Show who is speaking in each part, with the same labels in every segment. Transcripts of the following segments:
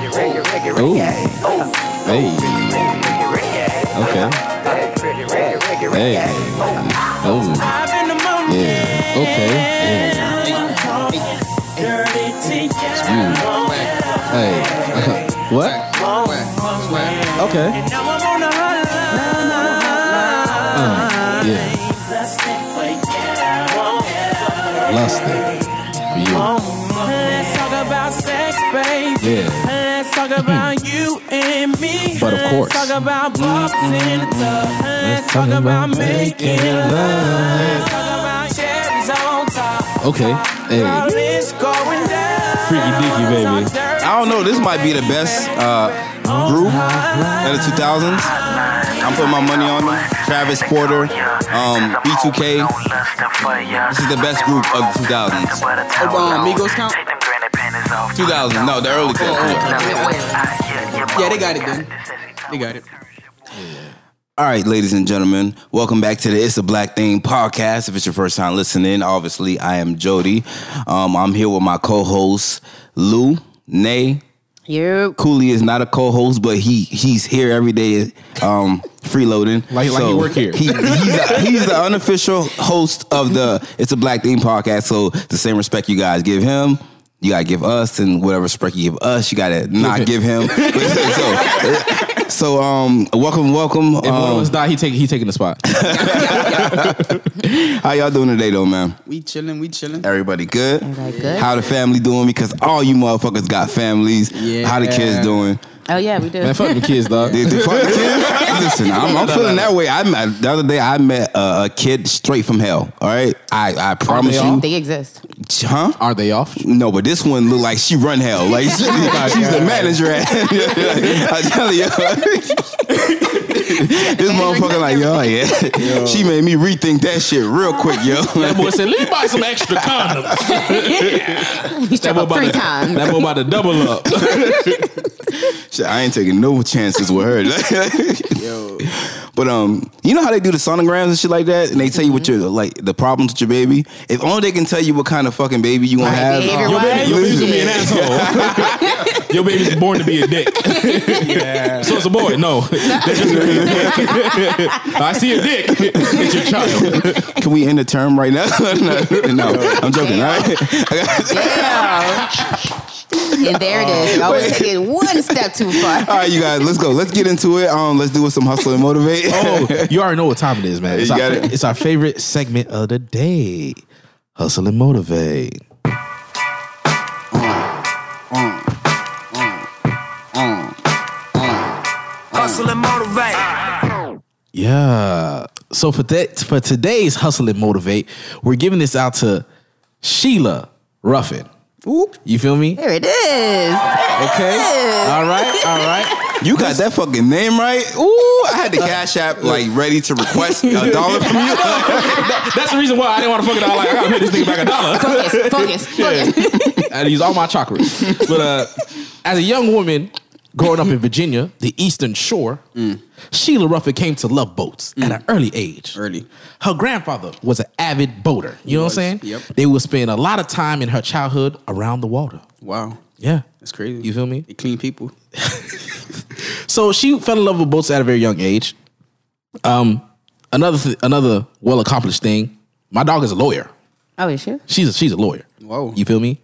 Speaker 1: reggae, reggae. Oh,
Speaker 2: Hey.
Speaker 1: reggae, reggae.
Speaker 2: Okay.
Speaker 1: Hey, reggae, reggae, reggae,
Speaker 2: Hey.
Speaker 1: reggae.
Speaker 2: Oh.
Speaker 3: I've been among
Speaker 2: Yeah. Okay. Yeah.
Speaker 3: dirty teeth.
Speaker 2: Hey. what? Okay.
Speaker 3: Now I'm on a hotline.
Speaker 2: Uh, yeah. Lust it. For you.
Speaker 3: Let's talk about sex, baby.
Speaker 2: Yeah.
Speaker 3: Let's talk about you and me.
Speaker 2: But of course. Mm-hmm.
Speaker 3: Let's talk about blocks in the tub. Let's
Speaker 2: talk
Speaker 3: talk
Speaker 2: about
Speaker 3: about making
Speaker 2: making
Speaker 3: love.
Speaker 2: love.
Speaker 3: Let's talk about cherries on top.
Speaker 2: Okay. Hey.
Speaker 3: It's going down.
Speaker 4: Freaky deaky, baby.
Speaker 5: I don't know. This might be the best uh, group of the 2000s. I'm putting my money on them. Travis Porter, um, B2K. This is the best group of the 2000s.
Speaker 6: Oh, um, Migos count?
Speaker 5: 2000, no, the early 2000s.
Speaker 6: Yeah, they got it then. They got it.
Speaker 5: All right, ladies and gentlemen, welcome back to the It's a Black Thing podcast. If it's your first time listening, obviously I am Jody. Um, I'm here with my co-host Lou Nay.
Speaker 7: Yep.
Speaker 5: Cooley is not a co-host, but he he's here every day, um, freeloading.
Speaker 4: Like- like he work here.
Speaker 5: He, he's, a, he's the unofficial host of the It's a Black Theme podcast. So the same respect you guys give him. You gotta give us, and whatever respect you give us, you gotta not give him. so, so, um, welcome, welcome.
Speaker 4: If one of
Speaker 5: Um,
Speaker 4: us die, he take he taking the spot.
Speaker 5: how y'all doing today, though, man?
Speaker 6: We chilling, we chilling.
Speaker 5: Everybody good?
Speaker 7: Everybody good.
Speaker 5: How the family doing? Because all you motherfuckers got families. How the kids
Speaker 6: Yeah.
Speaker 5: doing?
Speaker 7: Oh yeah, we do.
Speaker 4: Man, fuck the kids, dog.
Speaker 5: The, the fuck kid? Listen, I'm, I'm feeling that way. I met, the other day I met a, a kid straight from hell. All right, I I promise
Speaker 4: they
Speaker 5: you,
Speaker 7: They exist.
Speaker 5: huh?
Speaker 4: Are they off?
Speaker 5: No, but this one looked like she run hell. Like she, she's the manager. At, I tell you, this motherfucker like yo, yeah. She made me rethink that shit real quick, yo.
Speaker 4: That boy said, "Leave buy some extra condoms."
Speaker 7: He's
Speaker 4: That boy
Speaker 7: triple
Speaker 4: about
Speaker 7: three
Speaker 4: to-
Speaker 7: times.
Speaker 4: That boy about to double up.
Speaker 5: Shit, I ain't taking no chances with her.
Speaker 6: Yo.
Speaker 5: But um, you know how they do the sonograms and shit like that, and they tell you what your like the problems with your baby. If only they can tell you what kind of fucking baby you gonna
Speaker 7: Right,
Speaker 5: have.
Speaker 7: behavior
Speaker 4: Your, baby, your baby's gonna be an
Speaker 5: Listen,
Speaker 4: asshole. your baby's born to be a dick. So it's a boy. No, That's just- I see a dick. It's your child.
Speaker 5: Can we end the term right now? no, no, I'm joking. All right?
Speaker 7: and there it is. You always take it one step too
Speaker 5: all
Speaker 7: far.
Speaker 5: right, you guys, let's go. Let's get into it. Um, let's do some hustle and motivate.
Speaker 4: Oh, you already know what time it is, man. It's,
Speaker 5: You
Speaker 4: our,
Speaker 5: got
Speaker 4: fa-
Speaker 5: it.
Speaker 4: it's our favorite segment of the day. Hustle and motivate.
Speaker 3: Hustle and motivate.
Speaker 4: Yeah. So for that for today's hustle and motivate, we're giving this out to Sheila Ruffin. You feel me?
Speaker 7: There it is.
Speaker 4: Okay. All right. All right.
Speaker 5: you got that fucking name right. Ooh, I had the cash app like ready to request a dollar from you.
Speaker 4: That- that's the reason why I didn't want to fuck it out. Like I gotta pay this nigga back a dollar.
Speaker 7: Focus, focus, focus.
Speaker 4: I use all my chakras. But uh, as a young woman growing up in Virginia, the Eastern Shore, Sheila Ruffin came to love boats at an early age.
Speaker 6: Early.
Speaker 4: Her grandfather was an avid boater. You know
Speaker 6: was,
Speaker 4: what I'm saying?
Speaker 6: yep.
Speaker 4: They would spend a lot of time in her childhood around the water.
Speaker 6: Wow.
Speaker 4: Yeah.
Speaker 6: That's crazy.
Speaker 4: You feel me?
Speaker 6: They clean people.
Speaker 4: So she fell in love with boats at a very young age. Um, another th- another well accomplished thing. My dog is a lawyer.
Speaker 7: Oh, is she?
Speaker 4: She's a, she's a lawyer.
Speaker 6: Whoa.
Speaker 4: You feel me?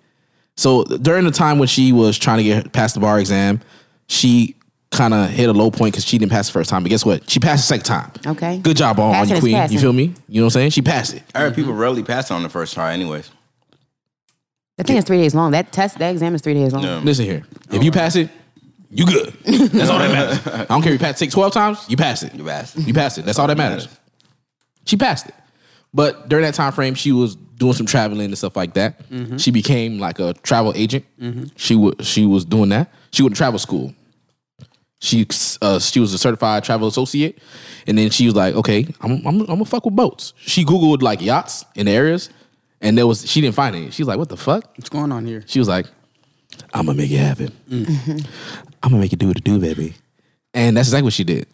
Speaker 4: So during the time when she was trying to get past the bar exam, she kind of hit a low point because she didn't pass the first time. But guess what? She passed the second time.
Speaker 7: Okay.
Speaker 4: Good job on, on
Speaker 7: Passing
Speaker 4: you,
Speaker 7: is
Speaker 4: queen.
Speaker 7: passing.
Speaker 4: You feel me? You know what I'm saying? She passed it.
Speaker 5: I heard people rarely pass it on the first try, anyways.
Speaker 7: The thing is three days long. That test, that exam is three days long.
Speaker 4: Listen here. If you pass it, you good. That's all that matters. I don't care if you pass it 12 times, you pass it.
Speaker 5: You passed.
Speaker 4: You passed it. That's all that matters. She passed it. But during that time frame, she was doing some traveling and stuff like that.
Speaker 6: Mm-hmm.
Speaker 4: She became like a travel agent. She would she was doing that. She went to travel school. She uh, she was a certified travel associate, and then she was like, okay, I'm I'm I'm gonna fuck with boats. She googled like yachts in the areas, and there was she didn't find any. She was like, what the fuck?
Speaker 6: What's going on here?
Speaker 4: She was like, I'm gonna make it happen. I'm gonna make it do what it do, baby. And that's exactly what she did.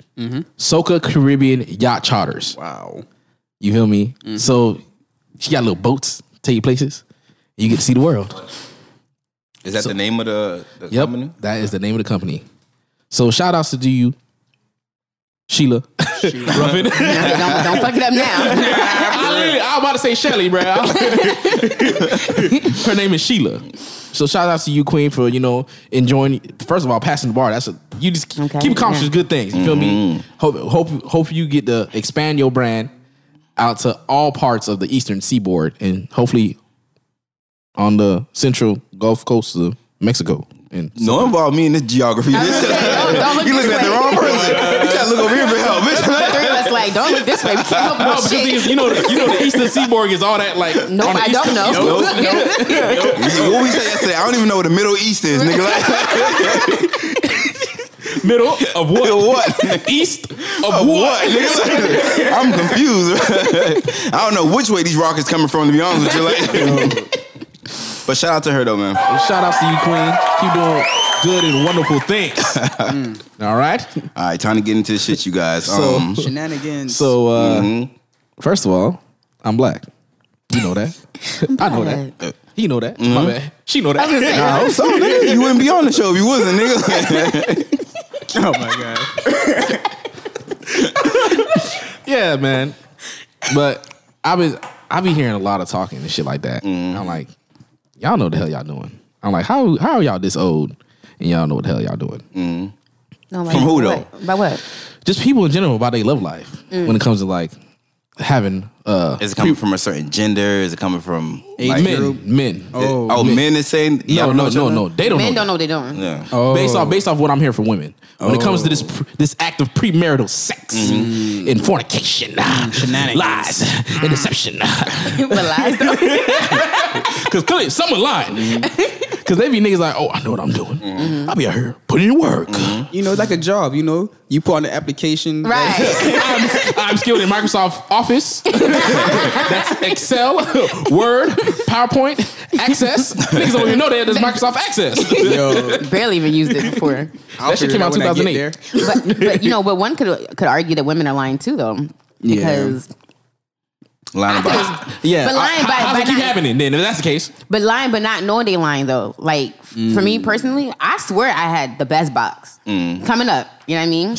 Speaker 4: Soca Caribbean Yacht Charters.
Speaker 6: Wow.
Speaker 4: You feel me? So she got little boats, take you places. and You get to see the world.
Speaker 5: Is that the name of the, the
Speaker 4: Yep.
Speaker 5: company?
Speaker 4: That is the name of the company. So shout outs to do you, Sheila. Ruffin.
Speaker 7: don't, don't fuck it up now.
Speaker 4: I literally, I was about to say Shelly, bro. Her name is Sheila. So shout out to you, Queen, for you know enjoying. First of all, passing the bar. That's a you just
Speaker 7: Okay,
Speaker 4: keep accomplishing
Speaker 7: yeah.
Speaker 4: good things. You feel me? Hope hope hope you get to expand your brand out to all parts of the Eastern Seaboard and hopefully on the Central Gulf Coast of Mexico. And
Speaker 5: No involve me in this geography.
Speaker 7: don't- don't look
Speaker 5: you looking
Speaker 7: this
Speaker 5: at the
Speaker 7: way.
Speaker 5: wrong person. You gotta look over here for help, bitch.
Speaker 7: Three of us like, don't look this way. We can't help
Speaker 4: no,
Speaker 7: no,
Speaker 4: because
Speaker 7: shit.
Speaker 4: you know you know the Eastern Seaboard is all that like.
Speaker 7: Nope,
Speaker 4: on the
Speaker 7: I
Speaker 4: Eastern-
Speaker 7: don't know.
Speaker 5: what we say yesterday? I don't even know what the Middle East is, nigga. Like,
Speaker 4: Middle of what?
Speaker 5: what?
Speaker 4: East of,
Speaker 5: What? nigga? I'm confused. I don't know which way these rockets coming from. To be honest with you, like. But shout out to her though, man.
Speaker 4: Shout outs to you, Queen. Keep doing good and wonderful things. All right.
Speaker 5: All right, time to get into the shit, you guys. Um,
Speaker 8: Shenanigans.
Speaker 4: So, uh,
Speaker 5: mhm.
Speaker 4: first of all, I'm black. You know that. I know that. He know that. My man. She know that.
Speaker 5: I hope so, nigga. You wouldn't be on the show if you wasn't, nigga.
Speaker 8: oh my god.
Speaker 4: yeah, man. But I been I be hearing a lot of talking and shit like that. I'm like, y'all know the hell y'all doing. I'm like, how how are y'all this old and y'all know what the hell y'all doing?
Speaker 7: No, like,
Speaker 5: From who,
Speaker 7: what? By what?
Speaker 4: Just people in general about their love life when it comes to like having uh
Speaker 5: Is it coming from a certain gender? Is it coming from like,
Speaker 4: men men.
Speaker 5: Oh, men is saying
Speaker 4: No,
Speaker 5: y'all
Speaker 4: no,
Speaker 5: know each
Speaker 4: no,
Speaker 5: other?
Speaker 4: no. They don't
Speaker 7: Men
Speaker 4: know.
Speaker 7: don't know what they're doing.
Speaker 5: Yeah.
Speaker 4: based off based off what I'm hearing from women. When it comes to
Speaker 8: Oh.
Speaker 4: this pr- this act of premarital sex and fornication, ah,
Speaker 8: Mm. Shenanigans.
Speaker 4: lies, and deception,
Speaker 7: but lies though.
Speaker 8: Mm.
Speaker 4: because clearly someone lying.
Speaker 8: Mm-hmm.
Speaker 4: Because they be niggas like, oh, I know what I'm doing. I'll be out here putting in work.
Speaker 8: You know, it's like a job. You know, you put on the application.
Speaker 7: Right.
Speaker 4: I'm, I'm skilled in Microsoft Office. That's Excel, Word, PowerPoint, Access. Niggas don't even know that there's Microsoft Access.
Speaker 8: Yo,
Speaker 7: Barely even used it before.
Speaker 8: I'll
Speaker 4: That shit
Speaker 8: figure
Speaker 4: came out
Speaker 8: it when I get
Speaker 4: 2008.
Speaker 8: there.
Speaker 7: But, but you know, but one could could argue that women are lying too, though, because
Speaker 5: Lying about
Speaker 4: Yeah,
Speaker 7: But lying
Speaker 4: how,
Speaker 7: by-
Speaker 4: how's
Speaker 7: by
Speaker 4: it keep
Speaker 7: not-
Speaker 4: happening? Then if that's the case,
Speaker 7: but lying but not knowing they lying though. Like f- for me
Speaker 4: Mm.
Speaker 7: personally, I swear I had the best box coming up. You know what I mean?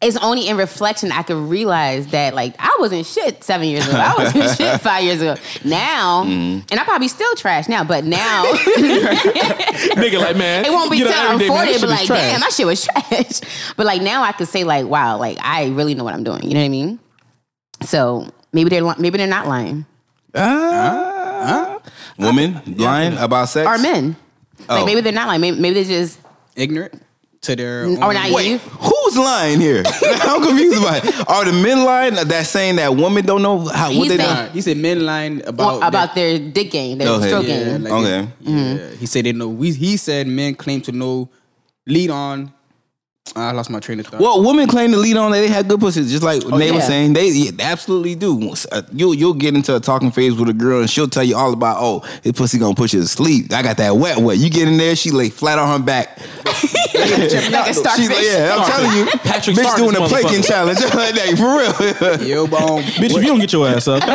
Speaker 7: It's only in reflection I could realize that like I wasn't shit seven years ago. I wasn't shit five years ago. Now,
Speaker 4: Mm.
Speaker 7: and I probably still trash now, but now
Speaker 4: nigga, like man,
Speaker 7: It won't be
Speaker 4: get
Speaker 7: till
Speaker 4: out
Speaker 7: I'm
Speaker 4: every day, man. This
Speaker 7: 40, but
Speaker 4: shit is
Speaker 7: like,
Speaker 4: trash.
Speaker 7: damn, my shit was trash. But like now I could say like, wow, like I really know what I'm doing. You know what I mean? So maybe they're li- maybe they're not lying.
Speaker 5: women lying about sex.
Speaker 7: Or men.
Speaker 5: Oh.
Speaker 7: Like maybe they're not lying. Maybe, maybe they're just
Speaker 8: Ignorant to their.
Speaker 7: or
Speaker 8: own-
Speaker 7: not
Speaker 5: Wait,
Speaker 7: you.
Speaker 5: who's lying here? I'm confused about it. Are the men lying that saying that women don't know how what
Speaker 7: He's
Speaker 5: they
Speaker 7: saying-
Speaker 5: do?
Speaker 8: Nah, He said men lying about
Speaker 7: About, about their dick game, their
Speaker 5: Okay.
Speaker 7: stroke
Speaker 5: Yeah,
Speaker 7: game.
Speaker 8: like,
Speaker 5: Okay.
Speaker 4: Mm-hmm.
Speaker 8: yeah. He said they know. We, he said men claim to know. Lead on. Ah, I lost my train of thought.
Speaker 5: Well, women claim to lead on that they have good pussies, just like they were
Speaker 7: yeah.
Speaker 5: saying. They yeah, they absolutely do. Uh, You you'll get into a talking phase with a girl, and she'll tell you all about oh, this pussy gonna put you to sleep. I got that wet wet. You get in there, she lay flat on her back.
Speaker 7: Like a
Speaker 5: She,
Speaker 7: starfish.
Speaker 5: yeah, I'm telling you,
Speaker 4: Patrick
Speaker 5: bitch
Speaker 4: Star,
Speaker 5: doing
Speaker 4: this
Speaker 5: the Plakin
Speaker 4: motherfucker.
Speaker 5: challenge like for real.
Speaker 8: Yo, but, um,
Speaker 4: Bitch, if you don't get your ass up,
Speaker 8: but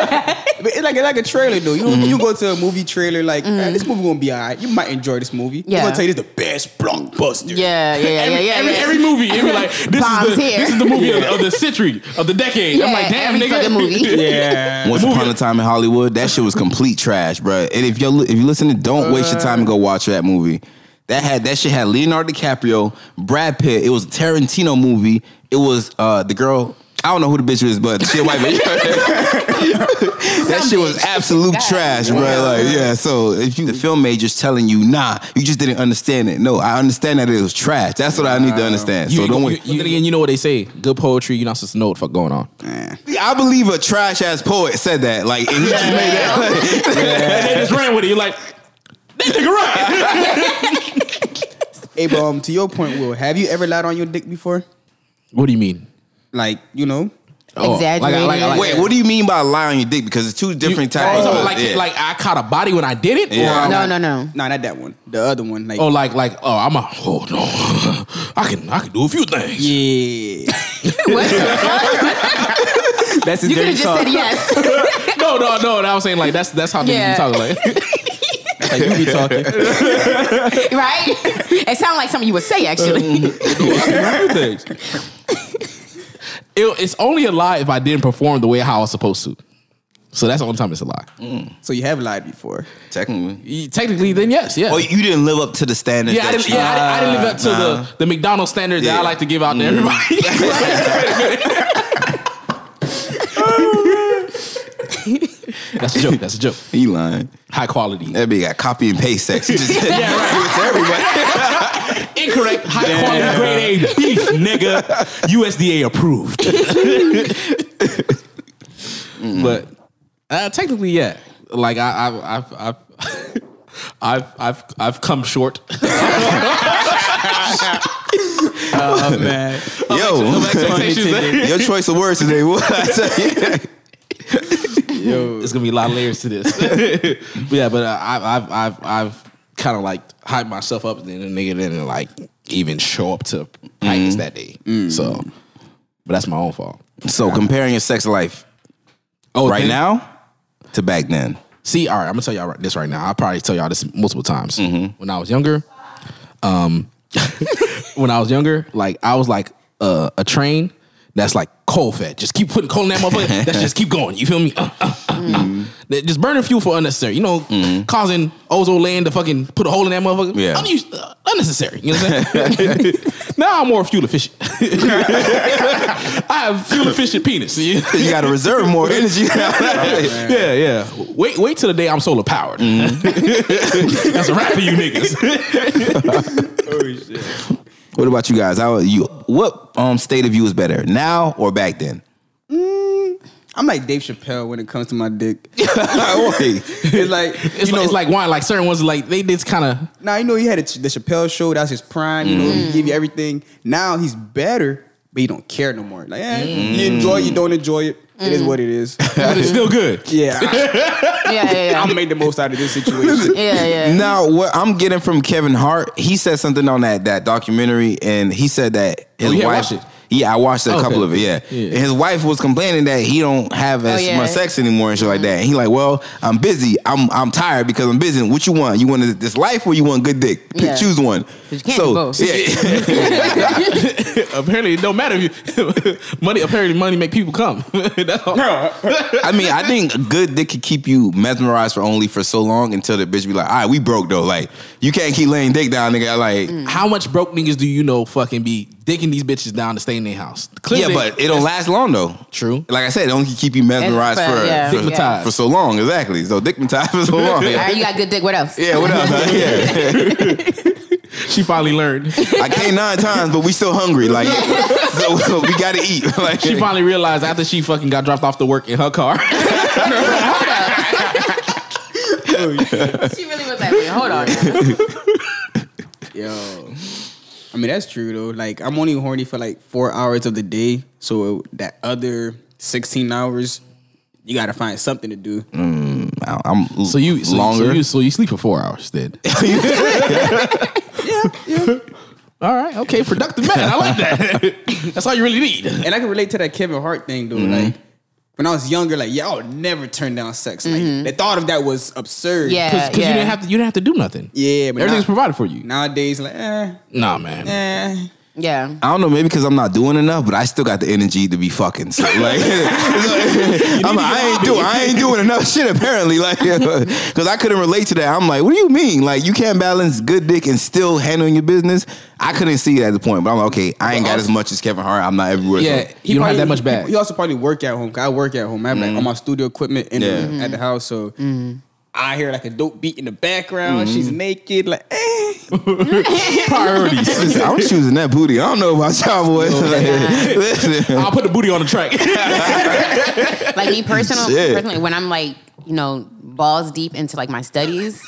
Speaker 8: it's like it's like a trailer though. You know, you go to a movie trailer like "Man, this movie gonna be alright. You might enjoy this movie.
Speaker 7: Yeah.
Speaker 8: I'm gonna tell you this the best blockbuster.
Speaker 7: Yeah, yeah, yeah, yeah,
Speaker 4: every,
Speaker 7: yeah.
Speaker 4: every,
Speaker 7: yeah.
Speaker 4: every movie, it be like this
Speaker 7: Bombs
Speaker 4: is the
Speaker 7: here.
Speaker 4: this is the movie of, of the century of the decade. I'm
Speaker 7: Yeah,
Speaker 4: like, damn,
Speaker 7: every
Speaker 4: nigga,
Speaker 7: fucking movie.
Speaker 8: Yeah.
Speaker 5: Once upon a time in Hollywood, that shit was complete trash, bruh. And if you if you listen to, don't waste your time and go watch that movie. That had that shit had Leonardo DiCaprio, Brad Pitt. It was a Tarantino movie. It was uh, the girl. I don't know who the bitch is, but she a white bitch. that shit was absolute
Speaker 7: God.
Speaker 5: trash, bruh. Like, yeah. So if you the film major's telling you, nah, you just didn't understand it. No, I understand that it was trash. That's what I need to understand.
Speaker 4: You,
Speaker 5: so don't.
Speaker 4: you,
Speaker 5: wait.
Speaker 4: you, then again, you know what they say: good poetry, you're not supposed to know what the fuck going on.
Speaker 5: I believe a trash ass poet said that. Like, and he just made that.
Speaker 4: And they just ran with it. You're like, that nigga right.
Speaker 8: Hey, but um, to your point, Will, have you ever lied on your dick before?
Speaker 4: What do you mean?
Speaker 8: Like, you know,
Speaker 4: Oh, like I- like I- like I-
Speaker 7: Exaggerating.
Speaker 5: Wait, what do you mean by lie on your dick? Because it's two different types.
Speaker 4: Oh, So
Speaker 5: of
Speaker 4: like,
Speaker 5: yeah.
Speaker 4: like I caught a body when I did it,
Speaker 5: Yeah.
Speaker 4: or I'm
Speaker 7: No,
Speaker 4: like-
Speaker 7: no, no.
Speaker 8: nah, not that one. The other one. Like,
Speaker 4: or like, like, oh, I'm a, oh no, I can, I can do a few things.
Speaker 8: yeah.
Speaker 7: What?
Speaker 8: That's his
Speaker 7: you could
Speaker 8: dirty
Speaker 7: have just
Speaker 8: talk.
Speaker 7: said yes.
Speaker 4: No, no, no. And I was saying like, that's that's how niggas
Speaker 7: Yeah.
Speaker 4: be talking. Like,
Speaker 8: Like you be talking.
Speaker 7: right? it sounded like something you would say actually.
Speaker 4: It- it's only a lie if I didn't perform the way how I was supposed to. So that's the only time it's a lie.
Speaker 8: So you have lied before.
Speaker 5: Technically.
Speaker 4: Y- Technically, then yes, yeah.
Speaker 5: Mm. Oh, you didn't live up to the standard.
Speaker 4: yeah, I
Speaker 5: that
Speaker 4: didn't,
Speaker 5: you-
Speaker 4: yeah, I didn't, I didn't live up to
Speaker 5: Nah.
Speaker 4: the, the McDonald's standard that
Speaker 5: Yeah. Mm.
Speaker 4: I like to give out to everybody. That's a joke. That's a joke.
Speaker 5: He lying.
Speaker 4: High quality.
Speaker 5: That be got copy and paste sex. Just yeah, to everybody.
Speaker 4: Incorrect. High quality grade A beef, nigga. USDA approved. But uh, technically, yeah. Like I, I, I've, I've, I've, I've, I've come short.
Speaker 8: Oh man.
Speaker 5: Yo, your choice of words today. What I tell you?
Speaker 4: It's gonna be a lot of layers to this. but yeah, but uh, I, I've, I've, I've kind of like hyped myself up, and then the nigga didn't like even show up to practice that day. So, but that's my own fault.
Speaker 5: So comparing your sex life
Speaker 4: Oh,
Speaker 5: right
Speaker 4: then-
Speaker 5: now to back then.
Speaker 4: See, all right, I'm gonna tell y'all right- this right now. I'll probably tell y'all this multiple times.
Speaker 5: Mm-hmm.
Speaker 4: When I was younger, um, when I was younger, like I was like uh, a train that's like coal fed. Just keep putting coal in that motherfucker. that's just keep going. You feel me? Uh, uh, uh,
Speaker 5: Mm-hmm.
Speaker 4: uh. That- Just burning fuel for unnecessary. You know, causing ozone layer to fucking put a hole in that motherfucker.
Speaker 5: Yeah.
Speaker 4: Unus- uh, unnecessary. You know what I'm saying? now I'm more fuel efficient. I have fuel efficient penis. You-
Speaker 5: You got to reserve more energy.
Speaker 4: yeah, yeah. Wait, wait till the day I'm solar powered. Mm-hmm. That's a wrap for you niggas.
Speaker 5: What about you guys? How are you? What um, state of you is better now or back then?
Speaker 8: I'm like Dave Chappelle when it comes to my dick.
Speaker 5: Wait.
Speaker 8: It's like
Speaker 4: It's, like, it's like wine. Like certain ones, like they just kind of.
Speaker 8: Now you know he had a, the Chappelle show. That's his prime. You know
Speaker 4: Mm.
Speaker 8: he gave you everything. Now he's better, but you don't care no more. Like eh, you
Speaker 4: Mm.
Speaker 8: enjoy, it, you don't enjoy it. It is what it is.
Speaker 4: But it's still good.
Speaker 8: yeah, I,
Speaker 7: yeah, yeah,
Speaker 8: I
Speaker 7: yeah.
Speaker 8: made the most out of this situation.
Speaker 7: Yeah, yeah.
Speaker 5: Now, what I'm getting from Kevin Hart, he said something on that that documentary, and he said that his
Speaker 4: Oh, you had watched
Speaker 5: wife.
Speaker 4: it?
Speaker 5: Yeah, I watched a
Speaker 4: Okay.
Speaker 5: couple of it. Yeah.
Speaker 4: Yeah.
Speaker 5: And his wife was complaining that he don't have as
Speaker 7: Oh, yeah.
Speaker 5: much sex anymore and shit like that. And he like, well, I'm busy. I'm I'm tired because I'm busy. What you want? You want this life or you want good dick? Pick,
Speaker 7: Yeah.
Speaker 5: Choose one.
Speaker 7: you can't do both.
Speaker 5: yeah,
Speaker 4: apparently, it don't matter if you money. Apparently, money make people come. That's all.
Speaker 5: I mean, I think a good dick could keep you mesmerized for only for so long until the bitch be like, all right, we broke though. Like you can't keep laying dick down, nigga. Like.
Speaker 4: How much broke niggas do you know fucking be dicking these bitches down to stay in their house?
Speaker 5: Yeah,
Speaker 4: Clearly,
Speaker 5: but it don't last long though.
Speaker 4: True.
Speaker 5: Like I said, it only can keep you mesmerized
Speaker 7: It's
Speaker 5: for,
Speaker 7: for- yeah.
Speaker 5: for,
Speaker 4: Dickmatized.
Speaker 5: for so long. Exactly. So dickmatized for so long.
Speaker 7: All right,
Speaker 5: Yeah.
Speaker 7: you got good dick. What else?
Speaker 5: Yeah, what else? huh? Yeah.
Speaker 4: she finally learned.
Speaker 5: I came nine times, but we still hungry. Like, so, so we gotta eat. Like,
Speaker 4: She finally realized after she fucking got dropped off to work in her car.
Speaker 7: She really was like, wait, hold on. now.
Speaker 8: Yo, I mean that's true though. Like I'm only horny for like four hours of the day, so that other sixteen hours, you gotta find something to do.
Speaker 5: I'm
Speaker 4: so you so,
Speaker 5: longer.
Speaker 4: So you, so you sleep for four hours then. yeah, yeah. All right. Okay. Productive man. I like that. That's all you really
Speaker 7: Uh,
Speaker 4: need.
Speaker 8: And I can relate to that Kevin Hart thing though. Like when I was younger, like yeah, I would never turn down sex. Like the thought of that was absurd.
Speaker 7: Yeah,
Speaker 4: Because you
Speaker 7: yeah.
Speaker 4: didn't have to. You didn't have to do nothing.
Speaker 8: Yeah, but
Speaker 4: Everything's
Speaker 8: now-
Speaker 4: provided for you.
Speaker 8: Nowadays, like, eh,
Speaker 4: Nah, man.
Speaker 8: eh.
Speaker 7: yeah.
Speaker 5: I don't know, maybe because I'm not doing enough, but I still got the energy to be fucking. So, like, I'm like, I ain't doing, I ain't doing enough shit apparently. Like, because I couldn't relate to that. I'm like, what do you mean? Like, you can't balance good dick and still handling your business. I couldn't see it at the point, but I'm like, okay, I ain't got as much as Kevin Hart. I'm not everywhere. so-
Speaker 4: Yeah, you don't have that much
Speaker 8: back.
Speaker 4: bag.
Speaker 8: He also probably work at home. 'cause I work at home. I have like all my studio equipment in
Speaker 5: Yeah.
Speaker 8: the, at the house, so I hear like a dope beat in the background. She's naked, like eh.
Speaker 4: Priorities.
Speaker 5: Listen, I'm choosing that booty. I don't know about y'all boys. Like, listen,
Speaker 4: I'll put the booty on the track.
Speaker 7: Like me personally,
Speaker 5: Shit.
Speaker 7: personally, when I'm like, you know, balls deep into like my studies,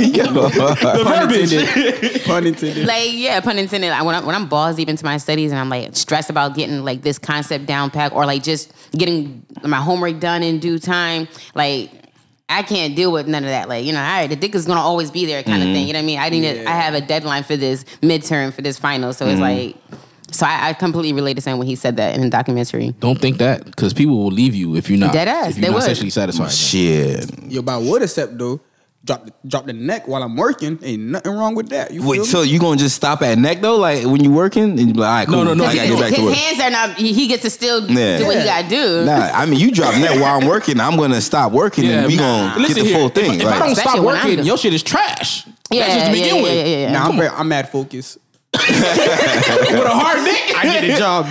Speaker 5: yo,
Speaker 8: Pun intended. Pun intended.
Speaker 7: like yeah, pun intended. I, when I'm when I'm balls deep into my studies and I'm like stressed about getting like this concept down pack or like just getting my homework done in due time, like. I can't deal with none of that. Like, you know, all right, the dick is gonna always be there kind of
Speaker 5: Mm-hmm.
Speaker 7: thing. You know what I mean? I need to, I have a deadline for this midterm, for this final. So
Speaker 5: Mm-hmm.
Speaker 7: it's like, so I, I completely related to him when he said that in the documentary.
Speaker 4: don't think that because people will leave you if you're not
Speaker 7: Dead ass,
Speaker 4: If you're
Speaker 7: they
Speaker 4: not
Speaker 7: would.
Speaker 4: sexually satisfied.
Speaker 5: shit.
Speaker 8: Yo, but I would accept though drop the, drop the neck while I'm working. Ain't nothing wrong with that. You feel
Speaker 5: Wait,
Speaker 8: me?
Speaker 5: so you gonna just stop at neck though? Like when you working and you be like, all right,
Speaker 4: no,
Speaker 5: cool.
Speaker 4: no,
Speaker 5: I
Speaker 7: His,
Speaker 5: gotta get back
Speaker 7: his
Speaker 5: to work.
Speaker 7: hands are not. He, he gets to still
Speaker 5: Yeah.
Speaker 7: do what he
Speaker 8: Yeah.
Speaker 7: gotta do.
Speaker 5: Nah, I mean, you drop neck while I'm working. I'm gonna stop working and we
Speaker 4: nah.
Speaker 5: gonna get the
Speaker 4: Listen here,
Speaker 5: full
Speaker 4: if-
Speaker 5: thing.
Speaker 4: If,
Speaker 5: like,
Speaker 4: I don't
Speaker 7: Especially
Speaker 4: stop
Speaker 7: when I'm
Speaker 4: working,
Speaker 7: the-
Speaker 4: your shit is trash.
Speaker 7: Yeah,
Speaker 4: That's just to
Speaker 7: yeah,
Speaker 4: begin
Speaker 7: yeah,
Speaker 4: with.
Speaker 7: yeah, yeah.
Speaker 8: Nah, I'm, very, I'm mad focused.
Speaker 4: With a hard dick,
Speaker 8: I get the job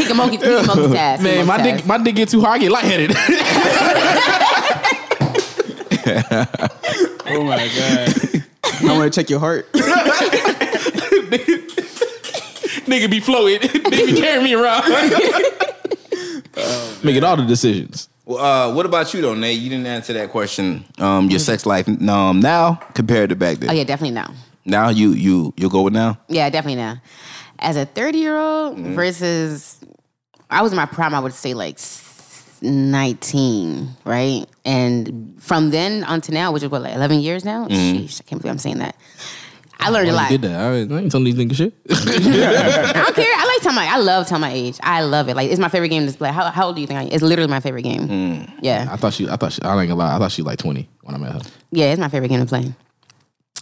Speaker 7: He can monkey, he can multitask.
Speaker 4: Man,
Speaker 7: he can
Speaker 4: my dick,
Speaker 7: multitask.
Speaker 4: my dick get too hard, I get lightheaded.
Speaker 8: oh my god. I want to check your heart.
Speaker 4: Nigga be floated. Nigga be carrying me around. Making all the decisions.
Speaker 5: Well, uh, what about you though, Nate? You didn't answer that question. Um, your sex life um, now compared to back then.
Speaker 7: Mm. Oh yeah, definitely no.
Speaker 5: Now you you you go with now.
Speaker 7: Yeah, definitely no. As a thirty year old
Speaker 4: Mm-hmm.
Speaker 7: versus, I was in my prime. I would say like s- nineteen, right? And from then on to now, which is what like eleven years now. Sheesh, I can't believe I'm saying that. I learned a lot.
Speaker 4: Mm-hmm. Oh, did that. I ain't, I ain't telling these niggas shit.
Speaker 7: I don't care. I like telling my. I love telling my age. I love it. Like it's my favorite game to play. How, how old do you think I? am? It's literally my favorite game.
Speaker 4: Mm.
Speaker 7: Yeah,
Speaker 4: I thought she. I thought she. I ain't gonna lie. I thought she like twenty when I met her.
Speaker 7: yeah. It's my favorite game to play.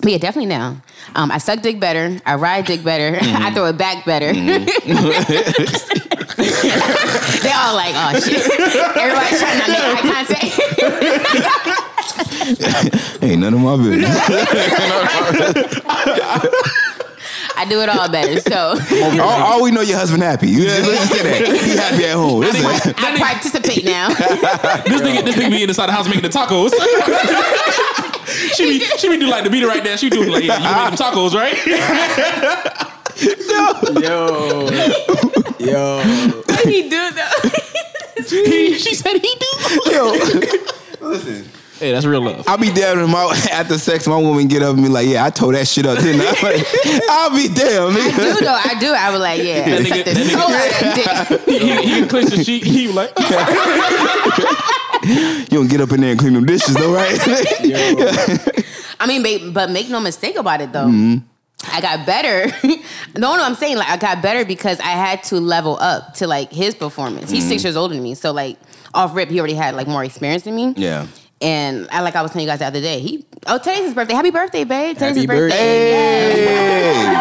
Speaker 7: But yeah, definitely now. Um, I suck dick better. I ride dick better.
Speaker 4: Mm-hmm.
Speaker 7: I throw it back better. they all like, oh shit. Everybody's trying to make eye contact.
Speaker 5: Hey, none of my business.
Speaker 7: I do it all better. So
Speaker 5: all, all we know, your husband happy. You let's just say that he happy at home. That's it.
Speaker 7: I participate now.
Speaker 4: This nigga, this nigga be inside the house making the tacos. she be, she be do like the beater right there. She do like, yeah, you made them tacos, right?
Speaker 8: Yo. Yo.
Speaker 7: what he do though?
Speaker 4: he, she said he do.
Speaker 5: Yo, listen.
Speaker 4: Hey, that's real love.
Speaker 5: I'll be damned if my after sex, my woman get up and be like, "Yeah, I tore that shit up, didn't I?" Like, I'll be damned.
Speaker 7: I
Speaker 5: nigga.
Speaker 7: do though. I do. I was like, yeah. I
Speaker 4: That
Speaker 7: suck
Speaker 4: nigga-
Speaker 7: the
Speaker 4: that
Speaker 7: soul out of that dick.
Speaker 4: He, he, he clinch the sheet. He like,
Speaker 5: You don't get up in there and clean them dishes, though, right?
Speaker 7: I mean, ba- but make no mistake about it though. I got better. no, no, I'm saying like I got better because I had to level up to like his performance. He's six years older than me, so like off rip, he already had like more experience than me.
Speaker 5: yeah.
Speaker 7: And I, like I was telling you guys the other day, he oh today's his birthday. Happy birthday, babe! Today's
Speaker 8: Happy
Speaker 7: his birthday.
Speaker 5: Hey.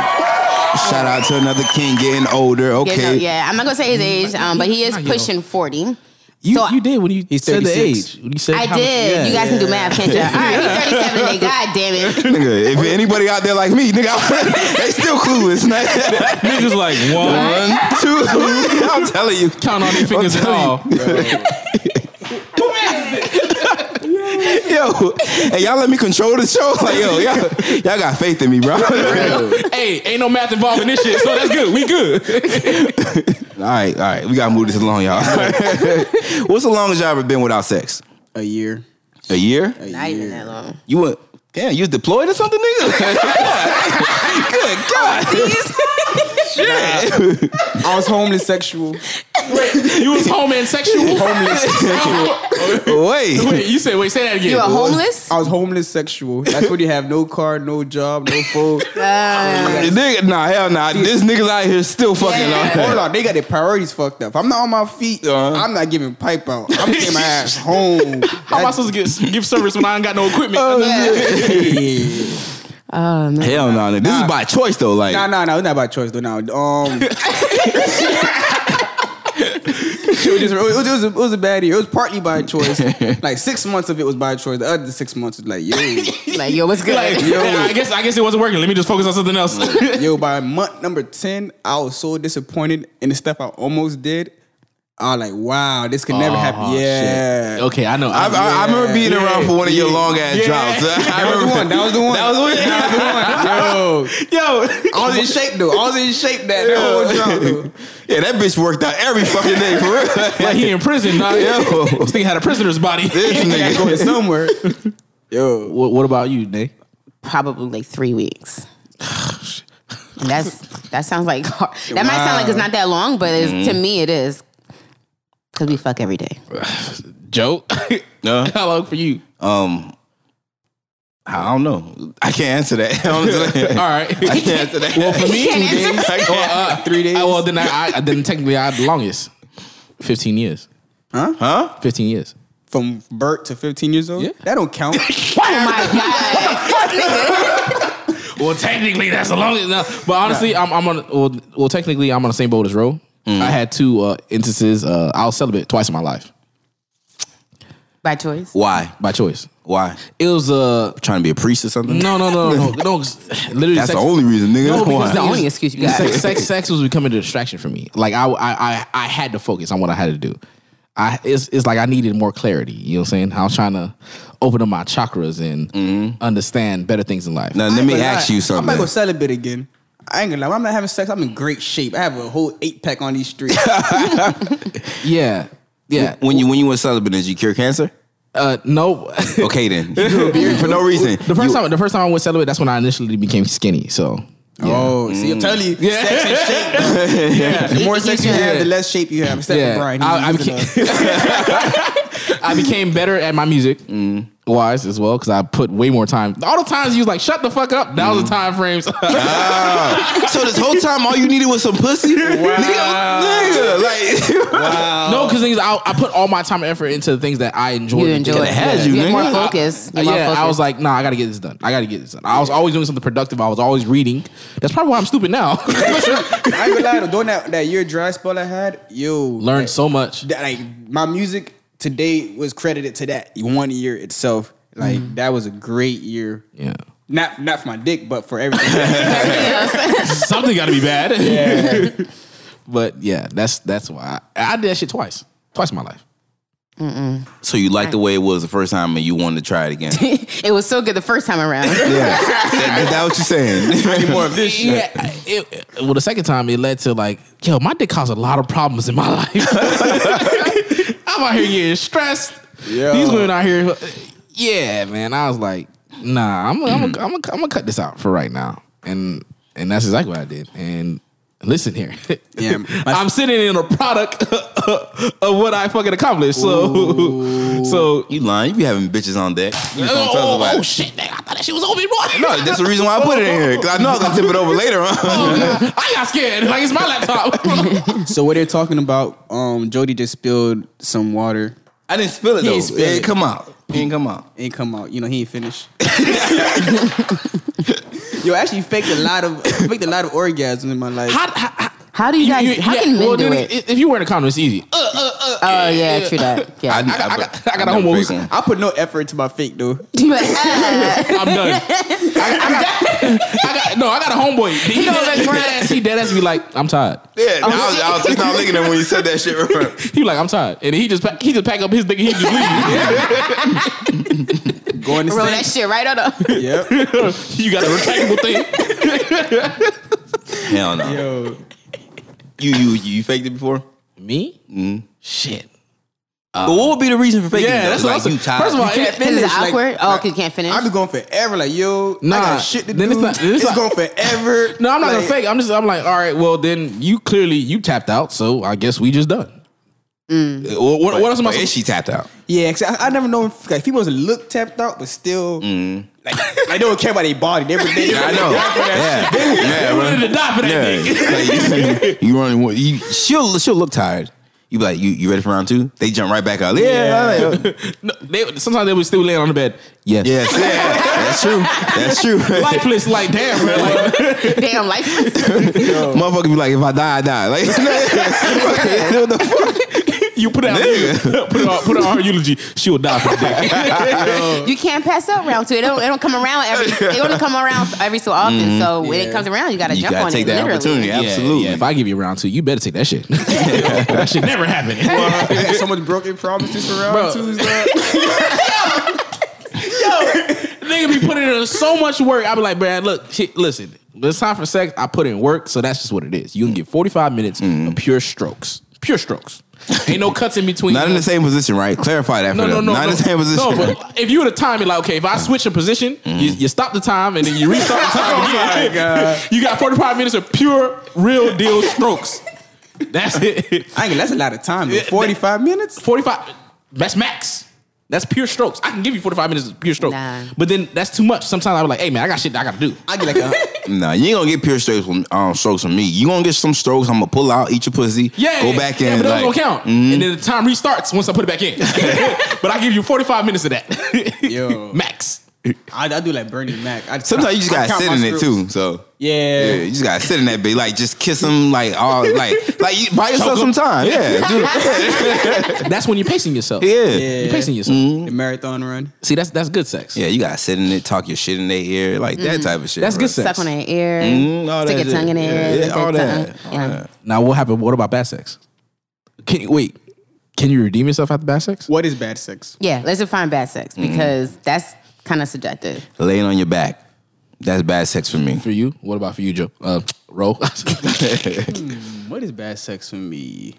Speaker 5: Shout out to another king getting older.
Speaker 7: Yeah,
Speaker 5: Okay.
Speaker 7: yeah, no, yeah. I'm not gonna say his age, um, but he is
Speaker 4: Not yet.
Speaker 7: pushing forty.
Speaker 4: you,
Speaker 7: So I-
Speaker 4: you did when you
Speaker 8: He's
Speaker 4: said the
Speaker 8: 36.
Speaker 4: age. When you said
Speaker 7: I
Speaker 4: how much-
Speaker 7: did.
Speaker 4: yeah.
Speaker 7: you guys can do math, can't you? All right, he's 37 today. God damn it.
Speaker 5: Nigga, if anybody out there like me, nigga, they still clueless. man.
Speaker 4: Niggas like one.
Speaker 5: One, two, three. I'm telling you.
Speaker 4: Count on their fingers and all.
Speaker 5: Yo, hey, y'all let me control the show. Like, yo, y'all, y'all got faith in me, bro. all
Speaker 4: hey, ain't no math involved in this shit, so that's good. We good.
Speaker 5: right, all right. We got to move this along, y'all. What's the longest y'all ever been without sex?
Speaker 8: A year.
Speaker 5: A year?
Speaker 7: Not even that long.
Speaker 5: You went, damn, you was deployed or something, nigga? Good God.
Speaker 8: I was homeless sexual.
Speaker 4: You was home and sexual.
Speaker 5: Wait.
Speaker 4: Wait, you said, wait, say that again.
Speaker 7: You are homeless?
Speaker 8: I was homeless sexual. That's when you have no car, no job, no food.
Speaker 7: Uh,
Speaker 5: Nigga, nah, hell nah. This nigga's out here still fucking
Speaker 7: Yeah.
Speaker 5: on.
Speaker 8: Hold on, they got their priorities fucked up. If I'm not on my feet.
Speaker 5: Uh-huh.
Speaker 8: I'm not giving pipe out. I'm taking my ass home.
Speaker 4: How am I supposed to get, give service when I ain't got no equipment?
Speaker 7: Uh,
Speaker 5: Hell nah, nigga. This is
Speaker 8: Nah.
Speaker 5: by choice, though. Like,
Speaker 8: Nah, nah, nah. It's not by choice though. Now, um, it, was just, it, was, it was a, it was a bad year. It was partly by choice. like six months of it was by choice. The other six months was like, yo,
Speaker 7: Like, yo, what's good?
Speaker 4: Like,
Speaker 8: Yo.
Speaker 4: man, I guess I guess it wasn't working. Let me just focus on something else.
Speaker 8: yo. By month number ten, I was so disappointed in the stuff I almost did. I was like, wow, this could never happen. Yeah.
Speaker 4: Okay, I know.
Speaker 5: I, I, I remember being around for one of your long ass drops. I
Speaker 8: That was the
Speaker 5: remember
Speaker 8: one. That was the one. That was the one. Yo, I was in shape though. I was in shape that that whole job. Though.
Speaker 5: Yeah, that bitch worked out every fucking day for real.
Speaker 4: like he in prison. Nah,
Speaker 5: Yo.
Speaker 4: This thing had a prisoner's body.
Speaker 5: this
Speaker 8: I
Speaker 5: nigga.
Speaker 8: going somewhere. Yo,
Speaker 4: What, what about you, Nate?
Speaker 7: probably like three weeks. That's that sounds like hard. that might sound like it's not that long, but it's, to me it is because we fuck every day.
Speaker 4: Joe?
Speaker 5: No,
Speaker 4: How long for you?
Speaker 5: um, I don't know. I can't answer that. I'm just like-
Speaker 4: All right.
Speaker 5: I can't answer that. Well,
Speaker 4: for me,
Speaker 7: Can't answer.
Speaker 5: I can't.
Speaker 4: three days. well, then I, I then technically I had the longest. Fifteen years.
Speaker 5: Huh?
Speaker 4: Fifteen years.
Speaker 8: from birth to 15 years old,
Speaker 4: Yeah.
Speaker 8: that don't count.
Speaker 7: Oh my god!
Speaker 4: Well, technically, that's a long enough. But honestly, I'm, I'm on. Well, well, technically, I'm on the same boat as Ro.
Speaker 5: Mm.
Speaker 4: I had two uh, instances. Uh, I was celibate twice in my life
Speaker 7: By choice.
Speaker 5: Why?
Speaker 4: by choice.
Speaker 5: Why?
Speaker 4: It was uh,
Speaker 5: Trying to be a priest or something?
Speaker 4: no, no, no, no, no. Literally,
Speaker 5: That's
Speaker 4: sex-
Speaker 5: the only reason, nigga.
Speaker 4: No, because
Speaker 5: Why?
Speaker 7: The only excuse you got.
Speaker 4: Sex, sex, sex was becoming a distraction for me. Like I, I, I, I had to focus on what I had to do. I, it's, it's like I needed more clarity. You know what I'm saying? I was trying to open up my chakras and understand better things in life.
Speaker 5: Mm-hmm. Now, let me ask you something.
Speaker 8: I'm not gonna celibate again. I ain't gonna lie. When I'm not having sex. I'm in great shape. I have a whole eight pack on these streets.
Speaker 4: Yeah, yeah.
Speaker 5: When you when you were celibate, did you cure cancer?
Speaker 4: Uh, no.
Speaker 5: Okay then. For no reason.
Speaker 4: The first
Speaker 5: You-
Speaker 4: time, the first time I went celibate, that's when I initially became skinny. So,
Speaker 8: Oh, see, I'm telling you, sex and shape. The more sex you have, the less shape you have. Except
Speaker 4: yeah,
Speaker 8: for Brian.
Speaker 4: I, I became, I became better at my music
Speaker 5: Mm-hmm.
Speaker 4: wise as well because I put way more time. All the times you was like, "Shut the fuck up," that
Speaker 5: Mm-hmm.
Speaker 4: was the time frames.
Speaker 5: so this whole time, all you needed was some pussy. Nigga, nigga, like
Speaker 4: No, because things I, I put all my time and effort into the things that I enjoy.
Speaker 7: Uh, You
Speaker 4: doing.
Speaker 7: enjoy
Speaker 4: Yeah.
Speaker 7: it.
Speaker 5: has you,
Speaker 7: You're
Speaker 5: nigga.
Speaker 7: more
Speaker 5: I-
Speaker 7: focused. You're more
Speaker 4: yeah, I
Speaker 7: focused.
Speaker 4: was like, nah, I gotta get this done. I gotta get this done. I was always doing something productive. I was always reading. That's probably why I'm stupid now.
Speaker 8: I ain't gonna lie. though, During that, that year dry spell I had, yo,
Speaker 4: Learned so much.
Speaker 8: that, like my music today was credited to that one year itself. Like that was a great year.
Speaker 4: Yeah,
Speaker 8: Not not for my dick, but for everything.
Speaker 4: something gotta be bad. but yeah, that's that's why I, I did that shit twice, twice in my life.
Speaker 5: So you liked the way it was the first time, and you wanted to try it again. yeah,
Speaker 7: it was so good the first time around.
Speaker 5: that, that what you saying?
Speaker 8: more of this shit.
Speaker 4: Yeah, it, it- well, the second time it led to like, yo, my dick caused a lot of problems in my life. I'm out here getting stressed.
Speaker 8: Yo.
Speaker 4: These women out here, yeah, man. I was like, nah, I'm gonna I'm gonna I'm gonna cut this out for right now, and and that's exactly what I did. And listen here,
Speaker 8: Yeah, my-
Speaker 4: I'm sitting in a product of what I fucking accomplished. So, so.
Speaker 5: you lying? You be having bitches on deck. You just don't tell us
Speaker 4: Oh,
Speaker 5: about
Speaker 4: oh,
Speaker 5: it.
Speaker 4: shit! Nigga, I thought that shit was over, boy.
Speaker 5: No, that's the reason why I put it in here because I know I'm gonna tip it over later on.
Speaker 4: I got scared. Like it's my laptop.
Speaker 8: So what they're talking about, um, Jody just spilled some water.
Speaker 5: I didn't spill it
Speaker 8: He
Speaker 5: though.
Speaker 8: ain't
Speaker 5: It
Speaker 8: spill
Speaker 5: didn't
Speaker 8: it.
Speaker 5: come out. It didn't come out.
Speaker 8: Ain't come out. You know, he ain't finished. Yo, I actually faked a lot of faked a lot of orgasms in my life.
Speaker 4: how, how, how,
Speaker 7: How do you guys? how can men
Speaker 4: well,
Speaker 7: do
Speaker 4: then
Speaker 7: it?
Speaker 4: i- If you wear a condom, it's easy. Uh,
Speaker 7: oh yeah, true that. Yeah.
Speaker 5: I,
Speaker 4: I got- I got a
Speaker 5: never
Speaker 4: homo
Speaker 5: faked
Speaker 4: who's-
Speaker 5: one.
Speaker 8: I put no effort into my fake though.
Speaker 4: I'm done. I, I, got, I got no. I got a homeboy. He dead, he dead ass. He dead ass. Be like, I'm tired.
Speaker 5: Yeah, I, was, I was just not looking at him when you said that shit. remember?
Speaker 4: He be like, I'm tired, and he just pack, he just pack up his dick and he just leave.
Speaker 8: Going to
Speaker 7: Roll
Speaker 8: sleep.
Speaker 7: that shit right up.
Speaker 8: Yep.
Speaker 4: you got a retractable thing.
Speaker 5: Hell no.
Speaker 8: Yo.
Speaker 5: You you you faked it before?
Speaker 4: Me? Shit.
Speaker 5: but what would be the reason for faking?
Speaker 4: Yeah, that's what I'm saying.
Speaker 5: you tired.
Speaker 4: First of all, it-
Speaker 7: Is it
Speaker 8: Finish, like-
Speaker 7: awkward? oh, 'cause you can't finish.
Speaker 8: I be going forever, like yo, I
Speaker 4: Nah,
Speaker 8: got shit to
Speaker 4: then
Speaker 8: do.
Speaker 4: it's
Speaker 8: It's,
Speaker 4: not- then it's not-
Speaker 8: going forever.
Speaker 4: No, I'm not
Speaker 8: Like,
Speaker 4: gonna fake. I'm just. I'm like, all right. Well, then you clearly you tapped out. So I guess we just done. Uh, What, what, what else am I?
Speaker 5: But is
Speaker 4: supposed-
Speaker 5: she tapped out?
Speaker 8: Yeah, cause I, I never know if like, females look tapped out, but still,
Speaker 5: Mm.
Speaker 8: like, like, they don't care about their body. They, they,
Speaker 5: Yeah, I know. yeah, yeah,
Speaker 4: to
Speaker 5: bro.
Speaker 4: die for that
Speaker 5: yeah. Like, you, you running. one- You, she'll she'll look tired. You be like, you you ready for round two? They jump right back out. Yeah, yeah. Like,
Speaker 4: No, they, sometimes they would still laying on the bed. Yes.
Speaker 5: yes, yeah. That's true. That's true.
Speaker 4: Lifeless, like damn, bro. Like,
Speaker 7: Damn, life.
Speaker 5: Motherfucker be like, if I die, I die. Like, what the fuck?
Speaker 4: You put it out, put it on, put it on her eulogy. She'll die for that.
Speaker 7: you can't pass up round two. It don't. It don't come around every. It only come around every so often. So when it comes around, you gotta
Speaker 5: Mm-hmm. You
Speaker 7: jump
Speaker 5: gotta
Speaker 7: on
Speaker 5: take
Speaker 7: it.
Speaker 5: that
Speaker 7: literally.
Speaker 5: opportunity. Absolutely.
Speaker 4: if I give you a round two, you better take that shit. that shit never happened.
Speaker 8: I got so much broken promises for round
Speaker 4: Bro.
Speaker 8: twos. dog.
Speaker 4: Nigga be putting in so much work. I be like, man, look, shit, listen. when It's time for sex. I put in work, so that's just what it is. You can get forty five minutes
Speaker 5: Mm-hmm.
Speaker 4: of pure strokes, pure strokes. Ain't no cuts in between.
Speaker 5: Not in the same position, right? Clarify that for
Speaker 4: No, no,
Speaker 5: them.
Speaker 4: no,
Speaker 5: Not
Speaker 4: no.
Speaker 5: in the same
Speaker 4: No,
Speaker 5: position.
Speaker 4: but if you were to time it, like, okay, if I switch a position, you, you stop the time and then you restart the time.
Speaker 8: my God.
Speaker 4: You got 45 minutes of pure, real deal strokes. That's it.
Speaker 8: I think that's a lot of time. man. Forty-five minutes.
Speaker 4: 45 that's max that's pure strokes i can give you 45 minutes of pure stroke
Speaker 7: Nah.
Speaker 4: but then that's too much sometimes i'm like hey man i got shit that i gotta do
Speaker 8: I get like a,
Speaker 5: Nah, you ain't gonna get pure strokes from um, strokes from me. You gonna get some strokes. I'm gonna pull out, eat your pussy,
Speaker 4: Yeah,
Speaker 5: go back
Speaker 4: yeah,
Speaker 5: in.
Speaker 4: but those
Speaker 5: like,
Speaker 4: don't count. And then the time restarts once I put it back in. but I give you forty five minutes of that,
Speaker 8: Yo.
Speaker 4: max.
Speaker 8: I, I do like Bernie Mac. I,
Speaker 5: Sometimes you just
Speaker 8: I
Speaker 5: gotta
Speaker 8: count
Speaker 5: sit
Speaker 8: my
Speaker 5: in it
Speaker 8: screws.
Speaker 5: too. So
Speaker 8: Yeah.
Speaker 5: Yeah, you just gotta sit in that bitch, like just kiss him, like all, like, like you, buy yourself some time. Yeah, dude.
Speaker 4: That's when you're pacing yourself.
Speaker 5: yeah,
Speaker 8: Yeah.
Speaker 5: yeah.
Speaker 4: You're pacing yourself.
Speaker 8: The marathon run.
Speaker 4: See, that's that's good sex.
Speaker 5: You gotta sit in it, talk your shit in their ear, like that type of
Speaker 4: Mm-hmm.
Speaker 5: shit.
Speaker 4: That's
Speaker 5: bro.
Speaker 4: good sex.
Speaker 7: Suck on their ear,
Speaker 5: Mm, all
Speaker 7: stick
Speaker 5: that
Speaker 7: your tongue in
Speaker 5: shit.
Speaker 7: their
Speaker 5: Yeah,
Speaker 7: ear.
Speaker 5: yeah, all that. All
Speaker 7: Yeah.
Speaker 4: Now, what happened? What about bad sex? Can you wait? Can you redeem yourself after bad sex?
Speaker 8: What is bad sex?
Speaker 7: yeah, let's define bad sex
Speaker 5: Mm-hmm.
Speaker 7: because that's kind of subjective.
Speaker 5: Laying on your back. That's bad sex for me.
Speaker 4: For you? What about for you, Joe? Uh, Ro?
Speaker 8: What is bad sex for me?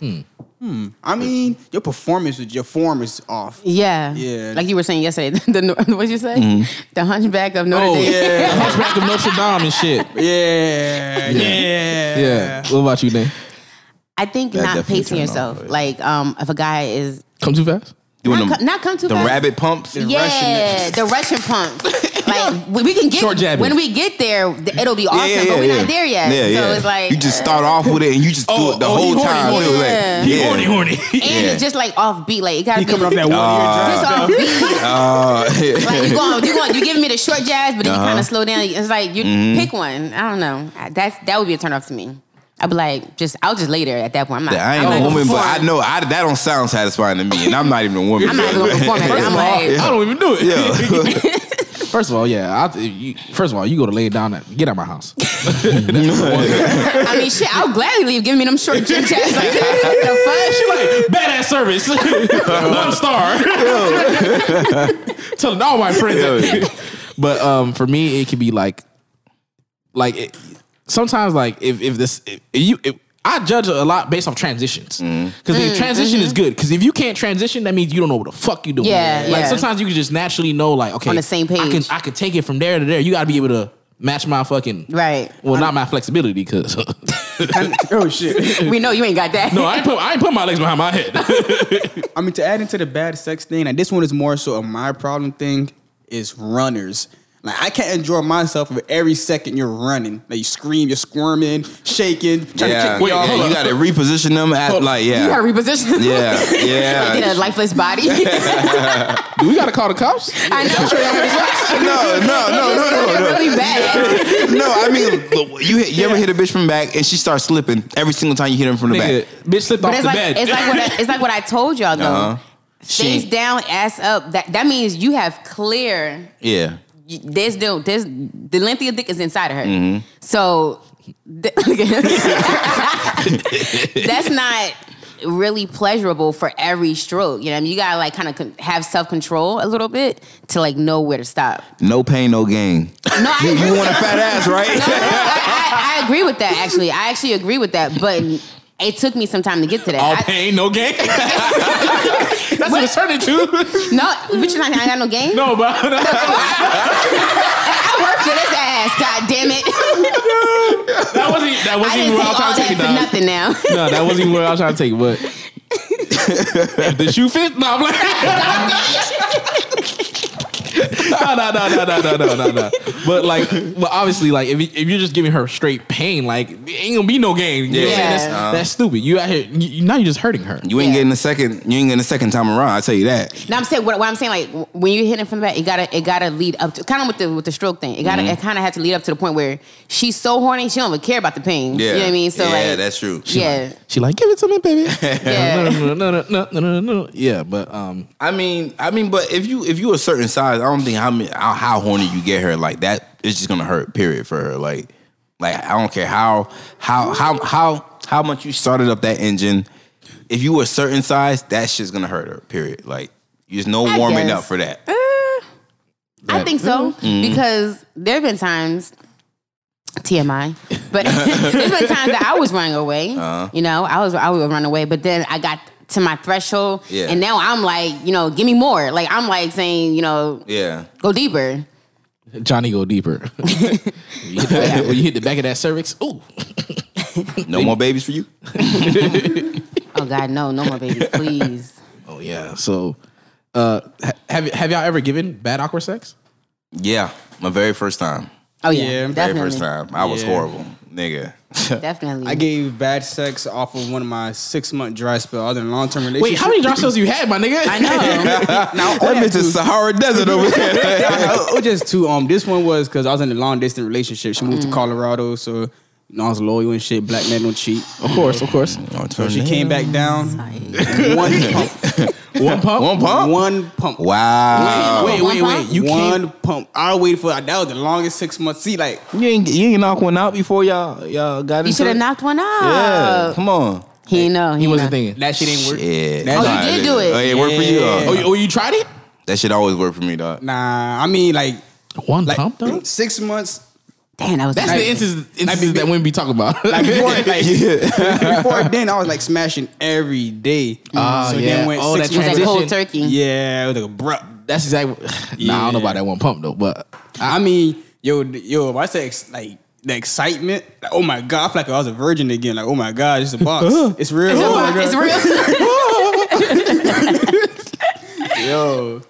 Speaker 8: Hmm. I mean, your performance, your form is off.
Speaker 7: Yeah,
Speaker 8: Yeah.
Speaker 7: Like you were saying yesterday, the, what you say?
Speaker 5: Mm-hmm.
Speaker 7: The Hunchback of Notre Dame.
Speaker 4: The Hunchback of Notre Dame and shit.
Speaker 8: Yeah. Yeah.
Speaker 4: Yeah. What about you, Nate?
Speaker 7: I think
Speaker 5: That
Speaker 7: not
Speaker 5: definitely
Speaker 7: pacing
Speaker 5: turned
Speaker 7: yourself.
Speaker 5: off, but-
Speaker 7: like, um, if a guy is
Speaker 4: Come too fast?
Speaker 5: Doing
Speaker 7: not,
Speaker 5: them-
Speaker 7: co- not come too
Speaker 5: the
Speaker 7: fast.
Speaker 5: rabbit pumps.
Speaker 7: Yeah,
Speaker 8: Russian-
Speaker 7: the Russian pumps. Like we we can get
Speaker 4: Short jabbing.
Speaker 7: when we get there, th- it'll be awesome. but we're not there yet.
Speaker 5: Yeah,
Speaker 7: so
Speaker 5: yeah.
Speaker 7: it's like
Speaker 5: you just start off with it and you just do it the
Speaker 4: oh, he
Speaker 5: whole
Speaker 4: horny,
Speaker 5: time.
Speaker 7: horny.
Speaker 5: It was like,
Speaker 7: Yeah.
Speaker 5: yeah.
Speaker 7: and it's just like off beat. Like it gotta
Speaker 8: He
Speaker 7: be
Speaker 8: coming off that one
Speaker 7: just
Speaker 8: ear
Speaker 7: off beat.
Speaker 5: Uh,
Speaker 7: Like you going, you going, you giving me the short jazz, but then
Speaker 5: Uh-huh.
Speaker 7: you kind of slow down. It's like you
Speaker 5: Mm-hmm.
Speaker 7: pick one. I don't know. I- That's that would be a turn off to me. I'd be like, just I'll just later at that point. I'm not.
Speaker 5: I
Speaker 7: I'm
Speaker 5: ain't
Speaker 7: not
Speaker 5: a
Speaker 7: gonna
Speaker 5: woman, but I
Speaker 7: perform.
Speaker 5: know I, that don't sound satisfying to me, and I'm not even a woman.
Speaker 7: I'm not even gonna perform at that. I'm like,
Speaker 4: I don't even do it.
Speaker 5: yeah.
Speaker 4: First of all, yeah. I, you, first of all, you go to lay it down. At, get out of my house.
Speaker 7: I mean, shit, I'll gladly leave. Giving me them short jib jabs. Like, the fuck?
Speaker 4: She like badass service, one star. Telling all my friends. that. But um, for me, it could be like, like it, sometimes like if if this if you. If, I judge a lot based off transitions because the transition is good. Because if you can't transition, that means you don't know what the fuck you doing.
Speaker 7: Yeah,
Speaker 4: like
Speaker 7: yeah.
Speaker 4: sometimes you can just naturally know, like okay,
Speaker 7: On the same
Speaker 4: I can
Speaker 7: page.
Speaker 4: I can take it from there to there. You got to be able to match my fucking
Speaker 7: Right.
Speaker 4: Well, not my flexibility because
Speaker 8: just off. Oh shit.
Speaker 7: We know you ain't got that.
Speaker 4: no, I ain't put I ain't put my legs behind my head.
Speaker 8: I mean, to add into the bad sex thing, and this one is more so a my problem thing is runners. Like I can't enjoy myself if every second you're running. Like you scream, you're squirming, shaking, trying to
Speaker 5: yeah.
Speaker 8: kick me
Speaker 4: Wait,
Speaker 8: off.
Speaker 4: hold
Speaker 5: yeah,
Speaker 4: up.
Speaker 5: you gotta reposition them at like
Speaker 7: You gotta
Speaker 5: yeah,
Speaker 7: reposition.
Speaker 5: yeah, yeah.
Speaker 7: like in a lifeless body.
Speaker 4: Do we gotta call the cops?
Speaker 7: I know.
Speaker 5: no, no, Oh, no, no, no, no.
Speaker 7: really bad.
Speaker 5: No, I mean, look, you hit, you ever hit a bitch from the back and she starts slipping every single time you hit her from the
Speaker 4: Nigga,
Speaker 5: back.
Speaker 4: bitch slipped
Speaker 7: But
Speaker 4: off
Speaker 7: it's
Speaker 4: the
Speaker 7: like
Speaker 4: bed.
Speaker 7: it's like what I, it's like what I told y'all though.
Speaker 5: Uh-huh.
Speaker 7: Face
Speaker 5: Shit.
Speaker 7: down, ass up. That that means you have clear.
Speaker 5: Yeah.
Speaker 7: you- There's no there's the length of your dick is inside of her.
Speaker 5: Mm-hmm.
Speaker 7: So th- that's not really pleasurable for every stroke. You know, what I mean, you gotta like kind of con- have self control a little bit to like know where to stop.
Speaker 5: No pain, no gain.
Speaker 7: No, I
Speaker 5: You,
Speaker 7: agree
Speaker 5: you
Speaker 7: with
Speaker 5: want a fat ass, right?
Speaker 7: No, no, no, I, I, I agree with that. Actually, I actually agree with that. But it took me some time to get to that.
Speaker 4: All
Speaker 7: I-
Speaker 4: pain, no gain. That's what it's turned into.
Speaker 7: no, but you're not. I got no game.
Speaker 4: no, but
Speaker 7: I worked for this ass. God damn it!
Speaker 4: that wasn't that
Speaker 7: I
Speaker 4: wasn't even
Speaker 7: didn't
Speaker 4: where I was trying
Speaker 7: take all
Speaker 4: to
Speaker 7: that
Speaker 4: take
Speaker 7: for
Speaker 4: it. dog.
Speaker 7: nothing. Now
Speaker 4: No, that wasn't even where I was trying to take it. But if the shoe fits, no, I'm like. no, no, no, no, no, no, no, no, no. But like, but obviously, like, if, you- if you're just giving her straight pain, like, it ain't gonna be no gain. You know what I'm saying?
Speaker 7: Yeah.
Speaker 4: That's, that's stupid. You out here you, now, you're just hurting her.
Speaker 5: You ain't
Speaker 7: Yeah.
Speaker 5: getting a second. You ain't getting a second time around. I tell you that.
Speaker 7: Now I'm saying what, what I'm saying. Like w- when you hit it from the back, it gotta it gotta lead up to kind of with the with the stroke thing. It gotta it kind of had to lead up to the point where she's so horny she don't even care about the pain.
Speaker 5: Yeah.
Speaker 7: you know what I mean. So
Speaker 5: yeah,
Speaker 7: like,
Speaker 5: that's true.
Speaker 7: yeah,
Speaker 4: She like, give it to me, baby.
Speaker 7: yeah.
Speaker 4: no, no, no, no, no, no, no. Yeah, but um,
Speaker 5: I mean, I mean, but if you if you a certain size, I don't think how many how, how horny you get her like that. It's just gonna hurt. Period for her. Like, like I don't care how how how how how much you started up that engine. If you a certain size, that shit's gonna hurt her. Period. Like, there's no
Speaker 7: I
Speaker 5: warming
Speaker 7: guess.
Speaker 5: up for that.
Speaker 7: Eh, I think so
Speaker 5: Mm.
Speaker 7: because there have been times TMI, but there's been times that I was running away.
Speaker 5: Uh-huh.
Speaker 7: You know, I was I would run away, but then I got to my threshold,
Speaker 5: Yeah.
Speaker 7: and now I'm like, you know, give me more. Like I'm like saying, you know,
Speaker 5: Yeah.
Speaker 7: go deeper.
Speaker 4: Johnny go deeper. you hit the back, when you hit the back of that cervix, ooh,
Speaker 5: No more babies for you.
Speaker 7: Oh God, no, no more babies, please.
Speaker 4: oh yeah. So, uh, ha- have have y'all ever given bad awkward sex?
Speaker 5: Yeah, my very first time.
Speaker 7: Oh yeah,
Speaker 8: Yeah, very
Speaker 7: definitely.
Speaker 5: Very first time. I was
Speaker 8: Yeah.
Speaker 5: horrible, nigga.
Speaker 7: Definitely.
Speaker 8: I gave bad sex off of one of my six month dry spell. Other than long term relationship.
Speaker 4: Wait, how many dry cells you had, my nigga?
Speaker 7: I know.
Speaker 8: Now,
Speaker 5: that bitch is Sahara Desert over there.
Speaker 8: it was just two. Um, this one was because I was in a long distance relationship. She moved to Colorado, so you know, I was loyal and shit. Black men don't cheat.
Speaker 4: Of course, of course.
Speaker 8: So she came back down. One pump.
Speaker 4: One pump.
Speaker 5: One pump?
Speaker 8: One pump.
Speaker 5: Wow.
Speaker 4: Wait, wait,
Speaker 7: One
Speaker 4: wait.
Speaker 7: pump?
Speaker 4: You
Speaker 8: one
Speaker 4: can't.
Speaker 8: pump. I waited for that was the longest six months. See, like
Speaker 5: You ain't you ain't knock one out before y'all y'all got into
Speaker 7: you should have
Speaker 5: it?
Speaker 7: knocked one
Speaker 5: Yeah,
Speaker 7: out.
Speaker 5: come on.
Speaker 7: He ain't know. He,
Speaker 4: He wasn't
Speaker 7: know.
Speaker 4: thinking.
Speaker 8: that shit ain't work.
Speaker 5: Yeah.
Speaker 8: That-
Speaker 7: Oh, you did do it.
Speaker 5: Oh, it worked for you.
Speaker 8: Yeah.
Speaker 5: dog.
Speaker 4: Oh, you, oh, you tried it?
Speaker 5: That shit always worked for me, dog.
Speaker 8: Nah, I mean like
Speaker 4: One
Speaker 8: like
Speaker 4: pump though.
Speaker 8: six months.
Speaker 7: Damn, that was
Speaker 4: That's
Speaker 7: nice.
Speaker 4: the instances, instances that women be talking about.
Speaker 8: Like before, like, before then, I was like smashing every day.
Speaker 4: Ah,
Speaker 8: so
Speaker 4: yeah.
Speaker 8: then went
Speaker 4: Oh,
Speaker 8: six
Speaker 4: that
Speaker 7: It was
Speaker 8: months.
Speaker 7: like cold
Speaker 4: Transition.
Speaker 7: turkey.
Speaker 8: Yeah, it was like abrupt.
Speaker 4: That's exactly. Nah, I don't know about that one pump though, but
Speaker 8: I mean, yo, yo, if I say ex- like the excitement, like, oh my god, I feel like I was a virgin again. Like, oh my god, it's a box. it's real.
Speaker 7: It's,
Speaker 8: Oh my
Speaker 7: real.
Speaker 8: God.
Speaker 7: it's real.
Speaker 8: Yo.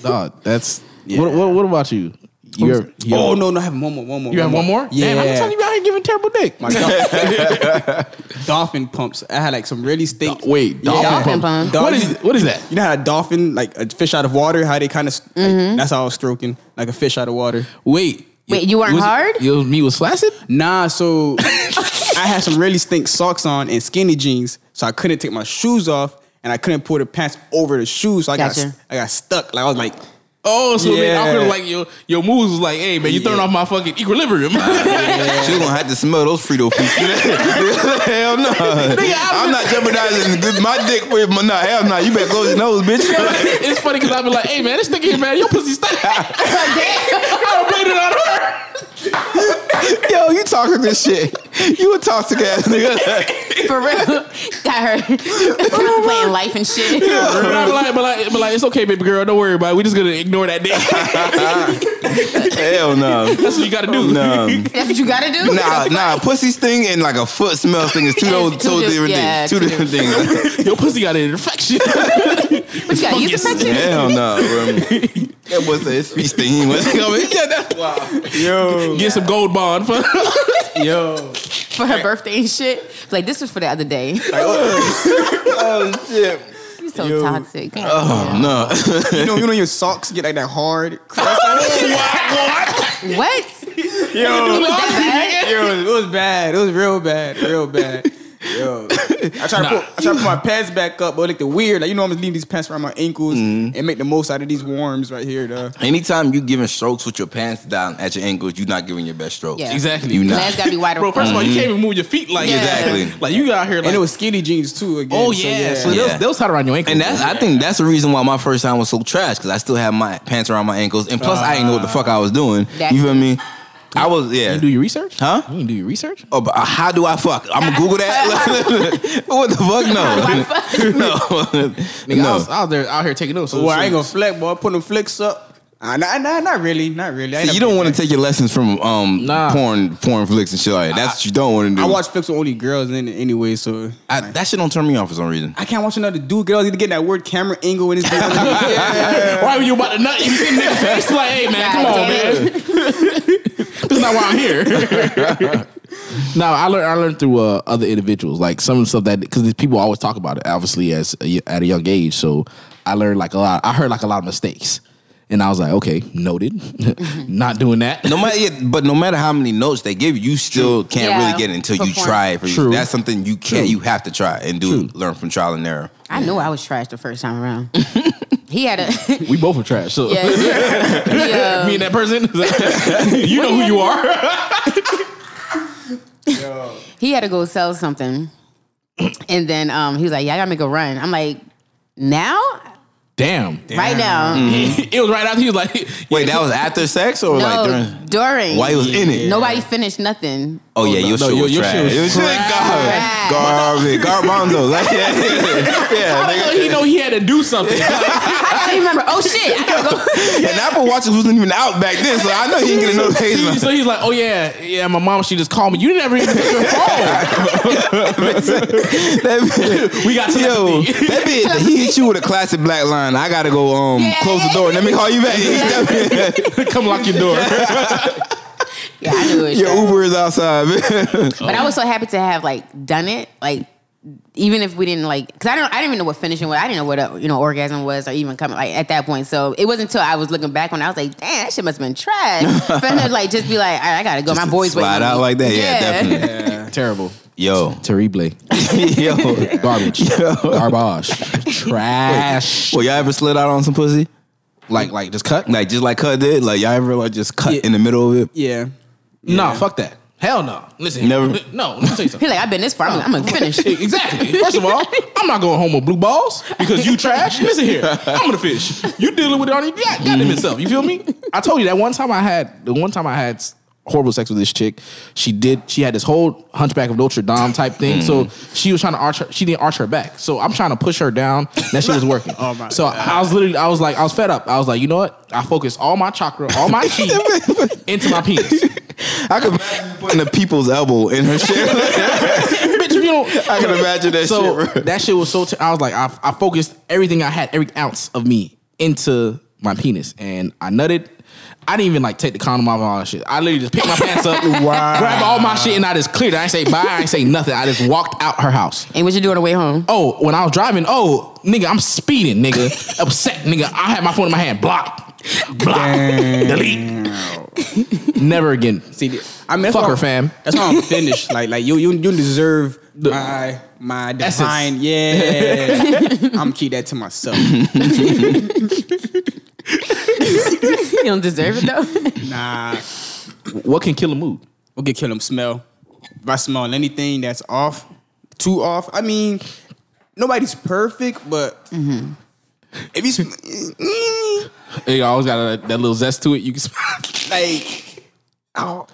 Speaker 4: dog, that's. What, what, what about you? You're, you
Speaker 8: Oh no, no, I have one more, one more.
Speaker 4: You have one more?
Speaker 8: Yeah.
Speaker 4: Damn, how many times you out here giving terrible dick?
Speaker 8: My dolphin, dolphin pumps. I had like some really stink.
Speaker 4: Wait,
Speaker 8: Yeah.
Speaker 4: dolphin
Speaker 7: Dolphin
Speaker 4: pump.
Speaker 7: pump.
Speaker 4: What is what is that?
Speaker 8: You know how a dolphin, like a fish out of water, how they kind of, like, that's how I was stroking, like a fish out of water.
Speaker 4: Wait,
Speaker 7: Wait, you weren't
Speaker 4: was it-
Speaker 7: hard?
Speaker 4: Your meat was flaccid.
Speaker 8: Nah, so I had some really stink socks on and skinny jeans, so I couldn't take my shoes off and I couldn't pull the pants over the shoes, so I got,
Speaker 7: Gotcha.
Speaker 8: I got stuck. Like I was like,
Speaker 4: Oh, so man,
Speaker 8: Yeah.
Speaker 4: I feel like your your moves was like, hey man, you throwing
Speaker 8: Yeah.
Speaker 4: off my fucking equilibrium.
Speaker 5: She was gonna have to smell those Frito feast. hell no. I'm not jeopardizing th- my dick for my nah, hell no. You better close your nose, bitch.
Speaker 4: it's funny because I've been like, hey man, this nigga here, man, your pussy stank. I don't blame it on her.
Speaker 5: Yo, you talking this shit. You a toxic ass nigga.
Speaker 7: For real. Got her playing life and shit.
Speaker 4: But I'm like, but like, but like, it's okay, baby girl, don't worry about it. We just gonna ignore that dick.
Speaker 5: hell no.
Speaker 4: That's what you gotta do.
Speaker 5: No.
Speaker 7: That's what you gotta do.
Speaker 5: Nah, nah, pussy sting and like a foot smell thing is two, those,
Speaker 7: Two
Speaker 5: two
Speaker 7: di-
Speaker 5: different
Speaker 7: yeah,
Speaker 5: things. Two
Speaker 7: two
Speaker 5: different things.
Speaker 4: Your pussy got an infection.
Speaker 7: But you gotta use
Speaker 4: Fungus.
Speaker 7: the section.
Speaker 5: Hell no. bro. That was his feet sting. What's coming? Yeah, that's wow.
Speaker 8: yo,
Speaker 4: Get some gold bond for
Speaker 8: yo.
Speaker 7: for her birthday and shit. Like this was for the other day.
Speaker 5: Oh shit.
Speaker 7: You're so
Speaker 8: Yo.
Speaker 7: toxic.
Speaker 5: No.
Speaker 8: You know, you know your socks get like that hard. crust?
Speaker 7: What?
Speaker 8: yo,
Speaker 7: Was that
Speaker 8: yo, it was bad. It was real bad, real bad. Yo, I try to put, I try to put my pants back up, but like the weird, like you know, I'm gonna leave these pants around my ankles and make the most out of these warms right here. Though.
Speaker 5: Anytime you giving strokes with your pants down at your ankles, you're not giving your best strokes.
Speaker 7: Yeah.
Speaker 4: exactly.
Speaker 5: You
Speaker 7: bad?
Speaker 5: not.
Speaker 7: Legs gotta be wider.
Speaker 4: Bro, first of all, you can't even move your feet like
Speaker 7: Yeah.
Speaker 5: Mm-hmm. Exactly.
Speaker 4: Like you got out here like
Speaker 8: And it was skinny jeans too. Again,
Speaker 4: Oh
Speaker 8: so
Speaker 4: yeah, so,
Speaker 5: Yeah.
Speaker 4: those those tied around your ankle.
Speaker 5: And that's I think that's the reason why my first time was so trash because I still had my pants around my ankles, and plus I didn't know what the fuck I was doing.
Speaker 7: That's-
Speaker 5: You feel me? I was yeah.
Speaker 4: you do your research,
Speaker 5: Huh?
Speaker 4: You didn't do your research.
Speaker 5: Oh, but, uh, how do I fuck? I'm gonna Google that. what the fuck? No, no,
Speaker 4: Nigga, I
Speaker 5: no.
Speaker 4: was out there out here taking notes. So
Speaker 8: Well, I ain't gonna flex, boy. I put them flicks up. Nah, Ah, nah, nah, not really, not really. I ain't
Speaker 5: See, you
Speaker 8: never-
Speaker 5: don't want to take your lessons from um
Speaker 4: Nah.
Speaker 5: porn, porn flicks and shit like that. That's what you don't want to do.
Speaker 8: I watch flicks with only girls in it anyway, so
Speaker 5: I, that shit don't turn me on for some reason.
Speaker 8: I can't watch another dude. Girls need to get that word camera angle in his.
Speaker 4: Why were you about to nut? You see nigga face like, hey man, come on, man. That's not why I'm here. no, I learned. I learned through uh, other individuals, like some of the stuff that because people always talk about it. Obviously, as a y at a young age, so I learned like a lot. I heard like a lot of mistakes, and I was like, okay, noted, not doing that.
Speaker 5: No matter, yeah, but no matter how many notes they give you, you still can't
Speaker 7: Yeah.
Speaker 5: really get it until you
Speaker 7: Perform.
Speaker 5: try it. For
Speaker 4: True.
Speaker 5: You. That's something you can't. You have to try and do. Learn from trial and error.
Speaker 7: I knew I was trash the first time around. he had a
Speaker 4: We both were trash. So
Speaker 7: yeah. He, uh,
Speaker 4: me and that person, you know who you are.
Speaker 7: he had to go sell something, and then um, he was like, "Yeah, I gotta make a run." I'm like, "Now,
Speaker 4: Damn.
Speaker 7: right now,
Speaker 4: it was right after he was like,
Speaker 5: Wait, that was after sex or like
Speaker 7: no,
Speaker 5: during?
Speaker 7: during,
Speaker 5: While he was in it.
Speaker 7: nobody finished nothing."
Speaker 5: Oh yeah, your
Speaker 4: No,
Speaker 5: shit
Speaker 4: your-
Speaker 5: was
Speaker 4: your
Speaker 5: trash.
Speaker 4: shit was
Speaker 5: Your shit
Speaker 7: trash.
Speaker 5: garbage, garbage, garbanzo. Like, yeah, yeah,
Speaker 4: How the
Speaker 5: nigga.
Speaker 4: hell he know he had to do something?
Speaker 7: I gotta remember. Oh shit, I gotta go.
Speaker 5: And Apple Watches wasn't even out back then, so I know he ain't getting no
Speaker 4: He-
Speaker 5: taser.
Speaker 4: so he's like, oh yeah, yeah. My mom, she just called me. You never even pick your phone.
Speaker 5: That bitch-
Speaker 4: We got
Speaker 5: Yo,
Speaker 4: telepathy.
Speaker 5: that bitch, he hit you with a classic black line. son, I gotta go um close the door. Let me call you back. He definitely-
Speaker 4: Come lock your door.
Speaker 7: Yeah, I knew it.
Speaker 5: Your Uber is outside. man.
Speaker 7: But I was so happy to have like done it, like even if we didn't like, because I don't, I didn't even know what finishing was. I didn't know what a, you know orgasm was or even coming like at that point. So it wasn't until I was looking back when I was like, damn, that shit must have been trash. For him to like just be like, All right, I gotta go. My boys waiting.
Speaker 5: slide
Speaker 7: on
Speaker 5: out
Speaker 7: me.
Speaker 5: like that. Yeah, definitely.
Speaker 4: Terrible.
Speaker 5: Yo,
Speaker 4: Terrible.
Speaker 5: yo.
Speaker 4: Garbage. Garbage. Trash.
Speaker 5: Well, y'all ever slid out on some pussy?
Speaker 4: Like, like, just cut?
Speaker 5: Like just like cut did? Like y'all ever like just cut
Speaker 8: Yeah.
Speaker 5: in the middle of it?
Speaker 8: Yeah.
Speaker 4: Nah, fuck that. Hell no. Listen,
Speaker 5: Never-
Speaker 4: No, let me tell you something.
Speaker 7: He like, I've been this far. I'm, I'm gonna finish.
Speaker 4: Exactly. First of all, I'm not going home with blue balls because you trash. Listen here, I'm gonna fish. You dealing with it already? Yeah, got him himself. You feel me? I told you that one time I had the one time I had horrible sex with this chick. She did. She had this whole Hunchback of Notre Dame type thing. So she was trying to arch. Her, she didn't arch her back. So I'm trying to push her down. That shit was working. oh my so I was literally. I was like. I was fed up. I was like, you know what? I focused all my chakra, all my chi into my penis.
Speaker 5: I could imagine putting a people's elbow in her shit.
Speaker 4: Bitch, if you don't.
Speaker 5: I can imagine that
Speaker 4: so
Speaker 5: shit. bro.
Speaker 4: that shit was so. Ter- I was like, I, I focused everything I had, every ounce of me into my penis, and I nutted. I didn't even like take the condom off and all that shit. I literally just picked my pants up, grabbed all my shit, and I just cleared. it. I ain't say bye, I ain't say nothing. I just walked out her house.
Speaker 7: and what you do on the way home?
Speaker 4: Oh, when I was driving, oh nigga, I'm speeding, nigga, upset, nigga. I had my phone in my hand, block, block, delete. Never again.
Speaker 8: See, th- I mean, that's
Speaker 4: Fuck
Speaker 8: why-
Speaker 4: her, fam.
Speaker 8: That's how I'm finished. like, like you, you, you deserve my my
Speaker 4: Essence.
Speaker 8: divine. Yeah, I'm keep that to myself.
Speaker 7: you don't deserve it though.
Speaker 8: Nah,
Speaker 4: What can kill a mood?
Speaker 8: we'll get kill him. Smell. If I smell anything that's off, too off. I mean, nobody's perfect, but if you sm- mm,
Speaker 4: It always got a, that little zest to it. You can.
Speaker 8: like, oh,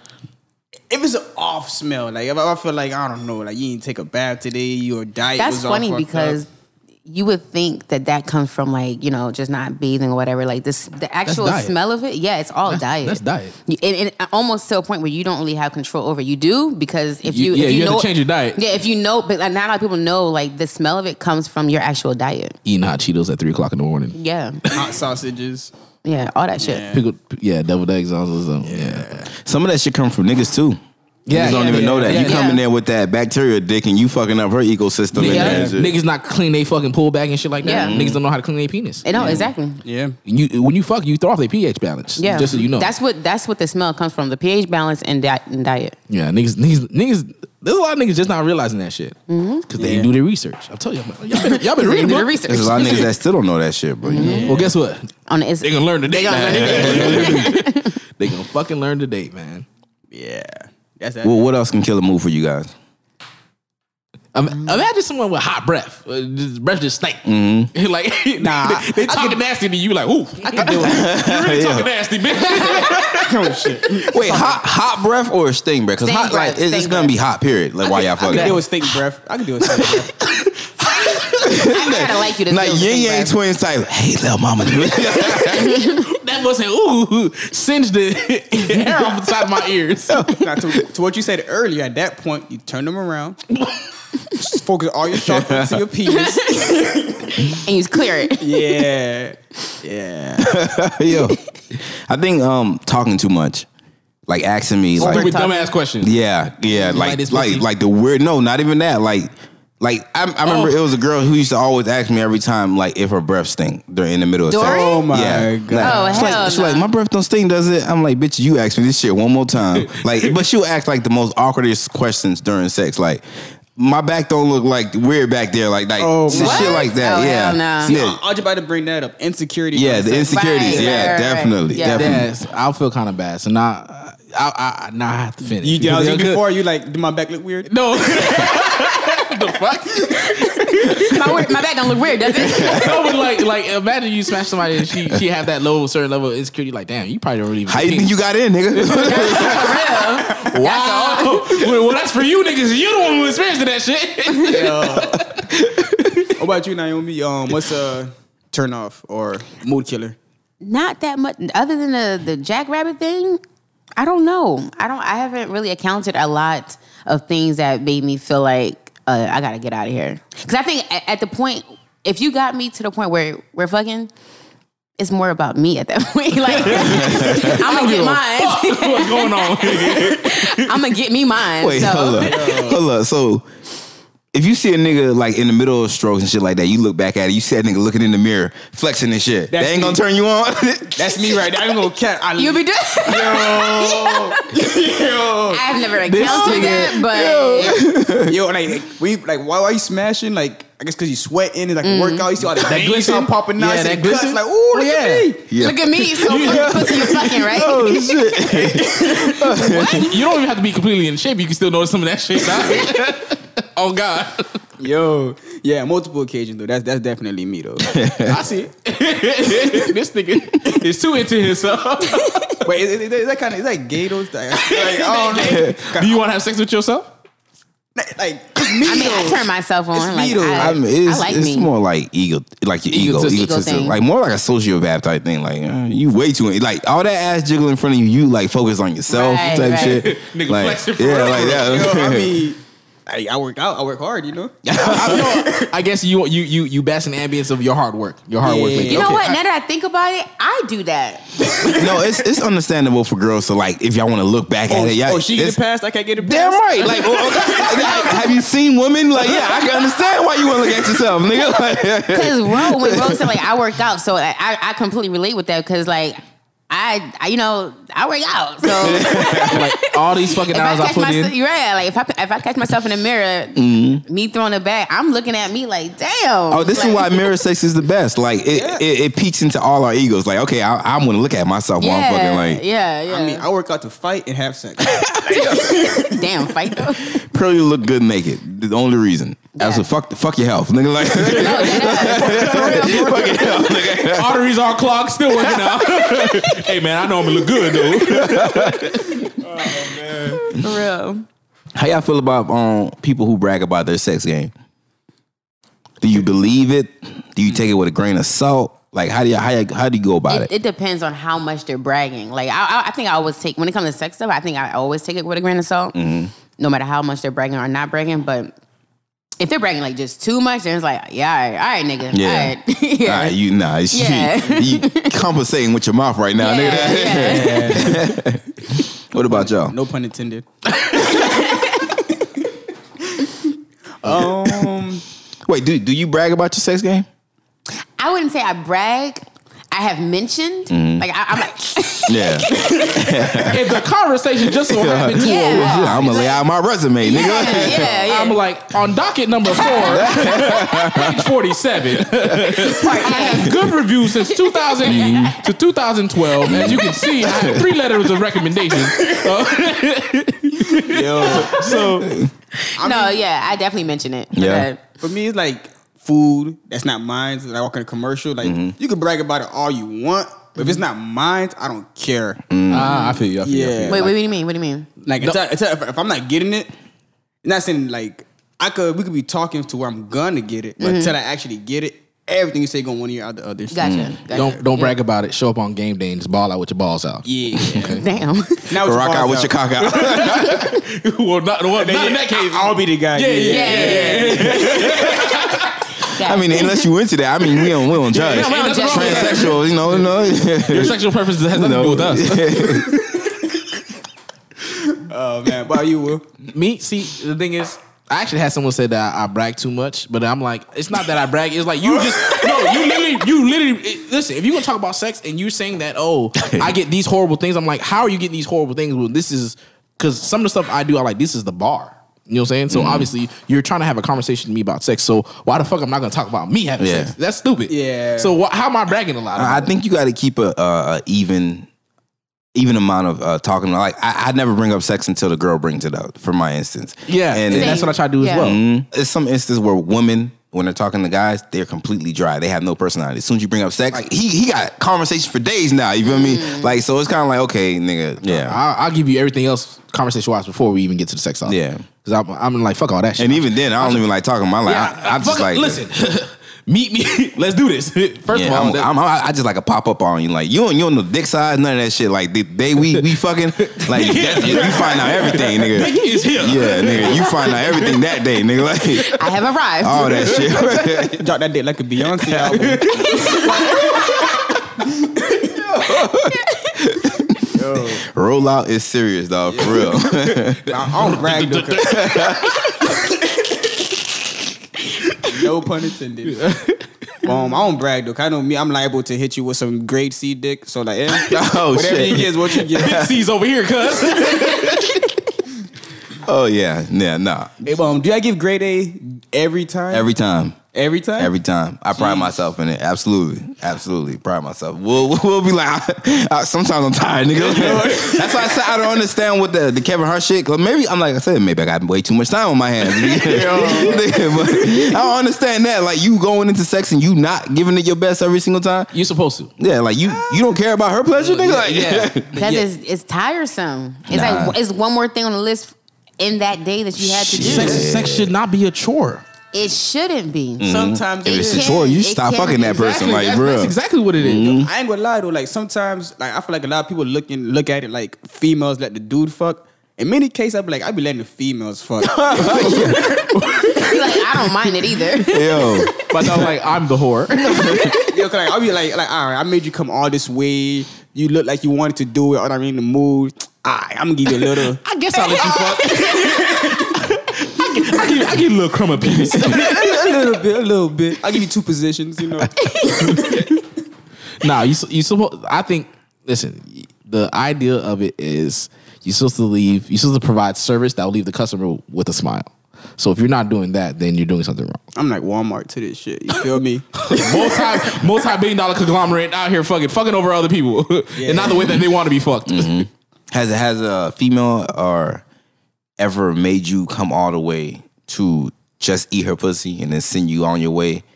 Speaker 8: if it's an off smell, like if I I feel like I don't know, like you didn't take a bath today, your diet.
Speaker 7: That's
Speaker 8: was all
Speaker 7: funny
Speaker 8: fucked
Speaker 7: because.
Speaker 8: up.
Speaker 7: You would think that that comes from like you know just not bathing or whatever. Like this, the actual
Speaker 4: diet.
Speaker 7: smell of it. Yeah, it's all diet.
Speaker 4: that's diet.
Speaker 7: You- and, and almost to a point where you don't really have control over. You do because if you,
Speaker 4: yeah,
Speaker 7: if you,
Speaker 4: you have
Speaker 7: know,
Speaker 4: to change your diet.
Speaker 7: Yeah, if you know, but like, not a lot of people know. Like the smell of it comes from your actual diet.
Speaker 4: Eating hot Cheetos at three o'clock in the morning.
Speaker 7: Yeah,
Speaker 8: hot sausages.
Speaker 7: yeah, all that shit.
Speaker 4: Pickled, yeah, deviled eggs also. So, yeah,
Speaker 5: Some of that shit come from niggas too.
Speaker 4: Yeah,
Speaker 5: niggas don't
Speaker 4: yeah,
Speaker 5: even
Speaker 4: yeah,
Speaker 5: know that.
Speaker 4: yeah,
Speaker 5: you come
Speaker 7: yeah.
Speaker 5: in there with that bacteria dick and you fucking up her
Speaker 4: Niggas,
Speaker 5: ecosystem. in there
Speaker 7: Yeah.
Speaker 5: and shit.
Speaker 4: niggas not clean they fucking pull back and shit like that.
Speaker 7: Yeah.
Speaker 4: Niggas don't know how to clean their penis.
Speaker 7: And no, exactly.
Speaker 8: Yeah.
Speaker 4: You when you fuck, you throw off their pH balance.
Speaker 7: Yeah,
Speaker 4: just so you know.
Speaker 7: That's what that's what the smell comes from. The pH balance and, di- and diet.
Speaker 4: yeah, niggas, niggas, niggas. There's a lot of niggas just not realizing that shit because they didn't do their research. I'm telling you, y'all been, y'all been
Speaker 7: Mm-hmm. They
Speaker 4: reading
Speaker 7: do
Speaker 4: bro.
Speaker 7: the research.
Speaker 5: There's a lot of niggas that still don't know that shit, bro.
Speaker 7: Mm-hmm.
Speaker 4: Well, guess what?
Speaker 7: On the, it's,
Speaker 4: They gonna learn today. They
Speaker 7: gonna learn
Speaker 4: gonna, they gonna fucking learn today, man.
Speaker 8: Yeah. That's that.
Speaker 5: Well, what else can kill a move for you guys?
Speaker 4: Im- Imagine someone with hot breath, uh, just breath just stank. like
Speaker 8: Nah,
Speaker 4: nah, they,
Speaker 8: I
Speaker 4: talking nasty to you, like ooh, I can do it. You really talking nasty, bitch.
Speaker 5: Wait, hot hot breath or stink breath? Because
Speaker 7: Stink
Speaker 5: hot like
Speaker 7: breath,
Speaker 5: it's, it's
Speaker 7: stink
Speaker 5: gonna be hot. Period. Like why y'all
Speaker 8: I can
Speaker 5: fucking?
Speaker 8: deal with stink breath. I can deal with stink breath.
Speaker 7: I gotta like you to
Speaker 5: Like
Speaker 7: deal with
Speaker 5: yin
Speaker 7: stink
Speaker 5: yang
Speaker 7: breath.
Speaker 5: twins type. Hey, little mama.
Speaker 4: that must have ooh singed the hair off the side of my ears.
Speaker 8: Now, to, to what you said earlier, at that point, you turn them around, just focus all your chakra to your penis.
Speaker 7: and you clear it.
Speaker 8: Yeah, yeah.
Speaker 5: Yo, I think um talking too much, like asking me like
Speaker 4: Stupid dumbass questions.
Speaker 5: Yeah, yeah,
Speaker 4: like
Speaker 5: like
Speaker 4: this
Speaker 5: like
Speaker 4: pussy?
Speaker 5: like, the weird. No, not even that. Like like I, I remember
Speaker 4: Oh.
Speaker 5: it was a girl who used to always ask me every time like if her breath stink during in the middle of sex.
Speaker 7: Dory? Oh
Speaker 8: my
Speaker 5: yeah.
Speaker 8: God.
Speaker 5: Like,
Speaker 7: Oh,
Speaker 5: she's
Speaker 7: hell
Speaker 5: like, she's
Speaker 7: no.
Speaker 5: like my breath don't stink, does it? I'm like bitch, you asked me this shit one more time. like, but she'll ask like the most awkwardest questions during sex, like. My back don't look like weird back there, like like
Speaker 8: Oh,
Speaker 5: shit
Speaker 8: my-
Speaker 5: shit like that.
Speaker 7: Oh,
Speaker 5: yeah,
Speaker 7: hell no.
Speaker 5: yeah,
Speaker 8: I- I was about to bring that up. Insecurity.
Speaker 5: yeah. The
Speaker 8: Sex.
Speaker 5: insecurities,
Speaker 7: Right,
Speaker 5: yeah,
Speaker 7: right, right,
Speaker 5: definitely,
Speaker 7: yeah.
Speaker 5: definitely.
Speaker 4: Yes, I'll feel kind of bad. So now, I, I, I now I have to finish.
Speaker 8: You
Speaker 4: Because
Speaker 8: yelled
Speaker 4: they're
Speaker 8: at me
Speaker 4: good.
Speaker 8: before. You like, did my back look weird?
Speaker 4: No. the fuck?
Speaker 7: My, weird- my back don't look weird, does it?
Speaker 4: No, but like, like, imagine you smash somebody and she, she have that low, certain level of insecurity. Like, damn, you probably don't really.
Speaker 5: How you think you got in, nigga?
Speaker 4: Wow. well, well, that's for you niggas. You the one who experienced that shit.
Speaker 8: What about you, Naomi? Um, what's a turn off or mood killer?
Speaker 7: Not that much. Other than the the jackrabbit thing, I don't know. I don't. I haven't really accounted a lot of things that made me feel like uh, I gotta get out of here. Because I think at, at the point if you got me to the point where we're fucking, it's more about me at that point. like I'm gonna get mine.
Speaker 4: What's going on?
Speaker 7: I'm gonna get me mine.
Speaker 5: Wait,
Speaker 7: so.
Speaker 5: hold up, hold up. So, if you see a nigga like in the middle of strokes and shit like that, you look back at it. You see that nigga looking in the mirror, flexing and shit.
Speaker 8: That's
Speaker 5: that ain't
Speaker 8: me.
Speaker 5: gonna turn you on.
Speaker 8: That's me right there. I'm gonna cat. I
Speaker 7: You be doing?
Speaker 8: yo,
Speaker 7: I've never encountered that, but
Speaker 8: yo, and like we like, why are you smashing? Like, I guess because you sweating, it's like a workout. You see all that, that glitz all popping out.
Speaker 4: Yeah,
Speaker 8: Yeah,
Speaker 4: that
Speaker 8: that cuts,
Speaker 4: glisten.
Speaker 8: Like, ooh, look at me.
Speaker 5: Yeah.
Speaker 7: look at me. So fucking pussy, you fucking right.
Speaker 4: you don't even have to be completely in shape. You can still notice some of that shit. dog. oh God,
Speaker 8: Yo, yeah, multiple occasions though. That's that's definitely me though.
Speaker 4: I see it. this nigga is too into himself.
Speaker 8: Wait, is, is, is that kind of is that gay though? Like, like, I don't
Speaker 4: Do
Speaker 8: know.
Speaker 4: you want to have sex with yourself?
Speaker 8: like it's me
Speaker 7: I mean, I
Speaker 8: though.
Speaker 7: turn myself on.
Speaker 8: It's
Speaker 7: like,
Speaker 8: me, though.
Speaker 7: I,
Speaker 5: I mean, it's,
Speaker 7: I like
Speaker 5: it's
Speaker 7: me.
Speaker 5: more like ego, like your ego,
Speaker 4: Egotistic.
Speaker 5: egotistic,
Speaker 7: Ego thing.
Speaker 5: like more like a sociopath type thing. Like uh, you way too like all that ass jiggle in front of you. You like focus on yourself
Speaker 7: Right,
Speaker 5: type
Speaker 7: right.
Speaker 5: shit.
Speaker 4: Nigga
Speaker 5: like,
Speaker 4: flexing for
Speaker 5: yeah,
Speaker 4: real.
Speaker 5: like that.
Speaker 8: Yo, I mean, I, I work out. I work hard. You know.
Speaker 4: I, I guess you you you you bask in the ambience of your hard work. Your hard work.
Speaker 8: Yeah.
Speaker 4: Lady.
Speaker 7: You know
Speaker 4: Okay.
Speaker 7: what? Now that I think about it, I do that.
Speaker 5: no, it's it's understandable for girls to like if y'all want to look back at it. Y'all,
Speaker 8: oh, she get
Speaker 5: it's-
Speaker 8: it passed. I can't get it passed.
Speaker 5: Damn right. Like, oh, okay. Like, have you seen women? Like, yeah, I can understand why you want to look at yourself, nigga. Like,
Speaker 7: Because Ro, when Ro said like I work out, so I, I, I completely relate with that because like I, I you know I work out, so
Speaker 4: Like all these fucking
Speaker 7: if I
Speaker 4: hours I,
Speaker 7: catch
Speaker 4: put
Speaker 7: myself,
Speaker 4: in.
Speaker 7: you're right. Like if I if I catch myself in the mirror, me throwing it back, I'm looking at me like damn.
Speaker 5: Mm-hmm. Oh, this is why
Speaker 7: Like,
Speaker 5: mirror sex is the best. Like it,
Speaker 8: Yeah.
Speaker 5: it, it peeks into all our egos. Like, okay, I, I'm gonna look at myself while I'm
Speaker 7: Yeah,
Speaker 5: fucking like
Speaker 7: yeah, yeah.
Speaker 8: I mean, I work out to fight and have sex.
Speaker 7: damn, fight Oh, though.
Speaker 5: Pearl, you look good naked. The only reason. That's
Speaker 7: Yeah.
Speaker 5: what fuck fuck your health. Nigga like fuck your health, nigga.
Speaker 4: Arteries all clogged, still working out. hey man, I know I'm gonna look good though.
Speaker 7: For real.
Speaker 5: How y'all feel about um people who brag about their sex game? Do you believe it? Do you take it with a grain of salt? Like how do you how, you, how do you go about
Speaker 7: It,
Speaker 5: it?
Speaker 7: it depends on how much they're bragging. Like I, I, I think I always take when it comes to sex stuff. I think I always take it with a grain of salt, no matter how much they're bragging or not bragging. But if they're bragging like just too much, then it's like, yeah, all right, all right nigga,
Speaker 5: Yeah.
Speaker 7: all right, yeah.
Speaker 5: Nah, you nah, you-
Speaker 7: Yeah.
Speaker 5: you, compensating with your mouth right now,
Speaker 7: Yeah,
Speaker 5: nigga.
Speaker 7: yeah.
Speaker 5: What about y'all?
Speaker 8: No pun intended. um,
Speaker 5: Wait, do do you brag about your sex game?
Speaker 7: I wouldn't say I brag. I have mentioned, like I, I'm like,
Speaker 5: Yeah,
Speaker 4: If the conversation just so happened to
Speaker 7: Yeah.
Speaker 5: I'm gonna lay out my resume,
Speaker 7: yeah,
Speaker 5: nigga.
Speaker 7: yeah, yeah.
Speaker 4: I'm like on docket number four, page forty-seven. I have good reviews since 2000 to 2012. As you can see, I have three letters of recommendation. Uh, so
Speaker 7: no, yeah, I definitely mention it.
Speaker 5: Yeah.
Speaker 7: But
Speaker 8: for me, it's like food that's not mine. That I walk in a commercial. Like you can brag about it all you want, but if it's not mine, I don't care.
Speaker 4: ah, I feel you. I feel you, I feel you.
Speaker 8: Yeah,
Speaker 7: Wait,
Speaker 8: like,
Speaker 7: wait, what do you mean? What do you mean?
Speaker 8: like it's a- it's a- if, if I'm not getting it, not saying like I could. We could be talking to where I'm gonna get it, but until I actually get it, everything you say going one ear out the other.
Speaker 7: Gotcha. gotcha.
Speaker 4: Don't don't brag about it. Show up on game day and just ball out with your balls out.
Speaker 8: Yeah.
Speaker 7: Damn.
Speaker 8: Now it's
Speaker 5: Rock out
Speaker 8: balls
Speaker 5: with your cock out.
Speaker 4: well, not, well, not in that case.
Speaker 8: I'll be the guy. Yeah,
Speaker 4: yeah,
Speaker 7: Yeah, yeah, yeah.
Speaker 5: I mean, unless you into that, I mean, we don't, we don't judge.
Speaker 4: Yeah, we don't judge.
Speaker 5: Transsexual, you know, no.
Speaker 4: Your sexual preferences has nothing to
Speaker 5: no.
Speaker 4: do with us.
Speaker 8: Oh man, why you will?
Speaker 4: Me, see, the thing is, I actually had someone say that I, I brag too much, but I'm like, it's not that I brag. It's like you just no, you literally, you literally it- listen. If you gonna talk about sex and you saying that, oh, I get these horrible things. I'm like, how are you getting these horrible things? Well, this is because some of the stuff I do, I like this is the bar. You know what I'm saying?
Speaker 5: Mm-hmm.
Speaker 4: So obviously, you're trying to have a conversation to me about sex. So why the fuck I'm not gonna talk about me having
Speaker 5: Yeah.
Speaker 4: sex? That's stupid.
Speaker 8: Yeah.
Speaker 4: So wh- how am I bragging a lot?
Speaker 5: I I think you got to keep a, a, a even even amount of uh, talking. Like I, I never bring up sex until the girl brings it up. For my instance,
Speaker 4: yeah, and,
Speaker 5: and
Speaker 7: Same.
Speaker 4: that's what I try to do as
Speaker 7: Yeah.
Speaker 4: well.
Speaker 5: it's some instance where women. When they're talking to guys, they're completely dry. They have no personality. As soon as you bring up sex, he he got conversation for days now. You feel
Speaker 4: Mm-hmm.
Speaker 5: me? Like so, it's kind of like okay, nigga. Yeah,
Speaker 4: I'll, I'll give you everything else conversation wise before we even get to the sex talk.
Speaker 5: Yeah.
Speaker 4: because I'm, I'm like fuck all that shit.
Speaker 5: and even then, I don't even like talking. My life. I, am
Speaker 4: fuck
Speaker 5: just
Speaker 4: it,
Speaker 5: like
Speaker 4: listen. meet me. Let's do this. First of
Speaker 5: Yeah,
Speaker 4: all,
Speaker 5: I'm,
Speaker 4: that-
Speaker 5: I'm, i I just like a pop up on you, like you don't, you don't know dick size, none of that shit. Like the day we we fucking, like that- you find out everything, nigga.
Speaker 4: Nick is here.
Speaker 5: Yeah, nigga, you find out everything that day, nigga. Like
Speaker 7: I have arrived.
Speaker 5: all that shit.
Speaker 8: Drop that dick like a Beyonce album.
Speaker 5: Rollout is serious, dog. For real.
Speaker 8: I don't brag though, 'cause- No pun intended. Um, I don't brag though. 'cause I know me. I'm liable to hit you with some grade C dick. So like, eh,
Speaker 5: Oh
Speaker 8: whatever you get
Speaker 5: shit.
Speaker 8: is what you get.
Speaker 4: C's over here, cuz.
Speaker 5: Oh yeah. Yeah. Nah.
Speaker 8: Hey, um, do I give grade A every time?
Speaker 5: Every time.
Speaker 8: every time.
Speaker 5: Every time. I pride myself in it. Absolutely. Absolutely. Pride myself. We'll, we'll, we'll be like, I- sometimes I'm tired, nigga. That's why I said I don't understand what the, the Kevin Hart shit. 'cause maybe, I'm like I said, maybe I got way too much time on my hands. Nigga, but I don't understand that. Like, you going into sex and you not giving it your best every single time.
Speaker 4: You're supposed to.
Speaker 5: Yeah, like, you you don't care about her pleasure, nigga. Like,
Speaker 7: Because it's, it's tiresome. It's
Speaker 5: Nah.
Speaker 7: like it's one more thing on the list in that day that you had to do.
Speaker 4: Sex, sex should not be a chore.
Speaker 7: It shouldn't be.
Speaker 5: Mm.
Speaker 8: Sometimes
Speaker 5: If it's
Speaker 7: It
Speaker 5: a
Speaker 7: can-
Speaker 5: chore, you
Speaker 7: it
Speaker 5: stop
Speaker 7: can
Speaker 5: fucking
Speaker 7: be
Speaker 5: that person.
Speaker 7: exactly-
Speaker 5: Like,
Speaker 4: That's,
Speaker 5: bro.
Speaker 4: that's exactly what it is.
Speaker 5: Mm-hmm.
Speaker 8: I ain't gonna lie though. Like sometimes, like I feel like a lot of people looking look at it like females let the dude fuck. In many cases, I be like, I be letting the females fuck.
Speaker 7: like I don't mind it either.
Speaker 5: Yo.
Speaker 4: But I'm like, I'm the whore.
Speaker 8: Yo, cause like, I'll be like, like, all right, I made you come all this way. You look like you wanted to do it, or I'm in the mood. All right, I'm gonna give you a little.
Speaker 4: I guess I'll let you fuck. I get- I give, I give a little crumb of penis.
Speaker 8: a little bit, a little bit. I'll give you two positions, you know.
Speaker 4: nah, you su- you supposed. I think. Listen, y- the idea of it is you're supposed to leave. You're supposed to provide service that will leave the customer with a smile. So if you're not doing that, then you're doing something wrong.
Speaker 8: I'm like Walmart to this shit. You feel me?
Speaker 4: Multi multi billion dollar conglomerate out here fucking fucking over other people, and not the way that they want to be fucked.
Speaker 5: Has has a female or ever made you come all the way to just eat her pussy and then send you on your way?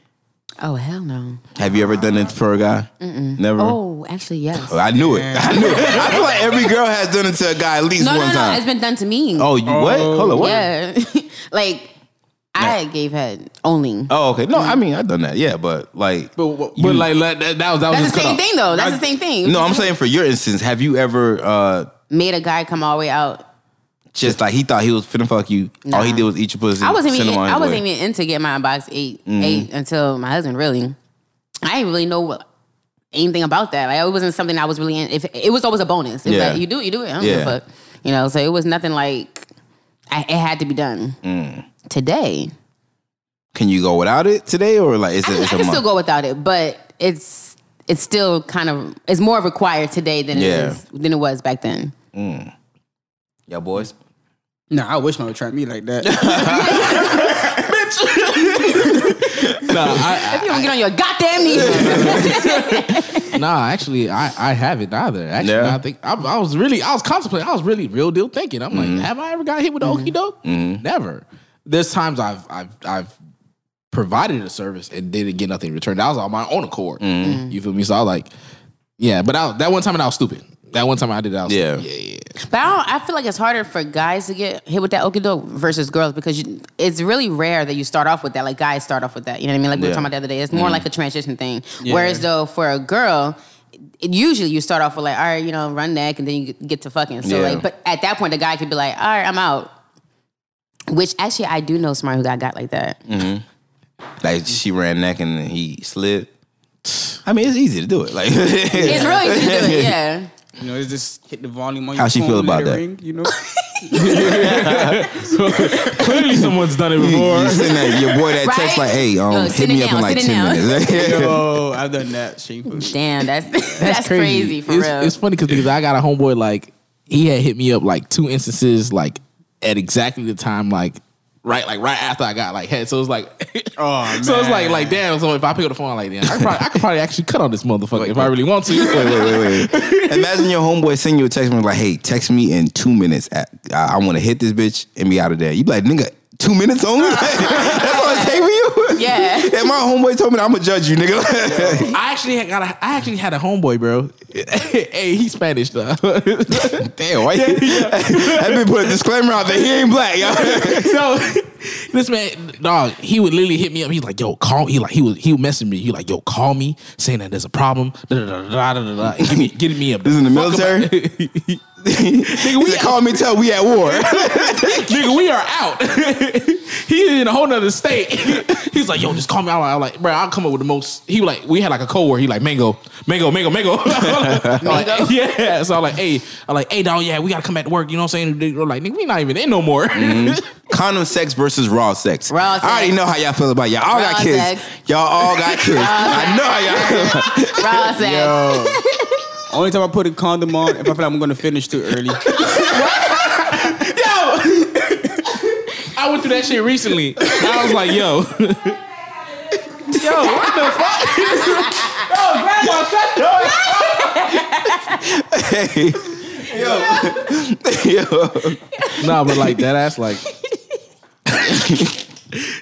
Speaker 7: Oh hell no.
Speaker 5: Have you ever done it for a guy? Never.
Speaker 7: Oh, actually yes.
Speaker 5: I knew it. I knew it. I feel like every girl has done it to a guy at least
Speaker 7: No,
Speaker 5: one
Speaker 7: no, no.
Speaker 5: time.
Speaker 7: It's been done to me.
Speaker 5: oh, you what? Hold on. What?
Speaker 7: yeah. like I gave head only.
Speaker 5: Oh, okay. No, I mean I've done that. Yeah, but like,
Speaker 4: But like let- that, that was that was
Speaker 7: That's
Speaker 4: just
Speaker 7: the
Speaker 4: cut
Speaker 7: same
Speaker 4: off.
Speaker 7: thing though. That's the same thing.
Speaker 5: no, I'm saying for your instance, have you ever uh
Speaker 7: made a guy come all the way out.
Speaker 5: just like he thought he was finna fuck you? All he
Speaker 7: Nah.
Speaker 5: did was eat your pussy.
Speaker 7: I wasn't
Speaker 5: send
Speaker 7: even
Speaker 5: him on
Speaker 7: I
Speaker 5: his way.
Speaker 7: wasn't even into get my box 8
Speaker 5: Mm-hmm.
Speaker 7: eight until my husband really. I didn't really know what anything about that. Like it wasn't something I was really in. If it was always a bonus. It was
Speaker 5: Yeah.
Speaker 7: like, you do it, you do it. I don't
Speaker 5: Yeah.
Speaker 7: give a fuck. You know, so it was nothing like I, it had to be done
Speaker 5: Mm.
Speaker 7: today.
Speaker 5: Can you go without it today, or like is
Speaker 7: I
Speaker 5: it?
Speaker 7: can, I
Speaker 5: it's a
Speaker 7: can
Speaker 5: month?
Speaker 7: still go without it, but it's it's still kind of it's more required today than
Speaker 5: Yeah.
Speaker 7: it is than it was back then.
Speaker 5: Yeah, boys.
Speaker 8: nah, I wish my would try me like that.
Speaker 4: Nah, I-
Speaker 7: If you don't get on your goddamn knees,
Speaker 4: I- nah, actually, I, I haven't either. Actually,
Speaker 5: Yeah.
Speaker 4: I think I, I was really I was contemplating. I was really real deal thinking. I'm
Speaker 5: Mm-hmm.
Speaker 4: like, have I ever got hit with the okey doke? Never. There's times I've I've I've provided a service and didn't get nothing in return. That was on my own accord.
Speaker 5: Mm-hmm.
Speaker 4: You feel me? So I was like, yeah. But I, that one time I was stupid. That one time I did that. I was
Speaker 5: Yeah.
Speaker 4: Stupid. Yeah. Yeah.
Speaker 7: but I, don't, I feel like it's harder for guys to get hit with that okie doke versus girls because you, it's really rare that you start off with that. Like guys start off with that. You know what I mean? Like we were
Speaker 5: Yeah.
Speaker 7: talking about the other day. It's more like a transition thing. Whereas though for a girl. It, usually you start off with like all right you know run neck and then you get to fucking so
Speaker 5: Yeah.
Speaker 7: like but at that point the guy could be like all right I'm out which actually I do know smart who got got like that
Speaker 5: Like she ran neck and then he slid. I mean, it's easy to do it. Like,
Speaker 7: It's really easy to do it, yeah.
Speaker 8: You know, it's just hit the volume on your
Speaker 5: How she
Speaker 8: phone,
Speaker 5: feel about
Speaker 8: let it
Speaker 5: that?
Speaker 8: Ring, you know,
Speaker 4: Clearly, someone's done it
Speaker 5: You, you send that your boy that text
Speaker 7: Right?
Speaker 5: like, "Hey, um,
Speaker 7: Yo,
Speaker 5: hit
Speaker 7: sit
Speaker 5: me
Speaker 7: it
Speaker 5: up in
Speaker 7: down,
Speaker 5: like
Speaker 7: sit it
Speaker 5: ten
Speaker 7: down.
Speaker 5: minutes."
Speaker 8: yo, Oh, I've done that shameful. shit.
Speaker 7: Damn, that's that's, crazy. for
Speaker 4: it's,
Speaker 7: real.
Speaker 4: It's funny because I got a homeboy like he had hit me up like two instances like at exactly the time like right like right after I got like head. So it was like
Speaker 8: Oh,
Speaker 4: so it's like
Speaker 8: man.
Speaker 4: like damn. So if I pick up the phone, I'm like damn, I could probably, I could probably actually cut on this motherfucker if I really want to.
Speaker 5: wait, wait, wait, wait. Imagine your homeboy sending you a text message like, "Hey, text me in two minutes. At, I, I want to hit this bitch and be out of there." You be like, "Nigga, two minutes only? Like, that's all it take for you?"
Speaker 7: Yeah.
Speaker 5: And my homeboy told me, "I'm gonna judge you, nigga."
Speaker 4: I actually had got a, I actually had a homeboy, bro. hey, he's Spanish though.
Speaker 5: Damn, why? you- That been put a disclaimer out there. He ain't black, y'all.
Speaker 4: so This man, dog, he would literally hit me up. He's like, "Yo, call." He like he was he would message me. He like, "Yo, call me," saying that there's a problem. Da da da da da da. da. And Give me, give me a.
Speaker 5: This is in the military. Nigga, we call me tell we at war.
Speaker 4: nigga, we are out. he in a whole nother state. He's like, yo, just call me out. I'm like, bro, I'll come up with the most. He like, we had like a cold word. He like, mango, mango, mango, mango. I'm like, yeah. So I'm like, hey, I'm like, hey, dog, yeah, we gotta come back to work. You know what I'm saying? We're like, nigga, we not even in no more.
Speaker 5: Mm-hmm. Condom sex versus raw sex.
Speaker 7: Raw sex.
Speaker 5: I already know how y'all feel about y'all. All
Speaker 7: Raw
Speaker 5: got kids.
Speaker 7: sex.
Speaker 5: Y'all all got kids. I know how y'all feel. about-
Speaker 7: Raw sex.
Speaker 8: Only time I put a condom on if I feel like I'm gonna finish too early.
Speaker 4: I went through that shit recently. I was like, yo. Yo, what the fuck? Yo, grandma, shut the Yo. Nah, but like that ass like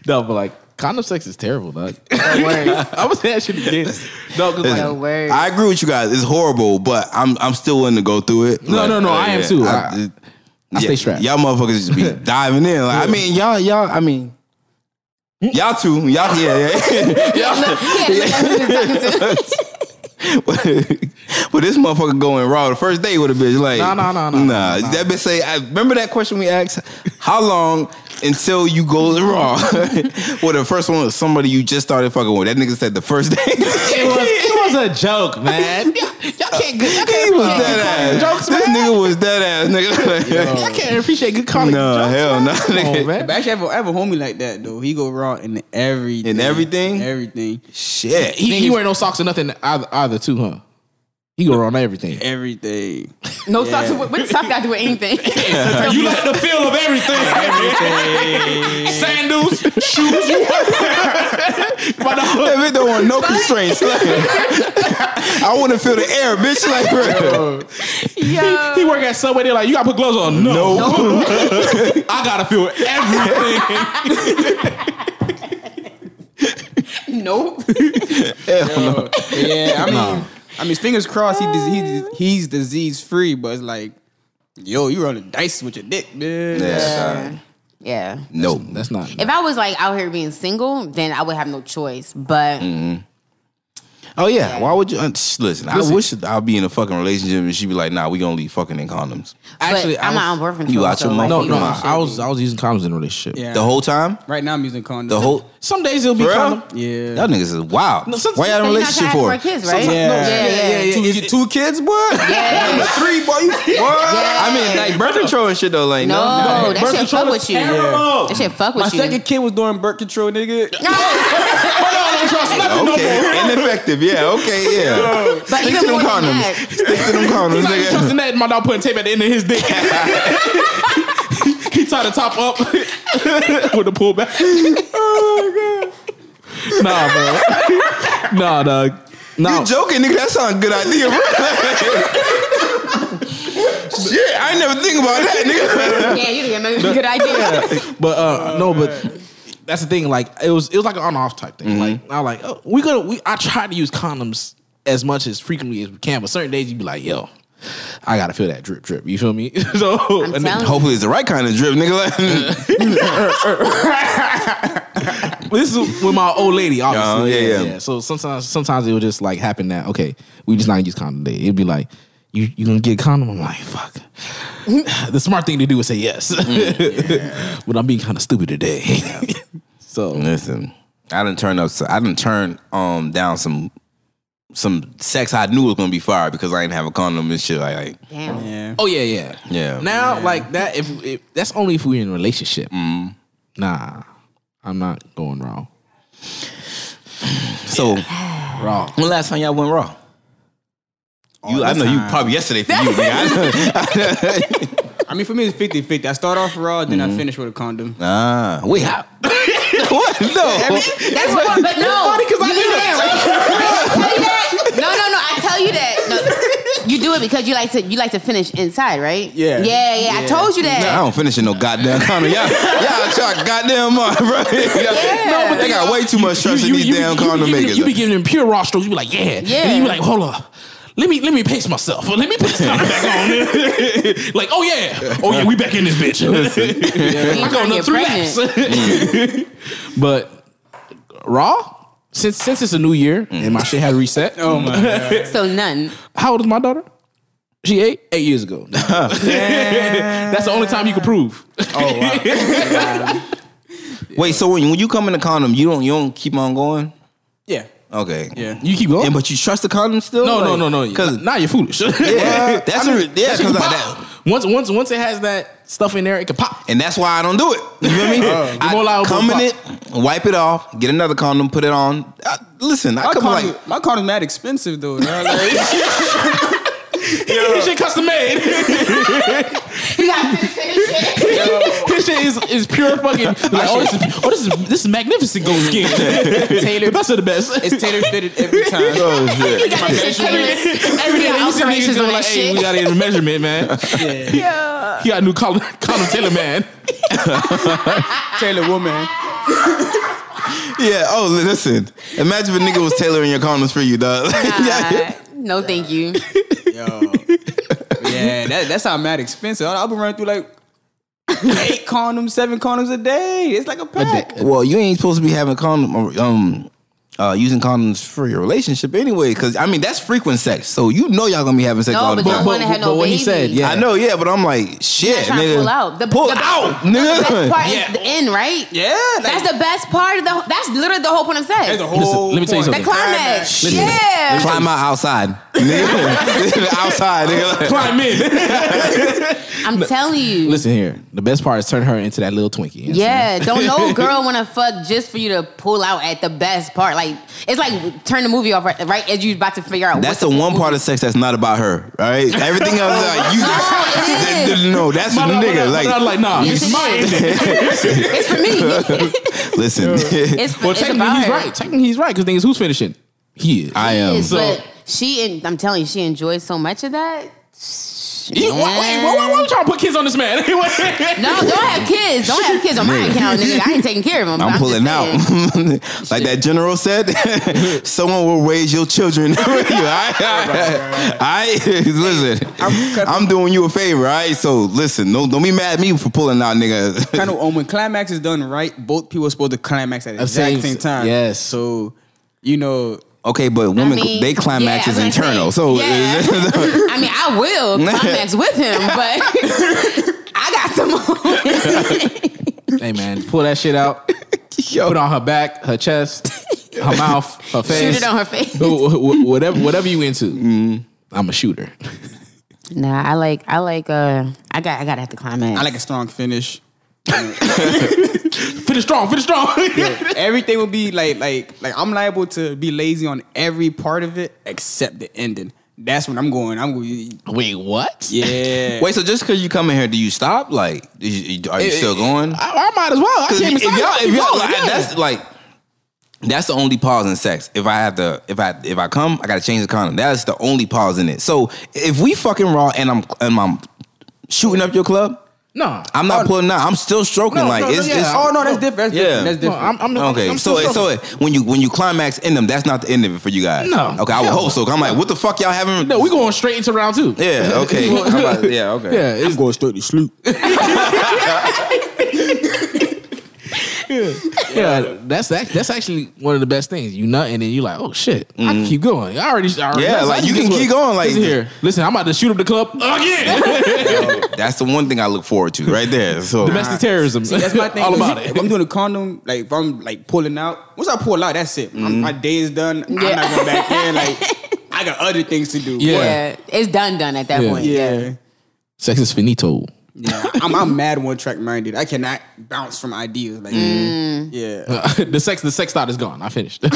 Speaker 4: No, but like condom sex is terrible, dog. I was that shit again. No, 'cause,
Speaker 7: The
Speaker 4: like,
Speaker 7: word.
Speaker 5: I agree with you guys. It's horrible, but I'm I'm still willing to go through it.
Speaker 4: No, no, no, I am too. I-
Speaker 5: it-
Speaker 4: I stay strapped.
Speaker 5: Y'all motherfuckers just be diving in. Like, I mean, y'all, y'all, I mean, y'all too. Y'all, yeah, yeah. but this motherfucker going raw the first day with a bitch. Like,
Speaker 4: Nah, nah, nah, nah,
Speaker 5: nah.
Speaker 4: nah, nah.
Speaker 5: That bitch say, I remember that question we asked? How long until you go raw? well, the first one was somebody you just started fucking with. That nigga said the first day.
Speaker 4: it was it was a joke, man.
Speaker 5: Y'all can't get He was dead ass. Jokes, this nigga was dead ass, nigga.
Speaker 4: I can't appreciate good comedy.
Speaker 5: no, hell no.
Speaker 4: Come on,
Speaker 5: nigga.
Speaker 4: man.
Speaker 8: But actually, I have, a, I have a homie like that though. He go raw in everything.
Speaker 5: In everything?
Speaker 8: Everything.
Speaker 5: Shit.
Speaker 4: He, he wear no socks or nothing either, either too, huh? He go wrong everything.
Speaker 8: Everything.
Speaker 7: No socks. What what socks got to do with anything?
Speaker 4: You like the feel of everything. Sandals, shoes, you But no,
Speaker 5: That bitch don't want no constraints. Like, I want to feel the air, bitch. Like, bro.
Speaker 7: Yo.
Speaker 4: he work at Subway. They're like, you gotta put gloves on. No,
Speaker 5: No.
Speaker 4: I gotta feel everything.
Speaker 7: Nope.
Speaker 8: Yeah, I mean, I mean, fingers crossed. He dis- he dis- he's disease free, but it's like, yo, you rolling dice with your dick, man.
Speaker 5: Yeah.
Speaker 7: Yeah.
Speaker 5: No.
Speaker 4: That's not.
Speaker 7: If I was like out here being single, then I would have no choice. But
Speaker 5: Oh yeah. Why would you? uh, sh- Listen, I
Speaker 4: Listen.
Speaker 5: wish I'd be in a fucking relationship and she'd be like, "Nah, we gonna leave fucking in condoms
Speaker 7: Actually, I'm not on birth control.
Speaker 5: out
Speaker 7: so
Speaker 5: your
Speaker 7: like,
Speaker 5: motherfucking
Speaker 4: No,
Speaker 7: you
Speaker 4: no.
Speaker 7: know,
Speaker 5: mind.
Speaker 7: shit.
Speaker 4: I was I was using condoms in a relationship.
Speaker 8: Yeah.
Speaker 5: the whole time."
Speaker 8: Right now, I'm using condoms.
Speaker 5: The whole
Speaker 4: Some days it'll be
Speaker 5: for
Speaker 4: condom.
Speaker 5: real?
Speaker 8: Yeah.
Speaker 5: Y'all niggas is wow.
Speaker 4: some-
Speaker 5: Why y'all in a
Speaker 7: So you're not
Speaker 5: relationship
Speaker 7: trying
Speaker 5: for?
Speaker 7: for kids, right?
Speaker 8: Yeah.
Speaker 7: Yeah, yeah, yeah.
Speaker 8: Two, you two kids, boy.
Speaker 7: Yeah.
Speaker 8: Number three, boy. You- boy.
Speaker 5: I mean, like birth control and shit though. Like,
Speaker 7: No,
Speaker 5: no,
Speaker 7: that shit fuck with you.
Speaker 8: terrible.
Speaker 7: That shit fuck
Speaker 8: My
Speaker 7: with you.
Speaker 8: second kid was doing birth control, nigga.
Speaker 5: okay, ineffective. Yeah, okay, yeah.
Speaker 7: but
Speaker 5: Stick to
Speaker 7: even
Speaker 5: them
Speaker 7: more than
Speaker 5: condoms.
Speaker 7: that,
Speaker 5: Stick to them condoms,
Speaker 4: Like,
Speaker 5: nigga.
Speaker 4: trusting that my dog putting tape at the end of his dick. he tied the top up with the pull back. oh god. Nah, man. Nah, dog. No.
Speaker 5: You joking, nigga? That sounds a good idea, bro. Shit, I ain't never think about that, nigga.
Speaker 7: yeah, you didn't make a good idea.
Speaker 4: But
Speaker 5: Oh,
Speaker 4: uh, no, but that's the thing. Like it was, it was like an on-off type thing. Like
Speaker 7: Mm-hmm.
Speaker 4: I was like, oh, we gonna, we. I try to use condoms as much as frequently as we can, but certain days you be like, yo, I gotta feel that drip, drip. You feel me? so
Speaker 7: I'm
Speaker 4: and then-
Speaker 7: telling you.
Speaker 5: Hopefully, it's the right kind of drip, nigga. Like,
Speaker 4: this is with my old lady, obviously.
Speaker 5: Yeah,
Speaker 4: yeah,
Speaker 5: yeah,
Speaker 4: yeah,
Speaker 5: yeah.
Speaker 4: So sometimes, sometimes it would just like happen that okay, we just not gonna use condom today. It'd be like. You you gonna get a condom? I'm like fuck. the smart thing to do is say yes,
Speaker 5: Mm,
Speaker 4: but I'm being kind of stupid today. so
Speaker 5: Listen, I didn't turn up. I didn't turn um down some some sex I knew was gonna be fire because I didn't have a condom and shit. Like, like
Speaker 7: Damn.
Speaker 8: Yeah.
Speaker 4: Oh yeah, yeah,
Speaker 5: Yeah. Mm.
Speaker 4: Now, like that, if, if that's only if we're in a relationship. Nah, I'm not going wrong.
Speaker 5: so
Speaker 4: Wrong.
Speaker 5: when last time y'all went raw? You, I know you probably yesterday for you, nigga. I know.
Speaker 8: I mean, for me, it's 50 50. I start off raw, then
Speaker 5: Mm-hmm.
Speaker 8: I finish with a condom.
Speaker 5: Ah, wait, how? what? No,
Speaker 7: That's what, but no. You do that, right? Tell you that. No, no, no. I tell you that. No. You do it because you like to you like to finish inside, right?
Speaker 8: Yeah.
Speaker 7: Yeah, yeah. I told you
Speaker 5: I
Speaker 7: that.
Speaker 5: don't finish in no goddamn condom. Y'all, y'all try goddamn hard, bro. No, but they got way too much trust in these damn
Speaker 4: you,
Speaker 5: condom
Speaker 4: you,
Speaker 5: makers.
Speaker 4: You be giving them pure rosters. You be like, yeah,
Speaker 7: Yeah.
Speaker 4: And you be like, hold up. Let me let me pace myself. Let me put something back on. like, oh yeah, oh yeah, we back in this bitch.
Speaker 7: You
Speaker 4: I'm
Speaker 7: trying
Speaker 4: going
Speaker 7: to
Speaker 4: up
Speaker 7: get
Speaker 4: three
Speaker 7: pregnant.
Speaker 4: laps.
Speaker 5: Mm.
Speaker 4: but raw, since since it's a new year
Speaker 5: Mm.
Speaker 4: and my shit had reset. Oh my!
Speaker 7: So none.
Speaker 4: How old is my daughter? She eight eight years ago. That's the only time you can prove.
Speaker 5: Wait, so when, when you come in the condom, you don't you don't keep on going?
Speaker 8: Yeah.
Speaker 5: Okay.
Speaker 8: Yeah.
Speaker 4: You keep going.
Speaker 5: And but you trust the condom still?
Speaker 4: no, no,
Speaker 5: Like,
Speaker 4: no, no,
Speaker 5: Cause
Speaker 4: Because now you're foolish.
Speaker 5: yeah, that's a, yeah,
Speaker 4: That shit
Speaker 5: cause
Speaker 4: can
Speaker 5: like
Speaker 4: pop.
Speaker 5: that.
Speaker 4: Once once once it has that stuff in there, it can pop.
Speaker 5: And that's why I don't do it. You feel me?
Speaker 4: You're more
Speaker 5: I
Speaker 4: liable to
Speaker 5: come in it,
Speaker 4: pop.
Speaker 5: wipe it off, get another condom, put it on. I, listen, I
Speaker 8: My
Speaker 5: come
Speaker 8: condom,
Speaker 5: like
Speaker 8: my condom's mad expensive though. dog. Like,
Speaker 4: His shit custom made. His shit is, is pure fucking. Like, oh, this is, oh, this is this is magnificent gold skin. Taylor, the best of the best.
Speaker 8: it's tailor fitted every time.
Speaker 5: oh shit.
Speaker 7: got
Speaker 4: Every day you see niggas
Speaker 7: alterations on
Speaker 4: doing
Speaker 7: that
Speaker 4: like, hey,
Speaker 7: shit.
Speaker 4: we got a measurement, man. He got a new column, column Taylor, man.
Speaker 8: Taylor woman.
Speaker 5: Yeah. Oh, li- listen. Imagine if a nigga was tailoring your condoms for you, dog.
Speaker 7: Uh, no, thank you.
Speaker 8: Yeah, that, that's how mad expensive. I've been running through like eight condoms, seven condoms a day. It's like a pack.
Speaker 5: well, you ain't supposed to be having condom, or, um, uh, using condoms for your relationship anyway. Because I mean, that's frequent sex, so you know y'all gonna be having sex all the
Speaker 7: No, but
Speaker 5: time.
Speaker 7: don't want to have no
Speaker 4: but what
Speaker 7: baby.
Speaker 4: he said, yeah.
Speaker 5: I know, yeah, but I'm like, shit,
Speaker 7: trying to
Speaker 5: nigga.
Speaker 7: pull out. The-
Speaker 5: pull
Speaker 7: the-
Speaker 5: out,
Speaker 7: The
Speaker 5: nigga.
Speaker 7: best part
Speaker 4: Yeah.
Speaker 7: is the end, right?
Speaker 8: Yeah, like,
Speaker 7: That's the best part of the. That's literally the whole point of sex.
Speaker 8: that's
Speaker 7: The
Speaker 8: the whole.
Speaker 4: Listen, let me tell you
Speaker 8: point.
Speaker 4: something.
Speaker 7: climax.
Speaker 4: Listen.
Speaker 7: Yeah.
Speaker 5: Climb out outside, nigga. outside, nigga.
Speaker 4: Climb in.
Speaker 7: I'm telling you.
Speaker 4: Listen here. The best part is turn her into that little Twinkie. You know what I'm
Speaker 7: Yeah, don't no girl want to fuck just for you to pull out at the best part. Like it's like turn the movie off right, right as you about to figure out.
Speaker 5: That's the one part of sex that's not about her, all right? Everything else, like, you
Speaker 7: No, it
Speaker 5: just,
Speaker 7: is.
Speaker 5: no, that's
Speaker 4: saying? But I- but I-
Speaker 5: nigga. Like,
Speaker 4: but I'm like, nah,
Speaker 7: Yes,
Speaker 4: it's
Speaker 7: it
Speaker 4: my
Speaker 7: is.
Speaker 4: ending.
Speaker 7: it's for me.
Speaker 5: listen,
Speaker 7: It's for
Speaker 4: Well,
Speaker 7: it's
Speaker 4: technically
Speaker 7: about
Speaker 4: he's
Speaker 7: her.
Speaker 4: right. Technically he's right because thing is, who's finishing? He is.
Speaker 5: I am.
Speaker 7: Yes,
Speaker 4: So-
Speaker 7: but she and I'm telling you, she enjoys so much of that.
Speaker 4: He- why, wait, why, why, why we trying to put kids on this man?
Speaker 7: No, don't have kids. Don't have kids on my account, nigga. I ain't taking care of them.
Speaker 5: I'm pulling out.
Speaker 7: just saying.
Speaker 5: like that general said, someone will raise your children. all right, all right? listen, I'm, doing you a favor, all right? So listen, no, don't be mad at me for pulling out, nigga.
Speaker 8: kind of um, when climax is done right, both people are supposed to climax at the
Speaker 4: At
Speaker 8: exact
Speaker 4: same-
Speaker 8: same time.
Speaker 4: yes.
Speaker 8: So, you know,
Speaker 5: Okay, but women,
Speaker 7: I mean,
Speaker 5: they climax
Speaker 7: yeah,
Speaker 5: is
Speaker 7: I was gonna
Speaker 5: internal.
Speaker 7: say,
Speaker 5: so
Speaker 7: yeah. I mean, I will climax with him, but I got some.
Speaker 4: hey man, pull that shit out. Put it on her back, her chest, her mouth, her face.
Speaker 7: Shoot it on her face.
Speaker 4: Wh- wh- whatever, whatever you into.
Speaker 5: Mm-hmm.
Speaker 4: I'm a shooter.
Speaker 7: Nah, I like, I like, uh, I got, I gotta have to climax.
Speaker 8: I like a strong finish.
Speaker 4: Finish strong. Finish strong.
Speaker 8: Everything will be like, like, like I'm liable to be lazy on every part of it except the ending. That's when I'm going. I'm going.
Speaker 4: Wait, what?
Speaker 8: Yeah.
Speaker 5: wait, so just because you come in here, do you stop? Like, is- are you still going?
Speaker 4: I, I might as well. I
Speaker 5: Cause
Speaker 4: can't
Speaker 5: if,
Speaker 4: be
Speaker 5: if
Speaker 4: sorry.
Speaker 5: y'all,
Speaker 4: I
Speaker 5: if
Speaker 4: keep
Speaker 5: y'all,
Speaker 4: going,
Speaker 5: like,
Speaker 4: yeah.
Speaker 5: that's like, that's the only pause in sex. If I have to, if I if I come, I gotta change the condom. That's the only pause in it. So if we fucking raw and I'm and I'm shooting up your club,
Speaker 4: no,
Speaker 5: I'm not pulling out. I'm still stroking.
Speaker 4: Oh, No,
Speaker 5: like
Speaker 4: no, no,
Speaker 5: it's,
Speaker 4: yeah,
Speaker 5: it's
Speaker 8: oh no, that's different. That's
Speaker 5: Yeah.
Speaker 8: different. That's
Speaker 4: No,
Speaker 8: different.
Speaker 4: I'm, I'm, I'm,
Speaker 5: okay.
Speaker 4: I'm
Speaker 5: so
Speaker 4: still
Speaker 5: it, so
Speaker 4: struggling.
Speaker 5: it, when you when you climax in them, that's not the end of it for you guys.
Speaker 4: No.
Speaker 5: Okay, I would hope so. 'cause I'm like, what the fuck y'all having?
Speaker 4: no, we going straight into round two.
Speaker 5: Yeah. Okay. I'm about- yeah. Okay.
Speaker 4: Yeah, it's,
Speaker 8: going straight to sleep.
Speaker 4: yeah. That's that, that's actually one of the best things. You nut and then you like, oh shit, I can keep going. I already, I already
Speaker 5: Mm-hmm. Yeah,
Speaker 4: that's-
Speaker 5: like,
Speaker 4: I
Speaker 5: you can
Speaker 4: this
Speaker 5: keep
Speaker 4: one.
Speaker 5: going, like-
Speaker 4: listen here, listen, I'm about to shoot up the club again.
Speaker 5: That's the one thing I look forward to right there. So
Speaker 4: Domestic terrorism.
Speaker 8: That's my thing.
Speaker 4: All
Speaker 8: 'cause
Speaker 4: about
Speaker 8: if
Speaker 4: it.
Speaker 8: I'm doing a condom, like if I'm like pulling out, once I pull out, that's it.
Speaker 4: Mm-hmm.
Speaker 8: I'm- My day is done. I'm not going back there. Like I got other things to do.
Speaker 4: Yeah.
Speaker 7: yeah, it's done, done at that
Speaker 4: Yeah.
Speaker 7: point.
Speaker 8: Yeah.
Speaker 4: Sex is finito.
Speaker 8: Yeah. I'm, I'm mad one track minded. I cannot bounce from ideas. Like yeah.
Speaker 4: the sex, the sex thought is gone. I finished. the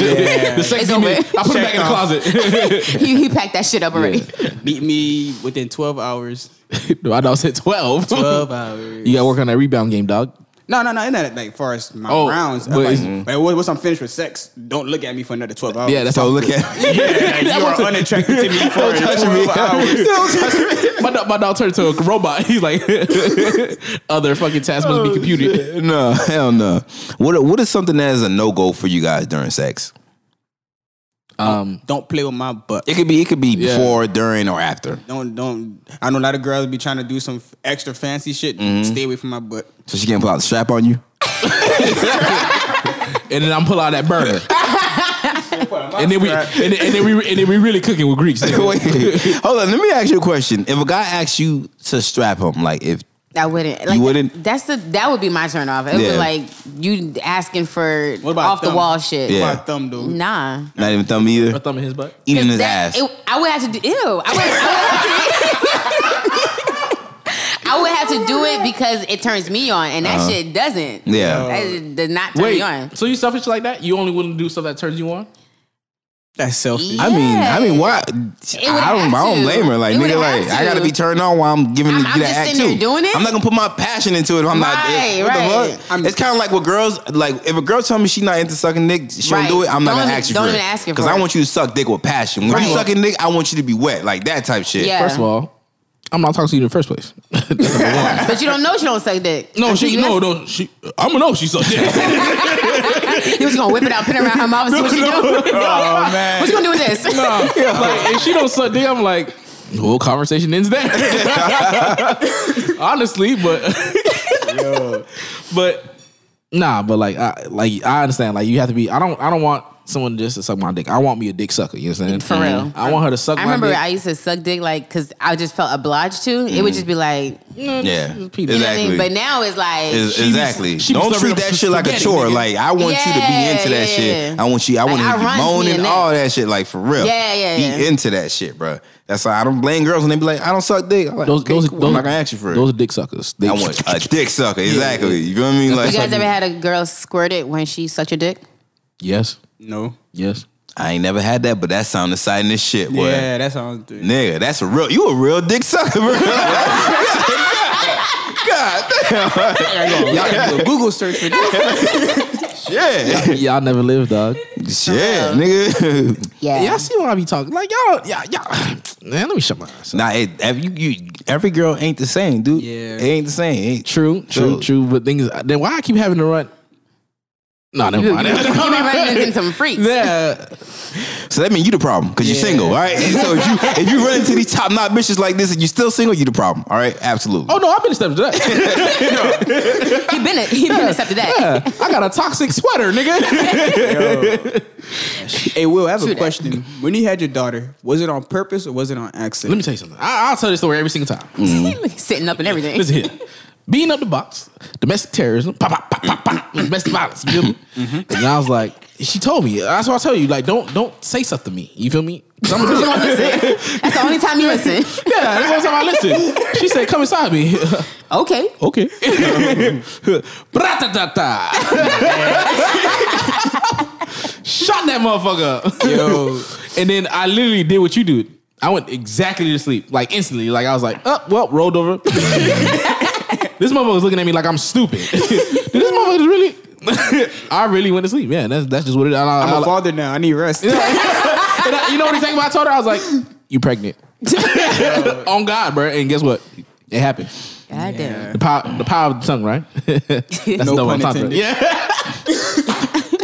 Speaker 4: sex
Speaker 7: It's
Speaker 4: demon-
Speaker 7: over.
Speaker 4: I put it back in the closet.
Speaker 7: he, he packed that shit up already.
Speaker 8: Beat me within 12 hours.
Speaker 4: no, I know I said twelve.
Speaker 8: 12 hours.
Speaker 4: You got to work on that rebound game, dog.
Speaker 8: No, no, no. It's not like far as my
Speaker 4: Oh,
Speaker 8: rounds. I'm
Speaker 4: but
Speaker 8: like,
Speaker 4: it's-
Speaker 8: like, what- once I'm finished with sex, don't look at me for another 12 hours.
Speaker 4: Yeah, that's
Speaker 5: Oh, so
Speaker 4: how.
Speaker 5: look at.
Speaker 8: Yeah, you are unattracted to me for 12 hours.
Speaker 4: my dog, my dog turned to a robot. He's like, other fucking tasks must be computed.
Speaker 5: no, hell no. What what is something that is a no go for you guys during sex?
Speaker 4: Um,
Speaker 8: Don't play with my butt.
Speaker 5: It could be it could be
Speaker 4: Yeah.
Speaker 5: before, during, or after.
Speaker 8: Don't don't. I know a lot of girls be trying to do some extra fancy shit. Stay away from my butt.
Speaker 5: So she can't pull out the strap on you.
Speaker 4: and then I'm pull out that burger. and then we and then, and then we and then we really cooking with grease. nigga.
Speaker 5: Wait, hold on. Let me ask you a question. If a guy asks you to strap him, like if
Speaker 7: I wouldn't. Like,
Speaker 5: wouldn't?
Speaker 7: That's the that would be my turn off. It would
Speaker 5: Yeah.
Speaker 7: be like you asking for
Speaker 8: What about
Speaker 7: off the
Speaker 8: thumb?
Speaker 7: wall shit.
Speaker 5: Yeah.
Speaker 8: My thumb though.
Speaker 7: Nah.
Speaker 5: not even thumb
Speaker 4: Her
Speaker 5: either,
Speaker 4: thumb in his butt.
Speaker 5: eating his
Speaker 7: That-
Speaker 5: ass.
Speaker 7: it- I would have to do. Ew. I would, I would have to. I would have to do it because it turns me on, and that shit doesn't.
Speaker 5: Uh-huh. yeah.
Speaker 7: That shit does not turn me on.
Speaker 4: Wait, so you selfish like that? You only willing to do stuff that turns you on?
Speaker 8: That's selfish.
Speaker 5: I mean, I mean, why? I
Speaker 7: would
Speaker 5: don't,
Speaker 7: have
Speaker 5: I don't
Speaker 7: to.
Speaker 5: blame her. Like,
Speaker 7: It would
Speaker 5: nigga,
Speaker 7: have
Speaker 5: like I
Speaker 7: to.
Speaker 5: gotta be turned on while I'm giving
Speaker 7: I'm-
Speaker 5: you
Speaker 7: I'm
Speaker 5: that
Speaker 7: just
Speaker 5: act
Speaker 7: sitting
Speaker 5: too.
Speaker 7: there doing it.
Speaker 5: I'm not gonna put my passion into it. If I'm not.
Speaker 7: Right,
Speaker 5: It, what
Speaker 7: right.
Speaker 5: the fuck?
Speaker 8: I'm-
Speaker 5: it's kind of like what girls like. If a girl tell me she's not into sucking dick, she
Speaker 7: Right.
Speaker 5: don't do it. I'm not
Speaker 7: Don't
Speaker 5: gonna
Speaker 7: even-
Speaker 5: ask you
Speaker 7: don't
Speaker 5: for
Speaker 7: even
Speaker 5: it.
Speaker 7: ask her
Speaker 5: because
Speaker 7: for
Speaker 5: I
Speaker 7: it.
Speaker 5: want you to suck dick with passion. When you
Speaker 7: Right.
Speaker 5: sucking dick, I want you to be wet, like that type shit.
Speaker 7: Yeah.
Speaker 4: First of all, I'm not talking to you in the first place.
Speaker 7: But you don't know she don't suck dick.
Speaker 4: No,
Speaker 7: Until
Speaker 4: she
Speaker 7: you
Speaker 4: no
Speaker 7: ask-
Speaker 4: no she. I'm gonna know she sucked dick.
Speaker 7: You was gonna whip it out, put it around her mouth, and see what she do.
Speaker 5: Oh man.
Speaker 7: What you gonna do with this?
Speaker 4: Nah, like if she don't suck dick, I'm like, the whole conversation ends there. Honestly, but but nah, but like I like I understand. Like you have to be. I don't. I don't want someone just to suck my dick. I want me a dick sucker. You know what I'm saying? Mm-hmm.
Speaker 7: For real.
Speaker 4: I want her to suck
Speaker 7: I
Speaker 4: my
Speaker 7: remember
Speaker 4: dick.
Speaker 7: I used to suck dick like because I just felt obliged to. It
Speaker 4: Mm.
Speaker 7: would just be like,
Speaker 5: Yeah.
Speaker 4: You know
Speaker 7: you know what I mean?
Speaker 5: Exactly.
Speaker 7: But now it's like,
Speaker 5: Is-
Speaker 4: She be-
Speaker 5: exactly.
Speaker 4: she be
Speaker 5: Don't
Speaker 4: serving
Speaker 5: treat that
Speaker 4: up
Speaker 5: shit like a
Speaker 4: spaghetti,
Speaker 5: chore.
Speaker 4: nigga.
Speaker 5: Like I want you to be
Speaker 7: Yeah,
Speaker 5: into that
Speaker 7: yeah,
Speaker 5: shit.
Speaker 7: yeah.
Speaker 5: I want you. I
Speaker 7: Like,
Speaker 5: want
Speaker 7: I
Speaker 5: to
Speaker 7: runs me
Speaker 5: moan and
Speaker 7: in
Speaker 5: all
Speaker 7: that.
Speaker 5: that shit. Like for real.
Speaker 7: Yeah, yeah,
Speaker 5: Be
Speaker 7: yeah.
Speaker 5: into that shit, bro. That's why I don't blame girls when they be like, I don't suck dick. I'm like,
Speaker 4: Those
Speaker 5: okay,
Speaker 4: those
Speaker 5: cool.
Speaker 4: those
Speaker 5: I'm not gonna ask you for it.
Speaker 4: Those are dick suckers. They
Speaker 5: I want a dick sucker. Exactly. You feel what I mean? Like
Speaker 7: you guys ever had a girl squirt it when she sucked your dick?
Speaker 4: yes
Speaker 8: No.
Speaker 4: yes.
Speaker 5: I ain't never had that, but that sound exciting as shit, boy.
Speaker 8: Yeah, that's how I was doing.
Speaker 5: Nigga, that's a real. You a real dick sucker, bro. God
Speaker 8: Y'all do a Google search for this.
Speaker 5: damn. Yeah.
Speaker 4: Y'all never lived, dog.
Speaker 5: Shit, nigga.
Speaker 7: Yeah.
Speaker 4: Y'all see what I be talking? Like y'all, y'all, y'all. Man, let me shut my eyes.
Speaker 5: Nah, it, every, you, you, every girl ain't the same, dude.
Speaker 8: Yeah.
Speaker 5: It ain't the same. It ain't
Speaker 4: True, true,
Speaker 5: So-
Speaker 4: true. But things then why I keep having to run? No, never mind.
Speaker 7: You been running into some freaks.
Speaker 4: yeah,
Speaker 5: So that means you the problem because you're single, all right? And so if you if you run into these top notch bitches like this and you still single, you the problem, all right? Absolutely.
Speaker 4: Oh no, I've been stepped to that.
Speaker 7: He been he been accepted that.
Speaker 4: Yeah, I got a toxic sweater, nigga.
Speaker 8: Hey, Will, I have a
Speaker 7: that.
Speaker 8: question. When you had your daughter, was it on purpose or was it on accident?
Speaker 4: Let me tell you something. I, I'll tell this story every single time.
Speaker 7: Sitting up and everything.
Speaker 4: Mm. Listen here. Beating up the box, domestic terrorism, pop, pop, pop, pop, pop, domestic violence. You feel me? And I was like, she told me. That's what I tell you. Like, don't don't say stuff to me. You feel me? 'Cause I'm a bitch.
Speaker 7: That's the only time you listen.
Speaker 4: yeah, that's the only time I listen. She said, "Come inside me."
Speaker 7: Okay.
Speaker 4: okay. Bratatata. Shot that motherfucker up.
Speaker 8: Yo.
Speaker 4: And then I literally did what you did. I went exactly to sleep, like instantly. Like I was like, oh, well, rolled over. this motherfucker was looking at me like I'm stupid. Did this motherfucker just really? I really went to sleep. Yeah, that's that's just what it. And I,
Speaker 8: I'm
Speaker 4: I-
Speaker 8: a father now. I need rest.
Speaker 4: and I- you know what he think? I told her, I was like, you pregnant?
Speaker 8: Uh,
Speaker 4: On God, bro. And guess what? It happened.
Speaker 7: God damn.
Speaker 4: The power, the power of the tongue, right? That's
Speaker 8: No
Speaker 4: the one
Speaker 8: pun
Speaker 4: I'm talking about.
Speaker 8: intended.
Speaker 4: Yeah.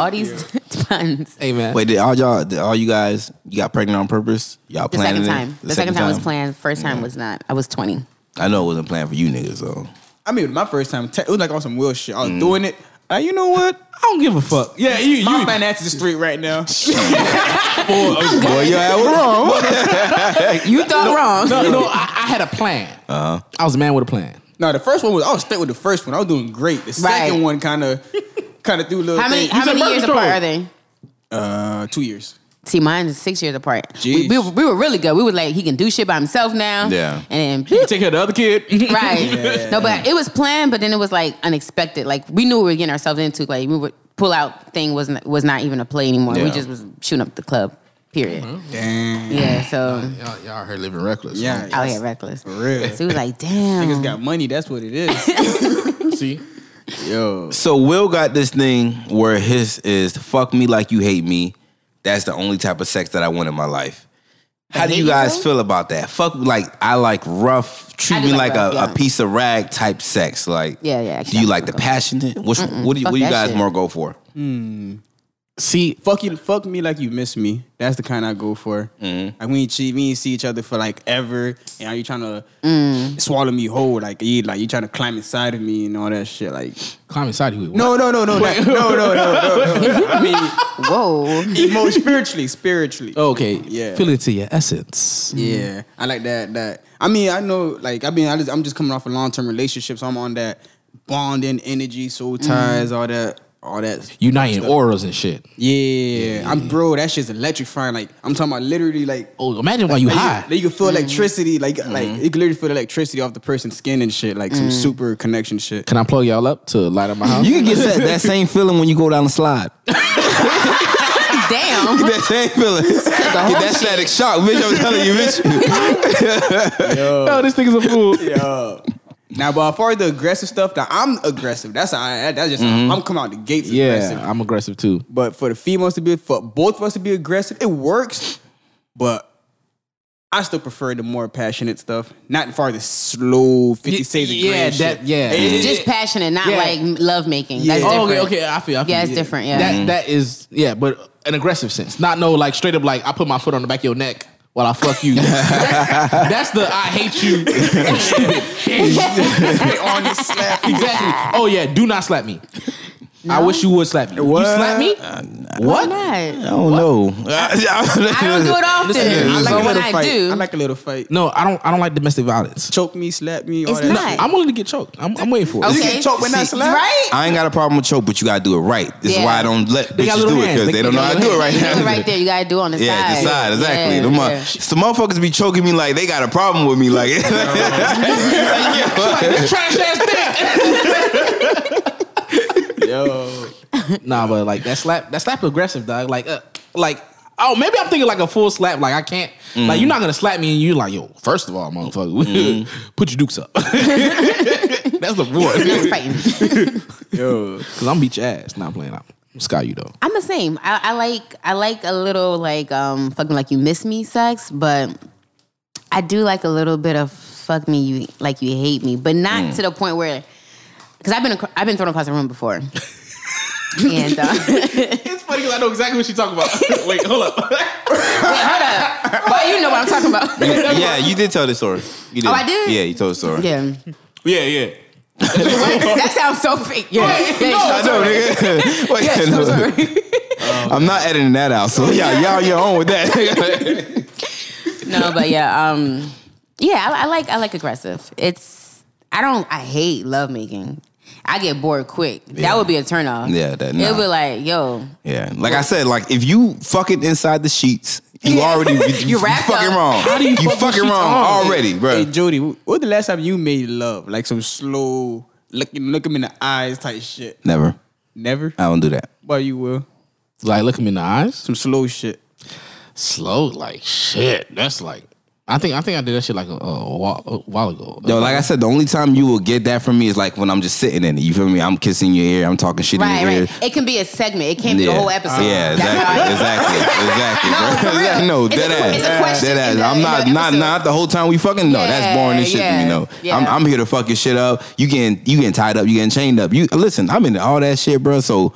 Speaker 7: All these puns.
Speaker 4: Hey man.
Speaker 5: Wait, did all y'all, did all you guys, you got pregnant on purpose? Y'all
Speaker 7: The
Speaker 5: planned
Speaker 7: second
Speaker 5: it?
Speaker 7: time. The, second, time, was planned. First time was not. I was 20.
Speaker 5: I know it wasn't planned for you niggas, so
Speaker 8: I mean, my first time, te- it was like on some Will shit. I was doing it. Uh, you know what?
Speaker 4: I don't give a fuck. Mm. Yeah, you, you.
Speaker 8: My finances is straight right now.
Speaker 5: boy, your ass was wrong.
Speaker 7: You thought wrong.
Speaker 4: no, no. I, I had a plan. Uh-huh. I was a man with a plan.
Speaker 8: No, the first one was I was stuck with the first one. I was doing great. The second
Speaker 7: Right.
Speaker 8: one kind of kind of threw a little.
Speaker 7: How many
Speaker 8: thing.
Speaker 7: how
Speaker 4: said
Speaker 7: many
Speaker 4: Burger
Speaker 7: years
Speaker 4: Store.
Speaker 7: apart are they?
Speaker 8: Uh, two years.
Speaker 7: See, mine is six years apart. We,
Speaker 8: Jeez.
Speaker 7: we, were- we were really good. We were like, he can do shit by himself now.
Speaker 5: Yeah.
Speaker 7: And
Speaker 4: You take care of the other kid.
Speaker 7: right. No, but it was planned, but then it was like unexpected. Like we knew we were getting ourselves into. Like we would pull out thing was not, was not even a play anymore. We
Speaker 5: Yeah.
Speaker 7: just was shooting up the club. Period.
Speaker 4: Mm-hmm.
Speaker 8: Damn.
Speaker 7: Yeah. So
Speaker 4: y'all, y'all heard living reckless.
Speaker 8: Yeah.
Speaker 7: out here reckless. So
Speaker 8: real.
Speaker 7: we was like, damn.
Speaker 8: Niggas got money. That's what it is.
Speaker 4: See.
Speaker 8: Yo.
Speaker 5: So Will got this thing where his is fuck me like you hate me. That's the only type of sex that I want in my life. How do
Speaker 7: hate
Speaker 5: you
Speaker 7: you
Speaker 5: guys
Speaker 7: though?
Speaker 5: feel about that? Fuck like I like rough, treat
Speaker 7: I do
Speaker 5: me like,
Speaker 7: like
Speaker 5: a,
Speaker 7: rough, yeah.
Speaker 5: a piece of rag type sex. Like
Speaker 7: Yeah, yeah, actually,
Speaker 5: Do you
Speaker 7: I
Speaker 5: like the
Speaker 7: fuck
Speaker 5: passionate? Which what do you,
Speaker 7: fuck
Speaker 5: what do you
Speaker 7: that
Speaker 5: guys
Speaker 7: shit.
Speaker 5: more go for?
Speaker 4: See,
Speaker 8: Fuck you, fuck me like you miss me. That's the kind I go for. Like we ain't cheat, we ain't see each other for like ever. And are you trying to swallow me whole? Like you, like you trying to climb inside of me and all that shit. Like
Speaker 4: climb inside you.
Speaker 8: no, no, no, no, that, no, no, no, no, no. I mean,
Speaker 7: Whoa.
Speaker 8: emo- spiritually, spiritually.
Speaker 4: Okay.
Speaker 8: Yeah.
Speaker 4: Feel it to your essence.
Speaker 8: Yeah, I like that. That I mean, I know, like I mean, I just, I'm just coming off a long term relationship, so I'm on that bonding energy, soul ties, all that, all that.
Speaker 4: Uniting auras and shit.
Speaker 8: Yeah, I'm bro. That shit's electrifying. Like I'm talking about, literally, like
Speaker 4: Oh, imagine why you
Speaker 8: like,
Speaker 4: high.
Speaker 8: like, you can feel electricity, like like
Speaker 4: Mm-hmm.
Speaker 8: you can literally feel the electricity off the person's skin and shit, like
Speaker 4: Mm.
Speaker 8: some super connection shit.
Speaker 4: Can I plug y'all up to light up my house?
Speaker 5: You can get that, that same feeling when you go down the slide.
Speaker 7: Damn.
Speaker 5: Get that same feeling. Get that static shock, bitch. I'm telling you, bitch.
Speaker 4: oh, this nigga's a fool.
Speaker 8: Now, but as far as the aggressive stuff, that I'm aggressive. That's how I, that's just I'm coming out the gates aggressive.
Speaker 4: Mm-hmm. Yeah, I'm aggressive too.
Speaker 8: But for the females to be, for both of us to be aggressive, it works. But I still prefer the more passionate stuff, not as far as the slow
Speaker 4: Y-
Speaker 8: Fifty Shades of
Speaker 4: yeah,
Speaker 8: Grey
Speaker 4: that-
Speaker 8: shit.
Speaker 4: yeah.
Speaker 8: It- it-
Speaker 7: Just passionate, not
Speaker 4: Yeah.
Speaker 7: like love making.
Speaker 8: Yeah.
Speaker 7: That's
Speaker 4: Oh,
Speaker 7: different.
Speaker 4: okay, okay, I feel. I feel
Speaker 7: Yeah, it's different, yeah.
Speaker 4: that that is yeah, but an aggressive sense, not no like straight up like I put my foot on the back of your neck while I fuck you. That's the I hate you.
Speaker 8: on this slap.
Speaker 4: exactly. Oh yeah, do not slap me. I wish you would slap me. You slap me?
Speaker 7: Why
Speaker 4: what?
Speaker 5: I
Speaker 7: not?
Speaker 5: don't know.
Speaker 7: I don't do it often.
Speaker 4: Listen,
Speaker 7: I
Speaker 8: like
Speaker 7: like
Speaker 8: a
Speaker 7: when
Speaker 8: little
Speaker 7: I
Speaker 8: fight.
Speaker 7: do.
Speaker 8: I like a little fight.
Speaker 4: No, I don't. I don't like domestic violence.
Speaker 8: Choke me, slap me. All
Speaker 7: It's
Speaker 8: that.
Speaker 7: not-
Speaker 4: I'm willing to get choked. I'm, I'm waiting for it.
Speaker 7: Okay.
Speaker 8: You get choked but not
Speaker 5: See,
Speaker 8: slapped.
Speaker 7: right?
Speaker 5: I ain't got a problem with choke, but you gotta do it right. This is
Speaker 7: Yeah.
Speaker 5: why I don't let
Speaker 4: got
Speaker 5: bitches
Speaker 4: little
Speaker 5: do it
Speaker 4: hands.
Speaker 5: because
Speaker 4: They-
Speaker 5: they don't
Speaker 4: they
Speaker 5: know
Speaker 4: got
Speaker 5: how to do it
Speaker 4: little
Speaker 5: right
Speaker 7: You do it
Speaker 5: now.
Speaker 7: right there. You gotta do it on the
Speaker 5: Yeah,
Speaker 7: side.
Speaker 5: the side exactly.
Speaker 7: Yeah,
Speaker 5: Them mo-
Speaker 7: yeah.
Speaker 5: Some motherfuckers be choking me like they got a problem with me. Like,
Speaker 4: Trash ass dick.
Speaker 8: Yo,
Speaker 4: Nah, but like that slap, that slap aggressive, dog. Like, uh, like. Oh, maybe I'm thinking like a full slap. Like I can't.
Speaker 5: Mm.
Speaker 4: Like you're not gonna slap me, and you like, yo. First of all, motherfucker,
Speaker 5: Mm-hmm.
Speaker 4: put your dukes up. That's the
Speaker 7: That's
Speaker 4: one.
Speaker 7: fighting.
Speaker 8: yo.
Speaker 4: Cause I'm beat your ass. Not playing out. I'm Sky you though.
Speaker 7: I'm the same. I, I like I like a little like um fuck me like you miss me sex, but I do like a little bit of fuck me you like you hate me, but not
Speaker 5: Mm.
Speaker 7: to the point where because I've been ac- I've been thrown across the room before. and uh,
Speaker 4: It's funny because I know exactly what you're talking about. Wait, hold up.
Speaker 7: but you know what I'm talking about.
Speaker 5: yeah, you did tell the story. You did.
Speaker 7: Oh, I did?
Speaker 5: Yeah, you told the story.
Speaker 7: yeah.
Speaker 4: yeah, yeah.
Speaker 7: that sounds so fake. Yeah. yeah,
Speaker 5: I know, nigga. Wait,
Speaker 7: yeah,
Speaker 5: no.
Speaker 7: so sorry.
Speaker 5: I'm not editing that out. So yeah, y'all, your own with that.
Speaker 7: No, but yeah, um, yeah, I, I like I like aggressive. It's I don't I hate love making. I get bored quick. That would be a turnoff.
Speaker 5: Yeah, that-
Speaker 7: it
Speaker 5: nah.
Speaker 7: would be like, yo,
Speaker 5: yeah, like I said, like if you fucking inside the sheets, you
Speaker 7: Yeah.
Speaker 5: already you,
Speaker 7: You wrapped
Speaker 5: fucking
Speaker 7: up.
Speaker 5: wrong.
Speaker 7: How
Speaker 4: do you fuck with
Speaker 5: fucking
Speaker 4: sheets
Speaker 5: wrong
Speaker 4: on?
Speaker 5: already, bro?
Speaker 8: Hey Jody, wh- what the last time you made love? Like some slow looking, look him in the eyes type shit.
Speaker 5: Never.
Speaker 8: Never.
Speaker 5: I don't do that.
Speaker 8: But you will.
Speaker 4: Like look him in the eyes.
Speaker 8: Some slow shit.
Speaker 4: Slow, like shit. That's like. I think I think I did that shit like a, a, while, a while ago.
Speaker 5: Yo, like I said, the only time you will get that from me is like when I'm just sitting in it. You feel me? I'm kissing your ear. I'm talking shit
Speaker 7: right,
Speaker 5: in your
Speaker 7: right.
Speaker 5: ear.
Speaker 7: It can be a segment. It can't be the
Speaker 5: Yeah.
Speaker 7: whole episode.
Speaker 5: Yeah,
Speaker 7: That's
Speaker 5: exactly,
Speaker 7: how I-
Speaker 5: exactly, exactly.
Speaker 7: No,
Speaker 5: bro.
Speaker 7: for real.
Speaker 5: no,
Speaker 7: It's a-
Speaker 5: dead ass,
Speaker 7: it's a question
Speaker 5: dead ass.
Speaker 7: in the-
Speaker 5: I'm
Speaker 7: in
Speaker 5: not,
Speaker 7: the
Speaker 5: not,
Speaker 7: episode.
Speaker 5: not the whole time we fucking. No, that's
Speaker 7: Yeah,
Speaker 5: boring as shit to
Speaker 7: yeah,
Speaker 5: me. No,
Speaker 7: yeah.
Speaker 5: I'm, I'm here to fuck your shit up. You getting, you getting tied up. You getting chained up. You listen. I'm into all that shit, bro. So.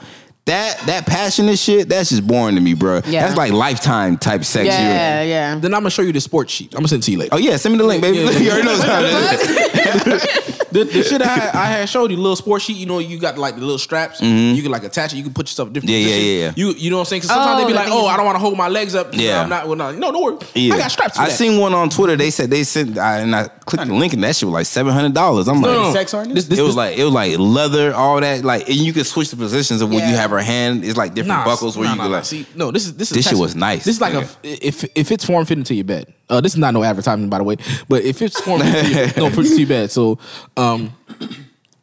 Speaker 5: That that passionate shit, that's just boring to me, bro.
Speaker 7: Yeah.
Speaker 5: That's like lifetime type sex. You-
Speaker 7: yeah, yeah.
Speaker 4: Then I'm gonna show you the sports sheet. I'm gonna send it to you later.
Speaker 5: Oh yeah, send me the link, baby.
Speaker 4: Yeah, yeah.
Speaker 5: you already know what time it is.
Speaker 4: The, the shit I had, I had showed you, little sports sheet. You know, you got like the little straps. You can like attach it. You can put yourself in different.
Speaker 5: Yeah, yeah,
Speaker 4: positions.
Speaker 5: yeah, yeah.
Speaker 4: You you know what I'm saying? 'Cause sometimes
Speaker 7: Oh,
Speaker 4: they be
Speaker 7: the
Speaker 4: like,
Speaker 7: thing
Speaker 4: oh,
Speaker 7: is-
Speaker 4: I don't want to hold my legs up.
Speaker 5: Yeah.
Speaker 4: Yeah, I'm not. Well, no, no, don't worry. I got straps. For
Speaker 5: I
Speaker 4: that.
Speaker 5: seen one on Twitter. They said they sent I, and I clicked the link and that shit was like seven hundred dollars. I'm
Speaker 4: No, no, no.
Speaker 5: like,
Speaker 8: Sex artist?
Speaker 4: This- this-
Speaker 5: it was
Speaker 4: this-
Speaker 5: like it was like leather, all that. Like and you could switch the positions of when you
Speaker 7: Yeah.
Speaker 5: have her hand. It's like different
Speaker 4: Nah,
Speaker 5: buckles where
Speaker 4: nah,
Speaker 5: you
Speaker 4: nah,
Speaker 5: could
Speaker 4: nah.
Speaker 5: like.
Speaker 4: see. No, this is this is
Speaker 5: This shit
Speaker 4: attached-
Speaker 5: was nice,
Speaker 4: This is like a if if it's form fitting to your bed. Uh, this is not no advertisement, by the way. But if it's form fitting to your, no fitting to your bed, so um,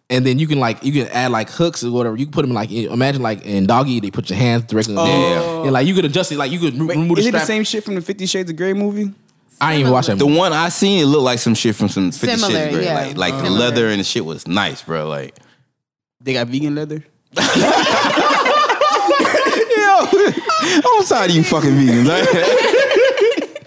Speaker 4: and then you can like you can add like hooks or whatever. You can put them like in- imagine like in doggy, they put your hands directly.
Speaker 5: Oh.
Speaker 4: on
Speaker 5: Yeah.
Speaker 4: and like you could adjust it. Like you could re-
Speaker 8: Wait,
Speaker 4: remove
Speaker 8: is
Speaker 4: the
Speaker 8: it the
Speaker 4: strap.
Speaker 8: same shit from the Fifty Shades of Grey movie?
Speaker 4: I ain't even watch that.
Speaker 5: the one I seen, it looked like some shit from some Fifty
Speaker 7: Similar,
Speaker 5: Shades, bro.
Speaker 7: yeah.
Speaker 5: Like, like the
Speaker 7: Similar.
Speaker 5: leather and the shit was nice, bro. Like,
Speaker 8: They got vegan leather.
Speaker 5: yo, I'm tired of you fucking vegans.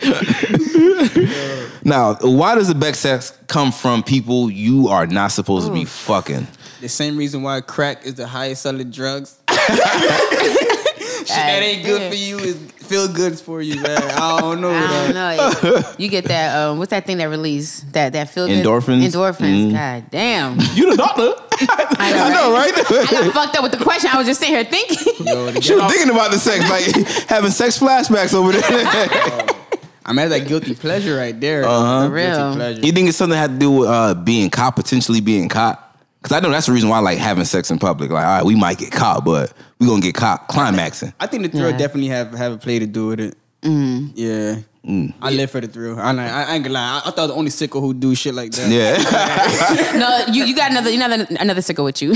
Speaker 5: like. now, why does the back sex come from people you are not supposed to be fucking?
Speaker 8: The same reason why crack is the highest selling drugs. Shit that ain't good for you is feel good for you, man. I don't know.
Speaker 7: I
Speaker 8: that.
Speaker 7: don't know. It- you get that. Um, what's that thing that release that that feel good-
Speaker 5: Endorphins? Mm-hmm.
Speaker 7: Endorphins. God damn.
Speaker 4: You the doctor.
Speaker 7: I know,
Speaker 5: I know, right?
Speaker 7: I got fucked up with the question. I was just sitting here thinking.
Speaker 5: she was thinking about the sex, like having sex flashbacks over there.
Speaker 8: I'm at that guilty pleasure right there.
Speaker 7: For real.
Speaker 5: you think it's something that had to do with uh, being caught, potentially being caught? Because I know that's the reason why I like having sex in public. Like, all right, we might get caught, but we gonna get caught climaxing.
Speaker 8: I think the thrill
Speaker 7: Yeah. Mm.
Speaker 8: definitely have have a play to do with it. Yeah.
Speaker 5: Mm.
Speaker 8: I live for the thrill. I, I, I ain't gonna lie. I, I thought the only sickle who do shit like that.
Speaker 5: Yeah,
Speaker 7: no, you, you got another another another sickle with you.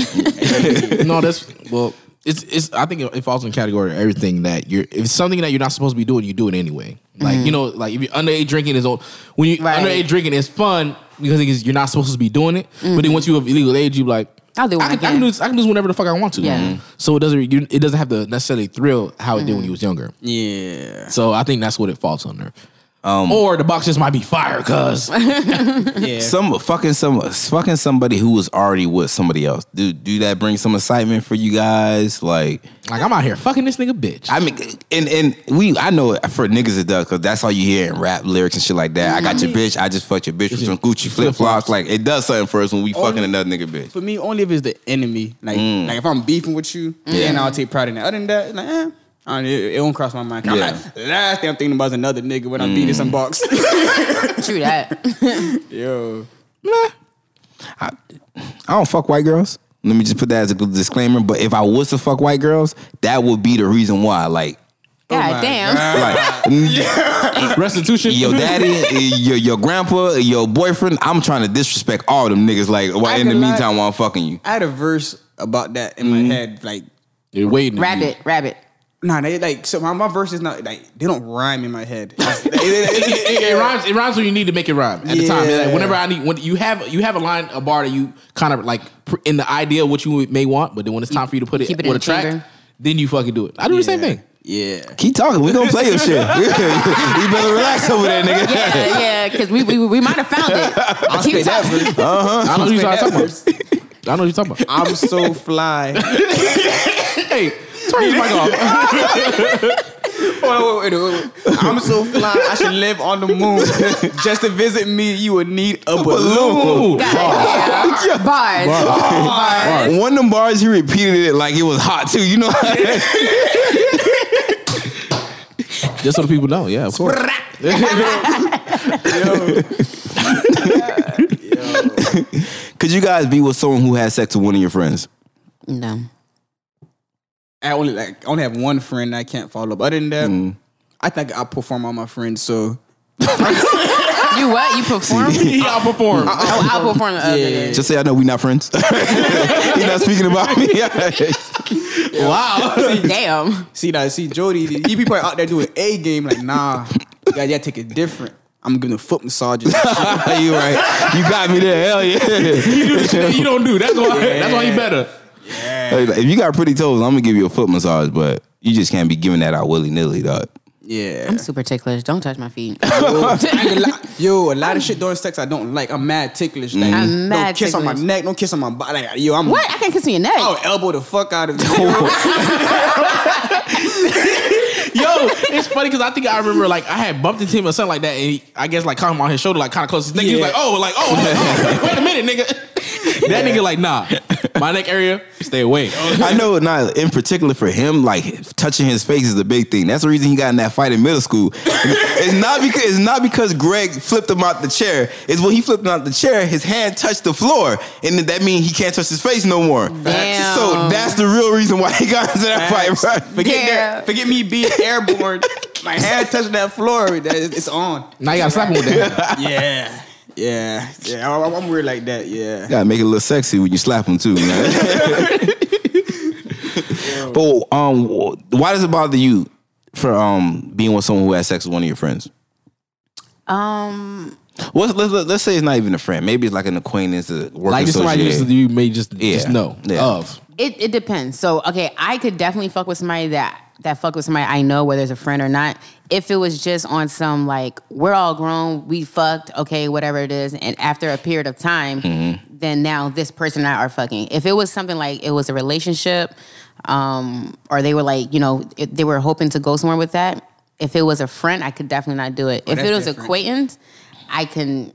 Speaker 4: no, that's well. It's it's. I think it falls in the category of everything that you're. If it's something that you're not supposed to be doing, you do it anyway. Like you know, like if you're underage drinking is old. When you
Speaker 7: Mm. Right.
Speaker 4: underage drinking is fun because it is- you're not supposed to be doing it. But then once you have illegal age, you like.
Speaker 7: I'll do it
Speaker 4: I
Speaker 7: when Mm-hmm.
Speaker 4: can,
Speaker 7: I
Speaker 4: I can
Speaker 7: can.
Speaker 4: do this. I can do this whenever the fuck I want to. Mm-hmm.
Speaker 7: Yeah. Mhm.
Speaker 4: So it doesn't. You, it doesn't have to necessarily thrill how it did
Speaker 7: Mm.
Speaker 4: when you was younger.
Speaker 8: Yeah.
Speaker 4: So I think that's what it falls under. or the boxes might be fire, cause
Speaker 5: some fucking some fucking somebody who was already with somebody else. Do do that bring some excitement for you guys? Like,
Speaker 4: like I'm out here fucking this nigga bitch.
Speaker 5: I mean, and and we, I know it- for niggas it does because that's all you hear in rap lyrics and shit like that. I got your bitch. I just fucked your bitch with some Gucci flip flops. Like it does something for us when we fucking another nigga bitch.
Speaker 8: For me, only if it's the enemy. Like,
Speaker 5: Mm.
Speaker 8: like if I'm beefing with you,
Speaker 7: Mm.
Speaker 8: then I'll take pride in that. Other than that, like, eh, I don't- it, it won't cross my mind. I'm
Speaker 5: Yeah. Mm.
Speaker 8: like, last thing I'm thinking about is another nigga when I'm beating some box.
Speaker 7: True that.
Speaker 5: Oh
Speaker 8: Yo.
Speaker 5: I don't fuck white girls. Let me just put that as a good disclaimer. But if I was to fuck white girls, that would be the reason why. Like,
Speaker 7: God damn.
Speaker 5: like
Speaker 4: Restitution.
Speaker 5: your daddy, your your grandpa, your boyfriend. I'm trying to disrespect all them niggas. Like, why
Speaker 8: I
Speaker 5: in the
Speaker 8: cannot-
Speaker 5: meantime while I'm fucking you?
Speaker 8: I had a verse about that in
Speaker 5: Mm.
Speaker 8: my head. Like,
Speaker 4: You're waiting. on you.
Speaker 7: Rabbit, rabbit.
Speaker 8: nah, they like so my, my verse is not like they don't rhyme in my head.
Speaker 4: it, it rhymes. It rhymes when you need to make it rhyme at the time.
Speaker 8: Yeah.
Speaker 4: Like, whenever I need, when you have you have a line, a bar that you kind of like pr- in the idea what you may want, but then when it's time for you to put it,
Speaker 7: keep it in
Speaker 4: with a
Speaker 7: the
Speaker 4: track,
Speaker 7: chamber.
Speaker 4: then you fucking do it. I do the same thing.
Speaker 8: yeah.
Speaker 5: Keep talking. We gonna play your shit. you better relax over there, nigga.
Speaker 7: Yeah, yeah, because we, we, we might have found it.
Speaker 8: I'll
Speaker 7: Keep
Speaker 8: say that
Speaker 7: talking.
Speaker 8: verse.
Speaker 4: I know what you're talking
Speaker 8: verse.
Speaker 4: about. I know what you're talking about.
Speaker 8: I'm so fly.
Speaker 4: Hey, turn your mic off.
Speaker 8: Hold on, wait, wait, wait, wait. I'm so fly, I should live on the moon. Just to visit me, you would need a balloon.
Speaker 4: Ooh,
Speaker 7: God, yeah. Bars. Bars.
Speaker 5: One of them bars, he repeated it like it was hot too. You know,
Speaker 4: just so the people know. Yeah, of course.
Speaker 5: could you guys be with someone who had sex with one of your friends?
Speaker 7: No.
Speaker 8: I only like I only have one friend I can't follow. But other than that, I think I perform all my friends. So
Speaker 7: You what? You perform?
Speaker 4: He outperformed.
Speaker 7: Oh, I'll perform. Yeah, yeah,
Speaker 5: Just say I know we not friends. He's not speaking about me.
Speaker 4: Wow.
Speaker 7: Damn.
Speaker 8: see that see Jody, he be probably out there doing a game like nah, you gotta, you gotta take it different. I'm giving foot massages.
Speaker 5: you right. You got me there. Hell yeah.
Speaker 4: you do the shit that you don't do. That's why. That's why you better.
Speaker 5: If you got pretty toes, I'm gonna give you a foot massage, but you just can't be giving that out willy nilly, dog.
Speaker 8: yeah.
Speaker 7: I'm super ticklish. Don't touch my feet.
Speaker 8: Yo, a lot of shit during sex I don't like. I'm mad ticklish. Like,
Speaker 7: I'm mad
Speaker 8: don't kiss on my
Speaker 7: ticklish.
Speaker 8: neck. Don't kiss on my body. Like, yo, I'm
Speaker 7: what? I can't kiss me your neck.
Speaker 8: I'll elbow the fuck out of you.
Speaker 4: Yo, it's funny because I think I remember like I had bumped into him or something like that, and he, I guess like caught him on his shoulder, like kind of close. His neck. He was
Speaker 8: Yeah.
Speaker 4: like, "Oh, like oh, oh, oh, wait a minute, nigga." That nigga like, "Nah, my neck area, stay away."
Speaker 5: I know, not in particular for him, like touching his face is the big thing. That's the reason he got in that fight in middle school. it's not because it's not because Greg flipped him out the chair. It's when he flipped him out the chair, his hand touched the floor, and then that means he can't touch his face no more.
Speaker 7: Damn.
Speaker 5: So that's the real reason why he got into that fight, bro.
Speaker 8: Forget
Speaker 7: Yeah.
Speaker 8: that. Forget me being airborne. My hand touching that floor. That is, it's on.
Speaker 4: Now you gotta slap him with that.
Speaker 8: Yeah. Yeah. Yeah. I- I'm, weird like that. Yeah.
Speaker 5: Gotta make it look sexy when you slap him too. Man. but um, why does it bother you for um being with someone who has sex with one of your friends?
Speaker 7: Um,
Speaker 5: What's, let's, let's let's say it's not even a friend. Maybe it's like an acquaintance, a work
Speaker 4: Like just somebody
Speaker 5: associate.
Speaker 4: just, you may just
Speaker 5: Yeah.
Speaker 4: just know
Speaker 5: Yeah.
Speaker 4: of.
Speaker 7: it, it depends. So okay, I could definitely fuck with somebody that that fuck with somebody I know, whether it's a friend or not. If it was just on some
Speaker 8: Mm-hmm.
Speaker 7: like we're all grown, we fucked, okay, whatever it is, and after a period of time, then now this person and I are fucking. If it was something like it was a relationship, um, or they were like, you know, it, they were hoping to go somewhere with that. If it was a friend, I could definitely not do it. if
Speaker 8: that's
Speaker 7: it was
Speaker 8: different.
Speaker 7: acquaintance, I can,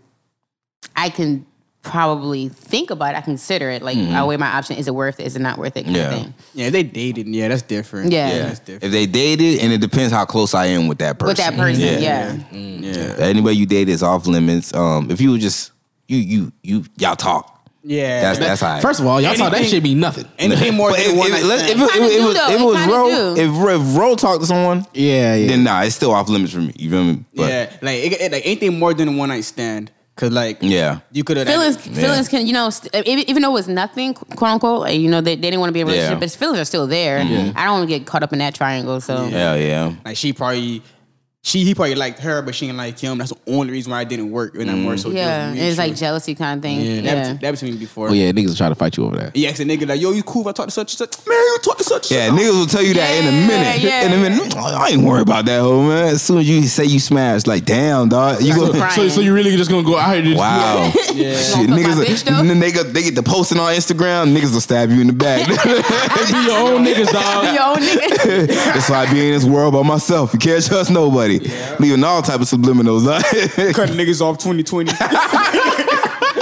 Speaker 7: I can probably think about it. I consider it. Like I weigh my option: is it worth it? Is it not worth it? Kind
Speaker 5: Yeah.
Speaker 7: of thing.
Speaker 8: Yeah, they dated. Yeah, that's different.
Speaker 7: Yeah.
Speaker 5: Yeah.
Speaker 8: that's different.
Speaker 5: If they dated, and it depends how close I am with that person.
Speaker 7: With that person, yeah.
Speaker 5: Yeah. Anybody you date is off limits. Um, if you were just you you you y'all talk.
Speaker 8: Yeah,
Speaker 5: That's that's how.
Speaker 4: First of all, y'all thought that
Speaker 8: Anything-
Speaker 4: should be nothing.
Speaker 8: anything more
Speaker 5: But
Speaker 8: than
Speaker 5: if,
Speaker 8: one
Speaker 5: if,
Speaker 8: night
Speaker 5: let's- if,
Speaker 8: stand.
Speaker 5: it- if,
Speaker 7: Kinda
Speaker 5: it
Speaker 7: do,
Speaker 5: was
Speaker 7: though.
Speaker 5: if it
Speaker 7: It
Speaker 5: was
Speaker 7: kinda
Speaker 5: Ro,
Speaker 7: do.
Speaker 5: if, Ro- if Ro talked to someone,
Speaker 4: Yeah, yeah.
Speaker 5: then nah, it's still off limits for me. You feel me? But,
Speaker 8: yeah, like it, it- like anything more than a one night stand. Cause like
Speaker 5: Yeah.
Speaker 8: you could have
Speaker 7: Feelings, feelings can you know, st- e, even even though it's nothing, quote unquote, like, you know, they, they didn't want to be in a relationship,
Speaker 5: Yeah.
Speaker 7: but feelings are still there. I don't want to get caught up in that triangle. So
Speaker 5: Hell yeah.
Speaker 8: Like she probably she he probably liked her, but she didn't like him. That's the only reason why it didn't work. And I'm more so
Speaker 7: Yeah,
Speaker 8: just
Speaker 7: and it's like
Speaker 8: mutual.
Speaker 7: jealousy kind of thing.
Speaker 8: yeah,
Speaker 7: Yeah,
Speaker 8: that, was- that was to me before.
Speaker 4: Oh yeah, niggas try to fight you over that.
Speaker 8: He asked a nigga like, "Yo, you cool? If I talk to such and such, man, you talk to such."
Speaker 5: Yeah,
Speaker 8: and such.
Speaker 5: niggas will tell you that in a
Speaker 7: Yeah,
Speaker 5: minute.
Speaker 7: yeah.
Speaker 5: In a minute, "Mm, I ain't worried about that, hoe man. As soon as you say you smash, like damn, dog, you go.
Speaker 7: Right.
Speaker 4: So, so you really just gonna go out here? and just-
Speaker 5: Wow. Shit,
Speaker 7: Gonna fuck my
Speaker 5: niggas,
Speaker 7: bitch, though?
Speaker 5: n- they, go, they get the posting on Instagram. Niggas will stab you in the back.
Speaker 4: Be your own niggas, dog.
Speaker 7: Yo, nigga.
Speaker 5: That's why I be in this world by myself. You can't trust nobody. Leaving all type of subliminals. dog.
Speaker 8: Cut niggas off 2020.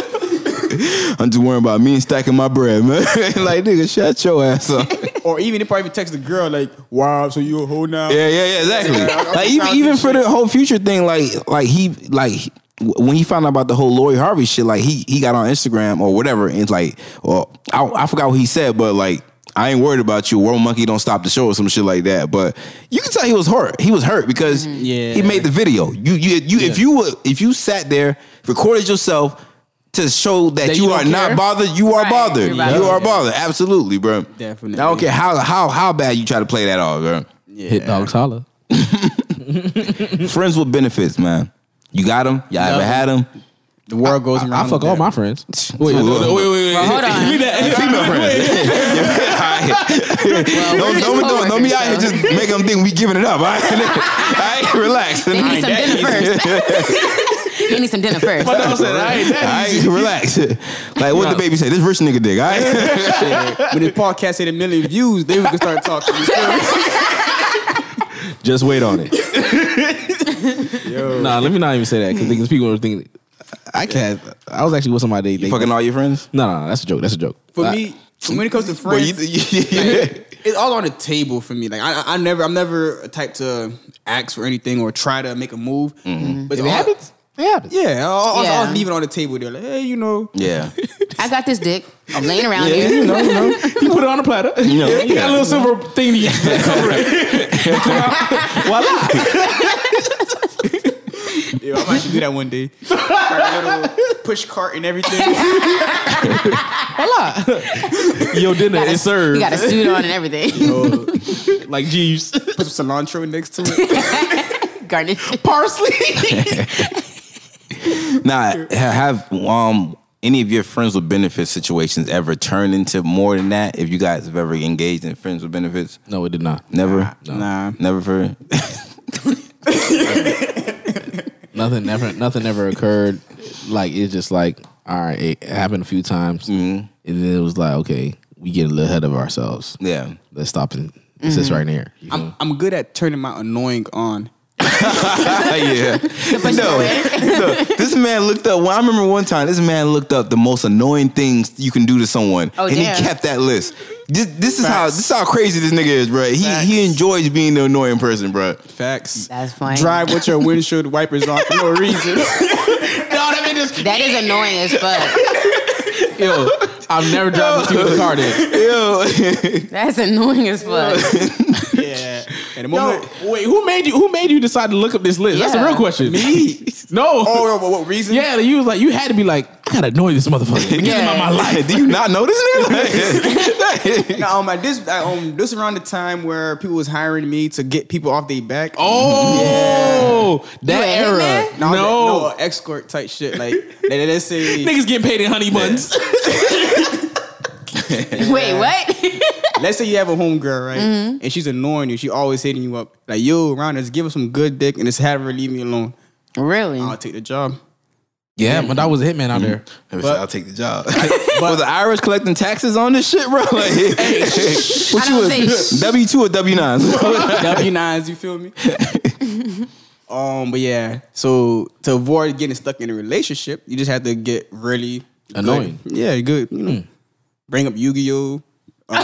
Speaker 5: I'm just worrying about me and stacking my bread, man. like nigga, shut your ass up.
Speaker 8: or even they probably text the girl like, "Wow, so you a hoe now?"
Speaker 5: Yeah, yeah, yeah, exactly.
Speaker 8: Yeah, I'm
Speaker 5: like
Speaker 8: just
Speaker 5: even
Speaker 8: trying to
Speaker 5: even
Speaker 8: do
Speaker 5: for the whole future thing, like like he like he- when he found out about the whole Lori Harvey shit, like he he got on Instagram or whatever, and it's like, well, I, I forgot what he said, but like. I ain't worried about you. World Monkey don't stop the show or some shit like that. But you can tell he was hurt. He was hurt because
Speaker 8: Yeah.
Speaker 5: he made the video. You you you if you were if you sat there recorded yourself to show that,
Speaker 4: That
Speaker 5: you,
Speaker 4: you
Speaker 5: are
Speaker 4: don't
Speaker 5: not
Speaker 4: care?
Speaker 5: bothered, you are
Speaker 7: Right,
Speaker 5: bothered.
Speaker 7: you're bothered.
Speaker 5: You are
Speaker 8: Yeah.
Speaker 5: bothered. Absolutely, bro.
Speaker 8: Definitely.
Speaker 5: I don't care how how how bad you try to play that all, bro.
Speaker 4: Hit dogs holler.
Speaker 5: Friends with benefits, man. You got them. Y'all ever had them?
Speaker 8: The world goes around.
Speaker 4: I fuck
Speaker 8: them.
Speaker 4: all my friends. Wait, wait,
Speaker 5: Whoa.
Speaker 4: wait, wait.
Speaker 7: Well, hold on.
Speaker 5: Female friends.
Speaker 7: Well,
Speaker 5: Don't,
Speaker 7: we're
Speaker 5: don't,
Speaker 7: just
Speaker 5: don't, don't be out here
Speaker 7: coworkers,
Speaker 5: just make them think we giving it up. All right, all right? relax.
Speaker 7: so. They need
Speaker 5: All
Speaker 7: some dinner first. they need some dinner first.
Speaker 5: right, relax. Like what the baby say? This rich nigga dick. All right.
Speaker 8: When this podcast hit a million views, they was gonna start talking. You feel me?
Speaker 4: Just wait on it. Nah, let me not even say that because niggas people are thinking. I can't. I was actually with somebody. They,
Speaker 5: You fucking all your friends.
Speaker 4: No, no, no, that's a joke. That's a joke.
Speaker 8: For
Speaker 4: I-
Speaker 8: me, when it comes to
Speaker 5: Well,
Speaker 8: friends,
Speaker 5: you- yeah.
Speaker 8: it's all on the table for me. Like I, I- I never, I'm never a type to ask for anything or try to make a move.
Speaker 5: Mm-hmm.
Speaker 8: But it happens.
Speaker 4: it happens.
Speaker 8: Yeah, I'll, I'll-
Speaker 7: Yeah.
Speaker 8: I'll leave it on the table. They're like, hey, you know,
Speaker 5: Yeah.
Speaker 7: I got this dick. I'm laying around
Speaker 5: Yeah,
Speaker 7: here.
Speaker 5: you know, you know.
Speaker 4: He put it on a platter.
Speaker 5: You know,
Speaker 4: he got a little silver thing to cover it. Voila.
Speaker 8: yeah, I might actually do that one day. Like a little push cart and everything.
Speaker 4: Your dinner
Speaker 7: Got a-
Speaker 4: is served.
Speaker 7: You got a suit on and everything.
Speaker 4: like Jeeves.
Speaker 8: Put some cilantro next to it.
Speaker 7: Garnish.
Speaker 4: Parsley.
Speaker 5: Now, ha- have um any of your friends with benefits situations ever turned into more than that? If you guys have ever engaged in friends with benefits,
Speaker 4: no, it did not.
Speaker 5: never,
Speaker 8: Nah.
Speaker 5: never for
Speaker 4: Nothing never nothing ever occurred. Like it's just like, all right, it happened a few times. And then it was like, okay, we get a little ahead of ourselves.
Speaker 5: yeah.
Speaker 4: Let's stop and this is right here. You
Speaker 8: I'm,
Speaker 4: know?
Speaker 8: I'm good at turning my annoying on.
Speaker 5: yeah. No,
Speaker 7: away.
Speaker 5: no. This man looked up. Well, I remember one time this man looked up the most annoying things you can do to someone,
Speaker 7: Oh,
Speaker 5: and
Speaker 7: damn.
Speaker 5: he kept that list. This, this is how this is how crazy this nigga is, bro. He he enjoys being the annoying person, bro.
Speaker 8: Facts.
Speaker 7: That's funny.
Speaker 8: Drive with your windshield wipers on for no reason.
Speaker 7: That is annoying as fuck.
Speaker 4: Yo, I'm never driving to the car then.
Speaker 5: Ew.
Speaker 7: That's annoying as fuck.
Speaker 8: yeah. And the moment.
Speaker 4: wait, who made you who made you decide to look up this list? That's the
Speaker 7: Yeah.
Speaker 4: real question. Me. No.
Speaker 8: Oh, what, what reason?
Speaker 4: Yeah, you was like you had to be like, I gotta annoy this motherfucker. Get him out my life.
Speaker 5: do you not know this nigga?
Speaker 8: Now, um, at this uh, um, this around the time where people was hiring me to get people off their back.
Speaker 4: Oh, that
Speaker 7: You a
Speaker 4: era.
Speaker 7: hitman?
Speaker 8: no, I was
Speaker 4: No.
Speaker 8: like, no escort type shit. Like, let, us say,
Speaker 4: Niggas getting paid in honey buns.
Speaker 7: Wait, what?
Speaker 8: let's say you have a homegirl, right? And she's annoying you. She always hitting you up. Like, yo, Ron, just give her some good dick and just have her leave me alone.
Speaker 7: really?
Speaker 8: I'll take the job.
Speaker 4: Yeah, but that was a hitman out there.
Speaker 5: Never said I'll take the job. was the IRS collecting taxes on this shit, bro? Like, what
Speaker 7: I don't
Speaker 5: you
Speaker 7: think-
Speaker 5: W two or W nines?
Speaker 8: W nines, you feel me? um, but yeah. So to avoid getting stuck in a relationship, you just have to get really good-
Speaker 4: Annoying.
Speaker 8: Yeah, good. You know, bring up Yu Gi Oh.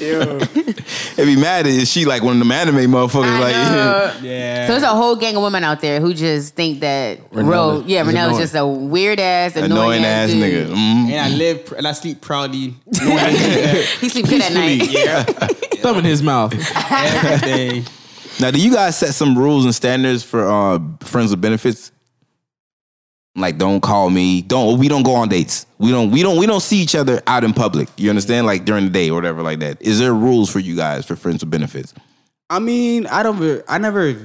Speaker 5: It'd be mad if she like one of them anime motherfuckers.
Speaker 7: I
Speaker 5: like,
Speaker 7: know.
Speaker 8: Yeah.
Speaker 7: So there's a whole gang of women out there who just think that
Speaker 4: Renella
Speaker 7: Ro, yeah,
Speaker 4: is
Speaker 7: Renella's
Speaker 4: annoying.
Speaker 7: just a weird ass, annoying,
Speaker 5: annoying ass
Speaker 7: dude.
Speaker 5: nigga. Mm.
Speaker 8: and I live pr- and I sleep proudly
Speaker 7: He sleep good at night.
Speaker 4: Thumb in his mouth.
Speaker 8: every day.
Speaker 5: Now, do you guys set some rules and standards for uh, friends with benefits? Like, don't call me. Don't we don't go on dates. We don't we don't we don't see each other out in public. You understand? Like during the day or whatever like that. Is there rules for you guys for friends with benefits?
Speaker 8: I mean, I don't. re- I never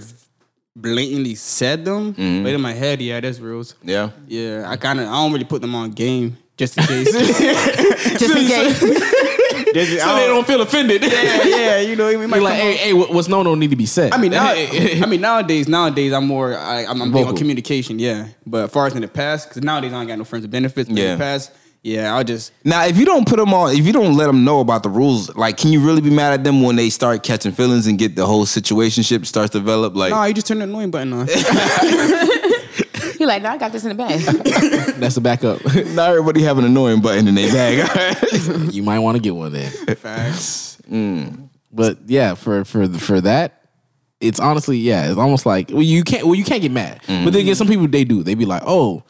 Speaker 8: blatantly said them, but in my head, yeah, that's rules.
Speaker 5: Yeah.
Speaker 8: Yeah, I kind of. I don't really put them on game just in case. just,
Speaker 7: Just in case.
Speaker 8: so they don't feel offended. Yeah, yeah. You know, we might
Speaker 4: Like, like
Speaker 8: come
Speaker 4: hey,
Speaker 8: up-
Speaker 4: hey, what- what's known don't need to be said.
Speaker 8: I mean, now, I mean, nowadays, nowadays, I'm more, I, I'm, I'm big on
Speaker 4: Vocal.
Speaker 8: communication, yeah. But as far as in the past, because nowadays I don't got no friends with benefits. But yeah.
Speaker 5: Yeah.
Speaker 8: In the past, yeah, I'll just
Speaker 5: Now, if you don't put them on, if you don't let them know about the rules, like, can you really be mad at them when they start catching feelings and get the whole situationship starts to develop? Like,
Speaker 8: no, you just turn the annoying button on.
Speaker 7: He like, no, I got this in the bag.
Speaker 4: that's the backup.
Speaker 5: not everybody have an annoying button in their bag.
Speaker 4: you might want to get one then.
Speaker 8: Facts.
Speaker 5: Mm.
Speaker 4: But yeah, for for for that, it's honestly yeah, it's almost like well you can't well you can't get mad.
Speaker 5: Mm-hmm.
Speaker 4: But then again, some people they do. They be like, oh,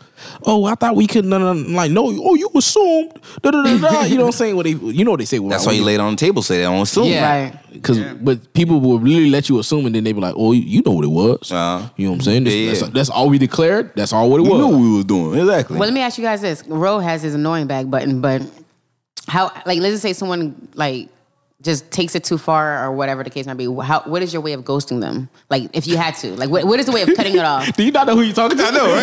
Speaker 4: oh, I thought we could no, no, no. like no, oh you assumed da da da da. You know what I'm saying? What they you know what they say?
Speaker 5: That's why you laid on the table, so they don't assume.
Speaker 4: Yeah,
Speaker 7: Right.
Speaker 4: because but people will really let you assume, and then they be like, "Oh, you- you know what it was."
Speaker 5: Uh-huh.
Speaker 4: You know what I'm saying? This-
Speaker 5: Yeah, yeah.
Speaker 4: That's, that's all we declared. That's all what it
Speaker 5: We knew
Speaker 4: was.
Speaker 5: what we was doing. Exactly.
Speaker 7: well, let me ask you guys this. Ro has his annoying bag button, but how like let's just say someone like just takes it too far or whatever the case might be. How what is your way of ghosting them? Like if you had to, like what, what is the way of cutting it off?
Speaker 4: Do you not know who you talking to? I know.
Speaker 7: I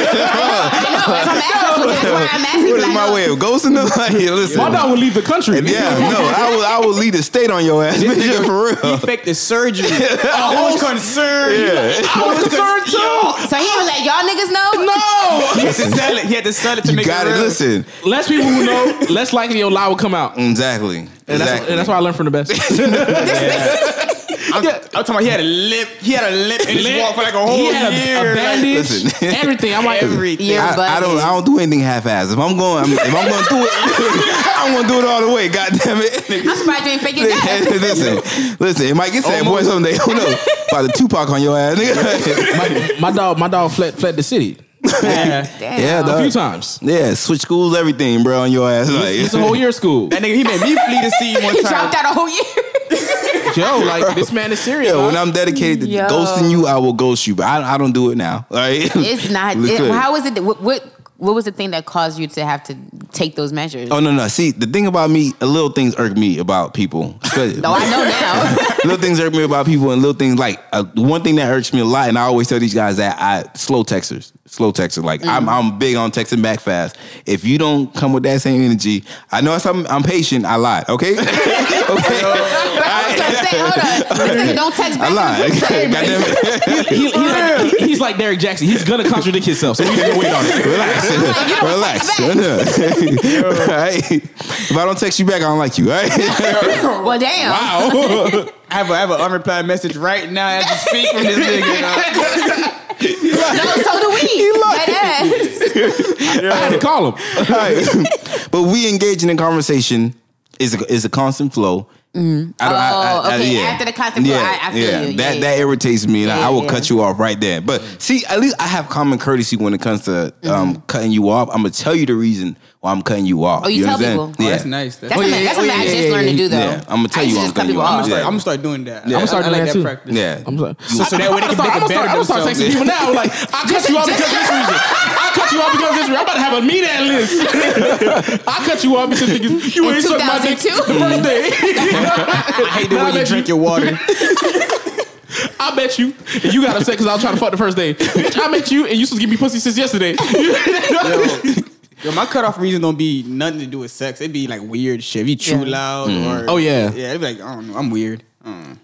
Speaker 7: know, that's what I'm asking. That's why I'm asking.
Speaker 5: What is
Speaker 7: like,
Speaker 5: my way of ghosting them? Like, yeah, listen.
Speaker 4: My dog would leave the country.
Speaker 5: yeah, no, I will. I will lead the state on your ass, bitch, for real.
Speaker 8: Fake the surgery. Oh, I was concerned.
Speaker 5: Yeah,
Speaker 8: I was concerned too.
Speaker 7: So he was like, y'all niggas know? No.
Speaker 8: He had to sell it. He had to sell it to
Speaker 5: you
Speaker 8: make
Speaker 5: got
Speaker 8: it
Speaker 5: it.
Speaker 8: real.
Speaker 5: Listen,
Speaker 4: Less people who know, less likely your lie will come out. And
Speaker 5: exactly. exactly.
Speaker 4: that's, and that's why I learned from the best.
Speaker 8: I'm, I'm talking about he had a lip. He had a lip in his
Speaker 4: Lip.
Speaker 8: walk for like a whole
Speaker 4: he had
Speaker 8: year.
Speaker 4: a, a bandage,
Speaker 5: Listen.
Speaker 4: everything. I'm like,
Speaker 8: Everything.
Speaker 7: You're
Speaker 5: I, I don't. I don't do anything half-assed. If I'm going, I'm, if I'm going to do it, I'm going to do it all the way. God damn it.
Speaker 7: I'm surprised you ain't faking that.
Speaker 5: listen, listen. It might get sad boy someday. Who knows? By the Tupac on your ass, nigga.
Speaker 4: my, my dog, my dog fled fled the city
Speaker 7: Damn.
Speaker 5: yeah,
Speaker 4: a
Speaker 5: dog.
Speaker 4: few times.
Speaker 5: Yeah, switch schools, everything, bro, on your ass. Like,
Speaker 4: It's a whole year of school.
Speaker 8: That nigga, he made me flee to see you one
Speaker 7: He
Speaker 8: time.
Speaker 7: dropped out a whole year.
Speaker 4: Yo, like this man is serious.
Speaker 5: Yeah, when
Speaker 4: dog.
Speaker 5: I'm dedicated to
Speaker 7: Yo.
Speaker 5: ghosting you, I will ghost you, but I, I don't do it now. All right,
Speaker 7: It's not.
Speaker 5: Let's
Speaker 7: It,
Speaker 5: clear.
Speaker 7: how is it? What, what What was the thing that caused you to have to take those measures?
Speaker 5: Oh no, no. See, the thing about me, little things irk me about people.
Speaker 7: No, I know now.
Speaker 5: little things irk me about people, and little things like uh, one thing that irks me a lot, and I always tell these guys that I slow texters, slow texter. Like I'm,
Speaker 7: Mm.
Speaker 5: I'm big on texting back fast. If you don't come with that same energy, I know it's- I'm, I'm patient. I lied. Okay, okay.
Speaker 7: I was
Speaker 5: I,
Speaker 7: gonna say, hold on. This nigga don't text
Speaker 5: I
Speaker 7: back.
Speaker 5: lied. God damn it.
Speaker 4: He- he- he- he's like Derek Jackson. He's gonna contradict himself. So we need to wait on it.
Speaker 5: Relax. Relax. All right. If I don't text you back, I don't like you. All right.
Speaker 7: Well, damn.
Speaker 8: I have, a, I have an unreplied message right now as you speak from this nigga. dog.
Speaker 7: No, so do we. Dead ass.
Speaker 4: I had to call him.
Speaker 5: All right. but we engaging in conversation is a, is a constant flow. I don't,
Speaker 7: Oh, okay. After the constant flow, I- I feel you. Yeah,
Speaker 5: That
Speaker 7: yeah.
Speaker 5: that irritates me, and I-
Speaker 7: Yeah,
Speaker 5: I will
Speaker 7: yeah.
Speaker 5: cut you off right there. But see, at least I have common courtesy when it comes to um, cutting you off. I'm gonna tell you the reason why I'm cutting you off.
Speaker 7: Mm-hmm. Oh, you tell
Speaker 5: understand?
Speaker 7: people? Oh,
Speaker 5: Yeah.
Speaker 8: That's nice. oh,
Speaker 7: That's,
Speaker 8: That's nice.
Speaker 7: something, that's something I just learned to do though.
Speaker 5: Yeah, I'ma tell
Speaker 7: I
Speaker 5: you
Speaker 7: used to
Speaker 5: I'm
Speaker 7: just cut
Speaker 5: gonna
Speaker 7: people
Speaker 5: do- I'ma
Speaker 7: off.
Speaker 5: tell
Speaker 8: I'm gonna start doing that.
Speaker 5: Yeah. I'ma
Speaker 8: I'm gonna
Speaker 4: start
Speaker 8: start
Speaker 4: doing
Speaker 8: doing
Speaker 4: that
Speaker 8: that,
Speaker 4: too.
Speaker 8: practice.
Speaker 5: Yeah.
Speaker 4: I'm sorry.
Speaker 8: So that way they can make it
Speaker 4: I'm
Speaker 8: better
Speaker 4: start, I'm start
Speaker 8: themselves.
Speaker 4: texting people now. Like I cut you off because of this reason. I cut you off because of this reason. I'm about to have a meet at list. I cut you off because niggas, you
Speaker 7: In
Speaker 4: ain't sucked my dick the
Speaker 7: 2002?
Speaker 4: first day.
Speaker 8: I hate the
Speaker 4: Nah,
Speaker 8: way you
Speaker 4: baby.
Speaker 8: drink your water.
Speaker 4: I bet you. And you got upset because I was trying to fuck the first day. Bitch, I met you and you supposed to give me pussy since yesterday.
Speaker 8: Yo, my cutoff reason don't be nothing to do with sex. It'd be like weird shit. If you chew
Speaker 7: Yeah.
Speaker 8: loud or
Speaker 4: Oh, yeah.
Speaker 8: yeah. It'd be like I don't know. I'm weird. Mm.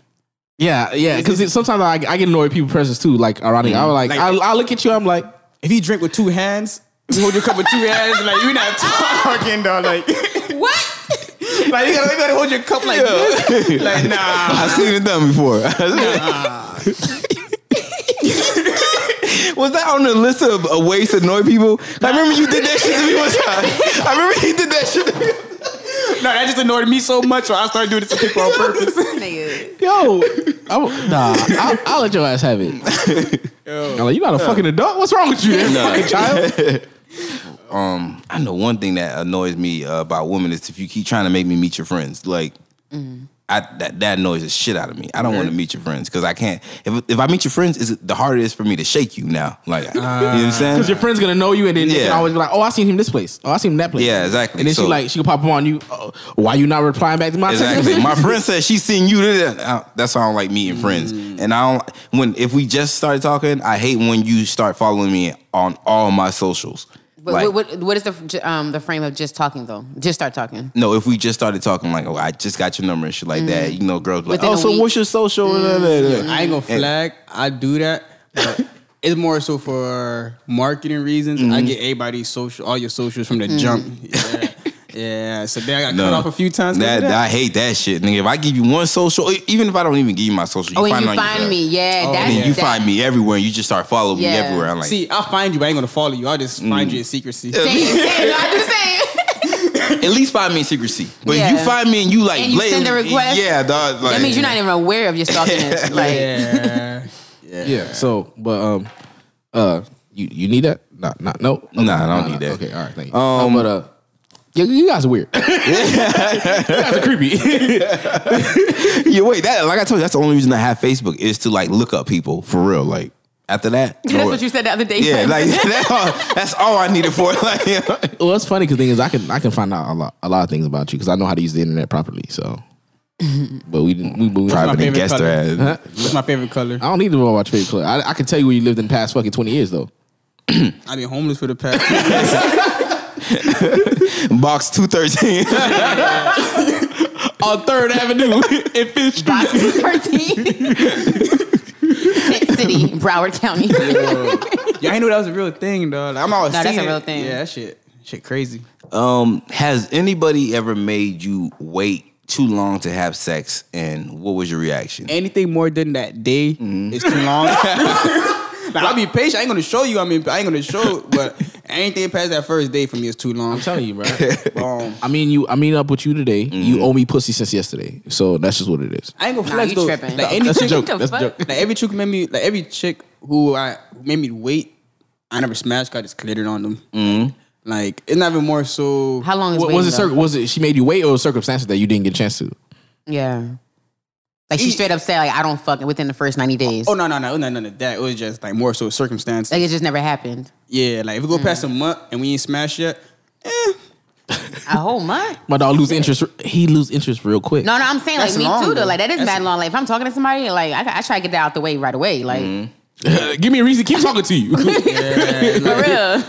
Speaker 4: yeah, yeah. Because sometimes I, I get annoyed with people's presence too. Like, ironic. I was like,
Speaker 8: Like-
Speaker 4: I, I look at you, I'm like,
Speaker 8: If you drink with two hands, you hold your cup with two hands, like you're not talking, dog. Like,
Speaker 7: What?
Speaker 8: like you gotta, you gotta hold your cup like this. Like, nah.
Speaker 5: I've seen it done before. Was that on the list of, of ways to annoy people? I remember you did that shit to me one time. I remember you did that shit to me.
Speaker 8: No, that just annoyed me so much, so I started doing it to people on purpose.
Speaker 5: Mm-hmm.
Speaker 7: Nigga.
Speaker 4: Yo, I'm, nah, I'll, I'll let your ass have it. I'm like, you not a fucking adult. What's wrong with you, then, fucking child?
Speaker 5: Um, I know one thing that annoys me uh, about women is if you keep trying to make me meet your friends, like.
Speaker 4: Mm-hmm.
Speaker 5: I, that, that annoys the shit out of me. I don't want to meet your friends because I can't. If, if I meet your friends, is the harder it is for me to shake you now. Like, you know what
Speaker 4: Ah.
Speaker 5: I'm saying?
Speaker 4: Because your friend's gonna know you, and then they can
Speaker 5: Yeah.
Speaker 4: always be like, "Oh, I seen him this place. Oh, I seen him that place."
Speaker 5: Yeah, exactly.
Speaker 4: And then she
Speaker 5: So-
Speaker 4: like she can pop up on you. Oh, why you not replying back to my text
Speaker 5: Exactly.
Speaker 4: message?"
Speaker 5: My friend said she seen you. da- da- da. That's why I don't like meeting friends.
Speaker 7: Mm.
Speaker 5: And I don't when if we just started talking. I hate when you start following me on all my socials.
Speaker 7: But
Speaker 5: Like,
Speaker 7: what, what, what is the um the frame of just talking though? Just start talking.
Speaker 5: no, if we just started talking, like, oh, I just got your number and shit like that. You know, girls be like,
Speaker 7: Mm. Within
Speaker 5: oh,
Speaker 7: a
Speaker 5: so
Speaker 7: week. Mm.
Speaker 5: what's your social? Da- da- da- da.
Speaker 8: I ain't gonna
Speaker 7: Mm-hmm.
Speaker 8: flag. I do that, but it's more so for marketing reasons. I
Speaker 7: Mm-hmm.
Speaker 8: get everybody's social, all your socials from the jump. Yeah. yeah. So then I got cut off a few times. 'cause
Speaker 5: That,
Speaker 8: of that.
Speaker 5: I hate that shit, nigga. If I give you one social, e- even if I don't even give you my social, you
Speaker 7: Oh,
Speaker 5: find it
Speaker 7: and you
Speaker 5: on
Speaker 7: find
Speaker 5: yourself.
Speaker 7: me. Yeah,
Speaker 8: Oh,
Speaker 7: that's
Speaker 5: And you
Speaker 7: that-
Speaker 5: find me everywhere, and you just start following
Speaker 7: Yeah.
Speaker 5: me everywhere. I'm like,
Speaker 8: See, I'll find you. but I ain't gonna follow you. I'll just
Speaker 7: Mm-hmm.
Speaker 8: find you in secrecy.
Speaker 7: Same, same, I do same.
Speaker 5: at least find me in secrecy. But if
Speaker 7: Yeah.
Speaker 5: you find me and you like,
Speaker 7: And you send a
Speaker 5: blatant-
Speaker 7: request?
Speaker 5: yeah, dog. Like,
Speaker 7: That means you're not even aware of your stalkiness. Like,
Speaker 8: Yeah.
Speaker 4: Yeah. So, but um, uh, you you need that? Nah, not no. Okay,
Speaker 5: Nah, I don't need that.
Speaker 4: Okay, all right, thank you. Um, but uh, you, you guys are weird. you guys are creepy.
Speaker 5: Yeah, wait. That like I told you, that's the only reason I have Facebook is to like look up people for real. Like after that,
Speaker 7: that's what you said the other day.
Speaker 5: Yeah, like that's all, that's all I needed for. it. Like, yeah.
Speaker 4: well, it's funny because thing is, I can I can find out a lot a lot of things about you because I know how to use the internet properly. So, but we didn't. We, we
Speaker 8: my
Speaker 4: private.
Speaker 8: favorite
Speaker 5: guessed
Speaker 8: color.
Speaker 5: her ass.
Speaker 8: What's my favorite color?
Speaker 4: I don't need to know about your favorite color. I, I can tell you where you lived in the past fucking twenty years though.
Speaker 8: I've been homeless for the past.
Speaker 5: box two thirteen.
Speaker 4: On Third Avenue in Fifth
Speaker 7: Box 13. Tech City, Broward County.
Speaker 8: yeah, I knew that was a real thing, though. Like, I'm always
Speaker 7: No, that's
Speaker 8: seeing
Speaker 7: a real
Speaker 8: it.
Speaker 7: thing.
Speaker 8: Yeah, that shit, shit crazy.
Speaker 5: Um, has anybody ever made you wait too long to have sex, and what was your reaction?
Speaker 8: anything more than that day
Speaker 4: Mm-hmm.
Speaker 8: is too long. Like, I'll be patient. I ain't gonna show you. I mean, I ain't gonna show, but anything past that first day for me is too long.
Speaker 4: I'm telling you, bro.
Speaker 8: Um,
Speaker 4: I mean you. I mean up with you today. You owe me pussy since yesterday. So that's just what it is.
Speaker 8: I ain't gonna
Speaker 7: Nah,
Speaker 8: flex
Speaker 7: you
Speaker 8: though.
Speaker 7: tripping.
Speaker 8: Like any
Speaker 4: That's a joke.
Speaker 8: chick,
Speaker 7: the
Speaker 4: That's a
Speaker 7: fuck?
Speaker 4: joke.
Speaker 8: like every chick made me, like every chick who I who made me wait, I never smashed. I just clittered on them.
Speaker 4: Mm-hmm.
Speaker 8: Like it's not even more so.
Speaker 7: How long is
Speaker 4: Wa-
Speaker 7: waiting,
Speaker 4: was it
Speaker 7: though?
Speaker 4: cir- was it she made you wait or circumstances that you didn't get a chance to?
Speaker 7: Yeah. Like she straight up said, like I don't fucking within the first ninety days.
Speaker 8: E- Oh no no no! It was not none of that. It was just like more so circumstance.
Speaker 7: Like Mm. it just never happened.
Speaker 8: yeah, like if we go past a month and we ain't smashed yet,
Speaker 7: A whole month?
Speaker 4: My dog lose interest. He lose interest real quick.
Speaker 7: No, no, I'm saying like
Speaker 8: That's
Speaker 7: me
Speaker 8: long,
Speaker 7: too though.
Speaker 8: though.
Speaker 7: Like that is
Speaker 8: That's-
Speaker 7: mad long. Like if I'm talking to somebody, like I, I try to get that out the way right away. Like
Speaker 8: Mm-hmm.
Speaker 4: Give me a reason. Keep talking to you.
Speaker 7: for real.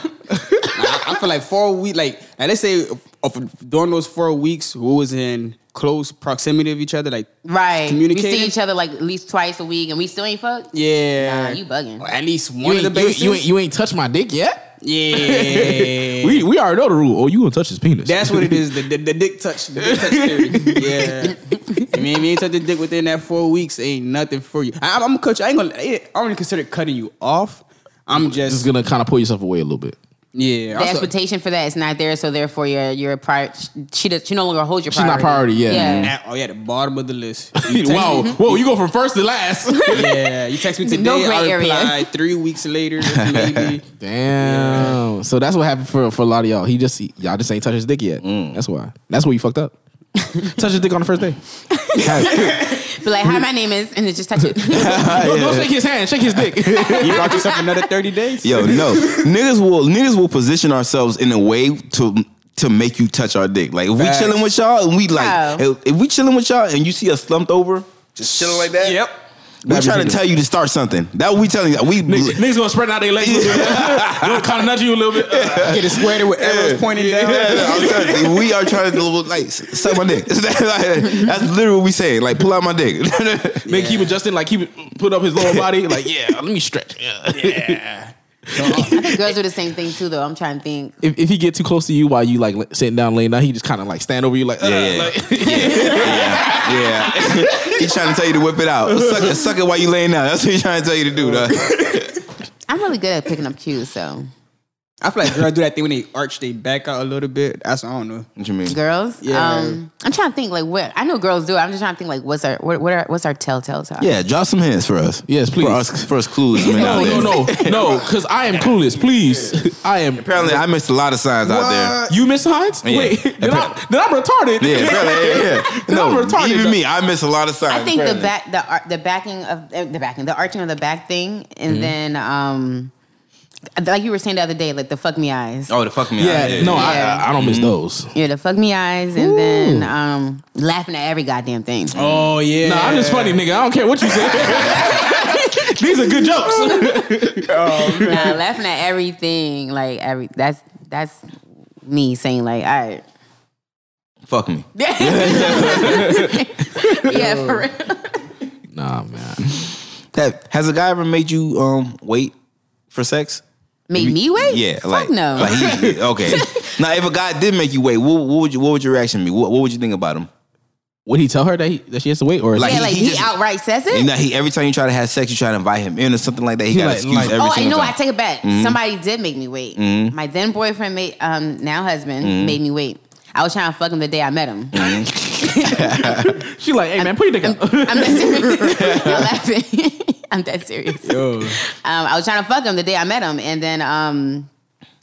Speaker 8: I feel like four weeks, like, and let's say of, during those four weeks, we was in close proximity of each other, like,
Speaker 7: Right. We
Speaker 8: communicating.
Speaker 7: see each other like at least twice a week and we still ain't fucked.
Speaker 8: Yeah,
Speaker 7: Nah, you bugging.
Speaker 8: At least one
Speaker 4: you,
Speaker 8: of
Speaker 4: ain't,
Speaker 8: the
Speaker 4: you,
Speaker 8: bases.
Speaker 4: ain't- you ain't you ain't touched my dick yet.
Speaker 8: yeah,
Speaker 4: We we already know the rule. Oh, you gonna touch his penis?
Speaker 8: that's what it is. The, the, the dick touch, the dick touch theory. Yeah, I mean, if you ain't touch the dick within that four weeks, ain't nothing for you. I, I'm gonna cut you. I ain't gonna. I don't even consider cutting you off. I'm
Speaker 4: just
Speaker 8: just
Speaker 4: gonna kind of pull yourself away a little bit.
Speaker 8: yeah.
Speaker 7: The
Speaker 8: I'm so-
Speaker 7: expectation for that is not there, so therefore your your prior she does she no longer holds your
Speaker 4: She's not
Speaker 7: priority.
Speaker 4: priority, yeah.
Speaker 8: at- oh yeah, the bottom of the list. You text
Speaker 4: wow, whoa, you go from first to last.
Speaker 8: Yeah, you text me today.
Speaker 7: No gray
Speaker 8: I
Speaker 7: area.
Speaker 8: reply three weeks later, maybe.
Speaker 4: Damn. So that's what happened for, for a lot of y'all. He just he- y'all just ain't touched his dick yet.
Speaker 8: Mm.
Speaker 4: That's why. That's where you fucked up. Touch his dick on the first day.
Speaker 8: Mm-hmm.
Speaker 7: Be like, hi, my name is, and then just touch it.
Speaker 4: Don't, don't shake his hand. Shake his dick.
Speaker 8: You brought yourself another thirty days.
Speaker 5: Yo, no, niggas will niggas will position ourselves in a way to to make you touch our dick. Like if we
Speaker 8: Facts.
Speaker 5: chilling with y'all and we like
Speaker 7: Oh.
Speaker 5: if, if we chilling with y'all and you see us slumped over, just chilling like that.
Speaker 8: Yep.
Speaker 5: We trying to
Speaker 4: ridiculous.
Speaker 5: tell you to start something. That we telling you. We
Speaker 4: Niggas gonna spread out their legs. a little bit. gonna kind of nudge you a little bit.
Speaker 8: Get a sweater with arrows pointing down.
Speaker 5: Yeah, no, I'm telling you, we are trying to like suck my dick. That's like- that's literally what we say. Like pull out my dick.
Speaker 4: Then keep adjusting, like keep it, put up his lower body, like yeah, let me stretch. Yeah.
Speaker 7: Girls do the same thing too, though. I'm trying to think.
Speaker 4: If, if he get too close to you while you like li- sitting down laying down, he just kind of like stand over you like,
Speaker 5: Yeah, yeah.
Speaker 4: yeah, like
Speaker 5: Yeah, he's trying to tell you to whip it out. Suck it, suck it while you laying down. That's what he's trying to tell you to do, dog.
Speaker 7: I'm really good at picking up cues, so
Speaker 8: I feel like girls do that thing when they arch their back out a little bit. That's I don't know.
Speaker 5: What you mean?
Speaker 7: girls.
Speaker 8: Yeah.
Speaker 7: Um, I'm trying to think like what I know girls do. I'm just trying to think like what's our what, what are what's our telltale sign?
Speaker 5: Yeah, drop some hints for us.
Speaker 4: Yes, please.
Speaker 5: For us, for us clues, man. out
Speaker 4: no,
Speaker 5: there.
Speaker 4: no, no, no, because I am clueless. Please, I am.
Speaker 5: Apparently, I missed a lot of signs out there.
Speaker 4: You miss Hines?
Speaker 5: Yeah.
Speaker 4: Wait, then, I, then I'm retarded.
Speaker 5: Yeah, apparently, yeah, yeah.
Speaker 4: Then I'm
Speaker 5: No,
Speaker 4: retarded,
Speaker 5: even
Speaker 4: though.
Speaker 5: me, I miss a lot of signs.
Speaker 7: I think the
Speaker 5: apparently.
Speaker 7: back the ar- the backing of uh, the backing the arching of the back thing, and
Speaker 5: Mm-hmm.
Speaker 7: then um, like you were saying the other day, like the fuck me eyes.
Speaker 5: Oh, the fuck me.
Speaker 4: Yeah, Mm-hmm.
Speaker 5: out.
Speaker 4: no, I-
Speaker 7: Yeah.
Speaker 4: I, I don't miss those.
Speaker 7: Yeah, the fuck me eyes, and then um, laughing at every goddamn thing.
Speaker 8: Oh yeah.
Speaker 4: Nah, I'm just funny, nigga. I don't care what you say. These are good jokes.
Speaker 7: nah, laughing at everything, like every that's that's me saying like, all right.
Speaker 5: fuck me.
Speaker 7: yeah, for real.
Speaker 4: nah, man.
Speaker 5: That, has a guy ever made you um wait for sex?
Speaker 7: Made me wait?
Speaker 5: Yeah,
Speaker 7: Fuck
Speaker 5: like
Speaker 7: no.
Speaker 5: like he- okay. now, if a guy did make you wait, what, what would you, what would your reaction be? What, what would you think about him?
Speaker 4: Would he tell her that, he, that she has to wait, or is
Speaker 5: Like,
Speaker 4: he-
Speaker 7: yeah, like
Speaker 5: he
Speaker 7: he,
Speaker 5: just-
Speaker 7: outright says it.
Speaker 5: You know, he every time you try to have sex, you try to invite him in or something like that. He,
Speaker 4: He
Speaker 5: got
Speaker 4: like-
Speaker 5: excuse
Speaker 4: like-
Speaker 5: every
Speaker 7: oh,
Speaker 5: single time.
Speaker 7: I know.
Speaker 5: Mm-hmm.
Speaker 7: I take it back. Somebody did make me wait. My then boyfriend, made, um, now husband,
Speaker 5: Mm-hmm.
Speaker 7: made me wait. I was trying to fuck him the day I met him.
Speaker 4: she like, hey man, put your dick out.
Speaker 7: I'm that serious. Y'all laughing. I'm that serious.
Speaker 8: Yo.
Speaker 7: Um, I was trying to fuck him the day I met him, and then um,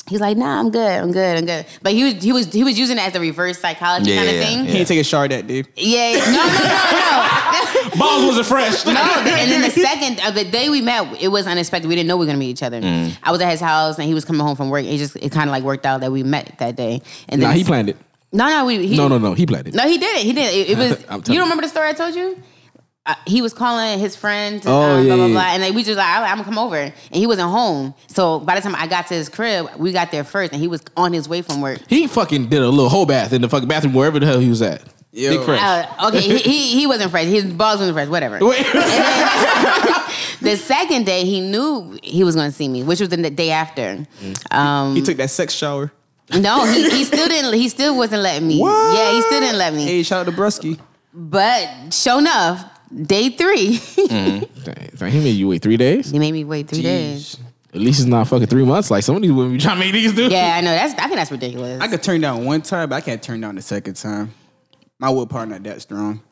Speaker 7: he's like, "Nah, I'm good. I'm good. I'm good." But he was he was he was using it as a reverse psychology
Speaker 5: Yeah,
Speaker 7: kind of
Speaker 5: yeah,
Speaker 7: thing.
Speaker 5: yeah.
Speaker 8: Can't take a shard that day.
Speaker 7: Yeah, yeah. no, no, no, no.
Speaker 4: Balls wasn't fresh.
Speaker 7: No, and then the second of the day we met, it was unexpected. We didn't know we were gonna meet each other.
Speaker 5: Mm-hmm.
Speaker 7: I was at his house and he was coming home from work. It just it kind of like worked out that we met that day. And then
Speaker 4: Nah, he planned it.
Speaker 7: No, no, we he,
Speaker 4: No, no, no, he planned it.
Speaker 7: no, he did it. He did it. It, it was.
Speaker 4: I'm telling
Speaker 7: you
Speaker 4: you.
Speaker 7: don't remember the story I told you? Uh, he was calling his friend.
Speaker 4: Oh,
Speaker 7: um,
Speaker 4: yeah,
Speaker 7: blah blah
Speaker 4: yeah.
Speaker 7: blah. And like, we just like, I'm gonna come over, and he wasn't home. So by the time I got to his crib, we got there first, and he was on his way from work.
Speaker 4: He fucking did a little whole bath in the fucking bathroom wherever the hell he was at.
Speaker 8: Yo.
Speaker 4: Big fresh.
Speaker 7: Uh, okay, he, he he wasn't fresh. His balls wasn't fresh. Whatever.
Speaker 4: Wait.
Speaker 7: the second day, he knew he was gonna see me, which was the n- day after.
Speaker 4: Mm.
Speaker 7: Um,
Speaker 8: He took that sex shower.
Speaker 7: no, he, he still didn't. He still wasn't letting me.
Speaker 8: What?
Speaker 7: Yeah, he still didn't let me.
Speaker 8: Hey, shout out to Brusky.
Speaker 7: But sure enough, day three,
Speaker 5: Mm.
Speaker 4: Dang, dang, he made you wait three days.
Speaker 7: they made me wait three days.
Speaker 4: At least it's not fucking three months. Like some of these women be trying to make these do.
Speaker 7: Yeah, I know. That's I think that's ridiculous.
Speaker 8: I could turn down one time, but I can't turn down the second time. My willpower not that strong.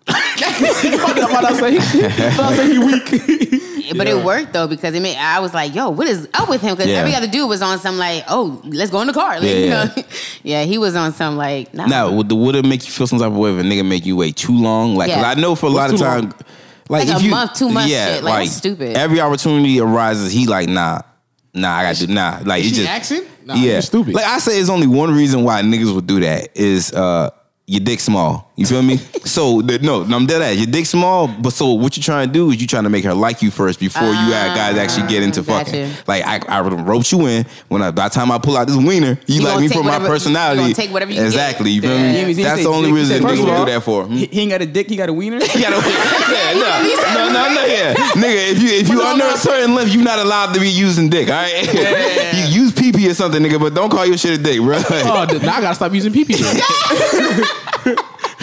Speaker 7: but it worked though because it made I was like, yo, what is up with him? Because
Speaker 5: Yeah.
Speaker 7: every other dude was on some like, oh, let's go in the car. Like,
Speaker 5: Yeah,
Speaker 7: you
Speaker 5: yeah.
Speaker 7: know? yeah, he was on some like, nah.
Speaker 5: Now, would, the, would it make you feel some type of way if a nigga make you wait too long? Like, 'cause
Speaker 7: Yeah.
Speaker 5: I know for a lot of
Speaker 4: too long?
Speaker 5: time, like,
Speaker 7: Like
Speaker 5: if
Speaker 7: a
Speaker 5: you,
Speaker 7: month, two months shit, like, that's stupid.
Speaker 5: Every opportunity arises, he like, nah, nah, I gotta do nah. Like, it just
Speaker 4: accent? Nah,
Speaker 5: yeah,
Speaker 4: you're stupid.
Speaker 5: Like I say, it's only one reason why niggas would do that is uh your dick small. You feel me? so the, no, no, I'm dead ass. Your dick small, but so what you trying to do is you trying to make her like you first before you had guys actually get into
Speaker 7: Ah, gotcha.
Speaker 5: fucking. Like I, I would rope you in when I, by the time I pull out this wiener, you,
Speaker 7: You
Speaker 5: like
Speaker 7: gonna
Speaker 5: me
Speaker 7: take
Speaker 5: for my
Speaker 7: whatever- you
Speaker 5: personality.
Speaker 7: gonna take whatever you get.
Speaker 5: exactly. You feel
Speaker 7: Yeah.
Speaker 5: me?
Speaker 7: Yeah,
Speaker 8: but you
Speaker 5: That's
Speaker 8: say-
Speaker 5: the only
Speaker 8: you
Speaker 5: reason
Speaker 8: said
Speaker 5: that
Speaker 8: first
Speaker 5: niggas
Speaker 8: of
Speaker 5: would
Speaker 8: all,
Speaker 5: do that for. Hmm?
Speaker 8: He, he ain't got a dick, he got a wiener.
Speaker 5: Yeah, no, yeah, no, no, no, no, yeah, nigga. If you if you under a certain limit, you not allowed to be using dick. All right, you use PP or something, nigga, but don't call your shit a dick, bro.
Speaker 4: Oh, th- now I gotta stop using pee pee.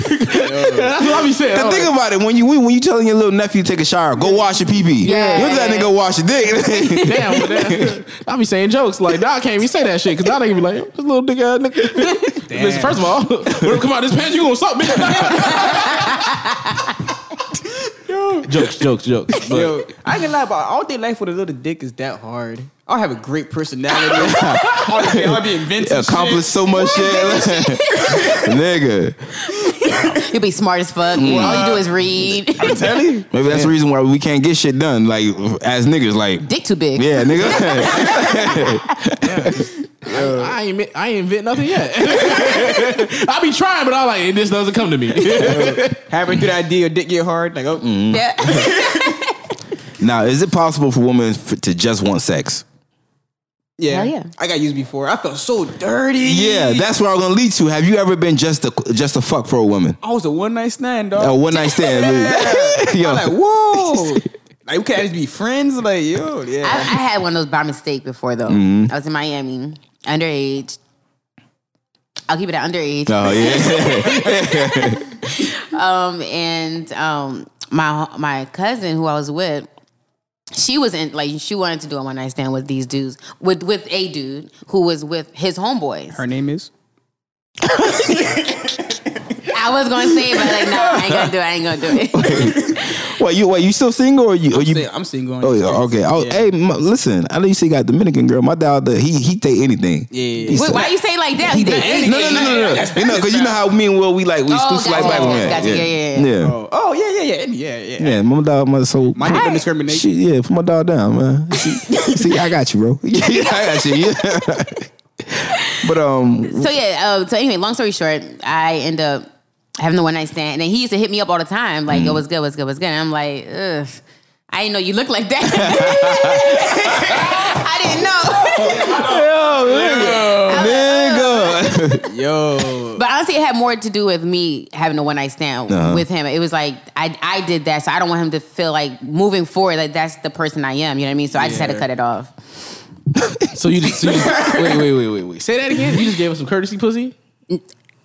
Speaker 4: That's what I be saying.
Speaker 5: Now
Speaker 4: Oh,
Speaker 5: think about it when you when you telling your little nephew to take a shower, go wash your PP.
Speaker 7: Yeah.
Speaker 5: when's that nigga wash your dick?
Speaker 4: Damn, but that- I be saying jokes like, nah, I can't even say that shit because now they be like, this little dick ass nigga. Listen, first of all, when it come out of this pants, you gonna suck, bitch. jokes, jokes, jokes. But
Speaker 8: Yo, I ain't gonna lie, but all day life with a little dick is that hard. I'll have a great personality. I'll, be, I'll be inventive.
Speaker 5: Accomplish so much shit, nigga.
Speaker 7: He'll be smart as fuck.
Speaker 5: Mm.
Speaker 7: All you do is read.
Speaker 5: Maybe that's the reason why we can't get shit done, like as niggas, like
Speaker 7: Dick too big.
Speaker 5: yeah, nigga.
Speaker 4: I ain't, mi- I ain't invent nothing yet. I be trying, but I'm like, "Hey, this doesn't come to me.
Speaker 8: Halfway through that idea, dick get hard. Like, oh,
Speaker 7: Yeah.
Speaker 5: now, is it possible for women f- to just want sex?
Speaker 8: yeah.
Speaker 7: Hell yeah.
Speaker 8: I got used before. I felt so dirty.
Speaker 5: Yeah, that's where I'm gonna lead to. Have you ever been just a just a fuck for a woman?
Speaker 8: I was a one night stand, dog.
Speaker 5: A one night stand, man. Yo,
Speaker 8: I'm like, whoa. Like we can't just be friends. Like yo, yeah.
Speaker 7: I, I had one of those by mistake before though.
Speaker 5: Mm-hmm.
Speaker 7: I was in Miami, underage. I'll keep it at underage.
Speaker 5: Oh yeah.
Speaker 7: Um, and um, my my cousin who I was with, she was in like she wanted to do a one night stand with these dudes with with a dude who was with his homeboys.
Speaker 8: Her name is.
Speaker 7: I was gonna say, it, but like, no, I ain't gonna do it. I ain't gonna do it.
Speaker 5: Wait, you wait, you still single or you or you?
Speaker 8: I'm single.
Speaker 5: Oh yeah, okay. Oh hey, m- listen, I know you still got Dominican girl. My dad, the- he he take anything.
Speaker 8: Yeah.
Speaker 5: He
Speaker 7: Wait,
Speaker 5: said-
Speaker 7: why you say it like that? He did
Speaker 5: No, no, no, no, no, no, because you know how me and Will we like we
Speaker 7: Oh,
Speaker 5: scooch like black
Speaker 7: gotcha, gotcha,
Speaker 5: women.
Speaker 7: gotcha. Yeah, yeah,
Speaker 5: yeah.
Speaker 8: Oh, oh, yeah, yeah, yeah, yeah, yeah.
Speaker 5: Yeah, my dog, my so
Speaker 8: My nigga discrimination.
Speaker 5: Shit, yeah, put my dog down, man. See, see, I got you, bro. yeah, I got you. Yeah. but um,
Speaker 7: So yeah. Uh, so anyway, long story short, I end up having the one night stand, and then he used to hit me up all the time, like, "Yo, what's good? What's good? What's good?" And I'm like, "Ugh, I didn't know you look like that. I didn't know."
Speaker 5: nigga,
Speaker 8: Yo,
Speaker 7: But honestly, it had more to do with me having a one night stand
Speaker 5: Uh-huh.
Speaker 7: with him. It was like I I did that, so I don't want him to feel like moving forward, like that's the person I am. You know what I mean? So I just had to
Speaker 8: Yeah.
Speaker 7: cut it off.
Speaker 4: So you just, so you just wait, wait, wait, wait, wait. Say that again. You just gave us some courtesy, pussy.
Speaker 8: nah,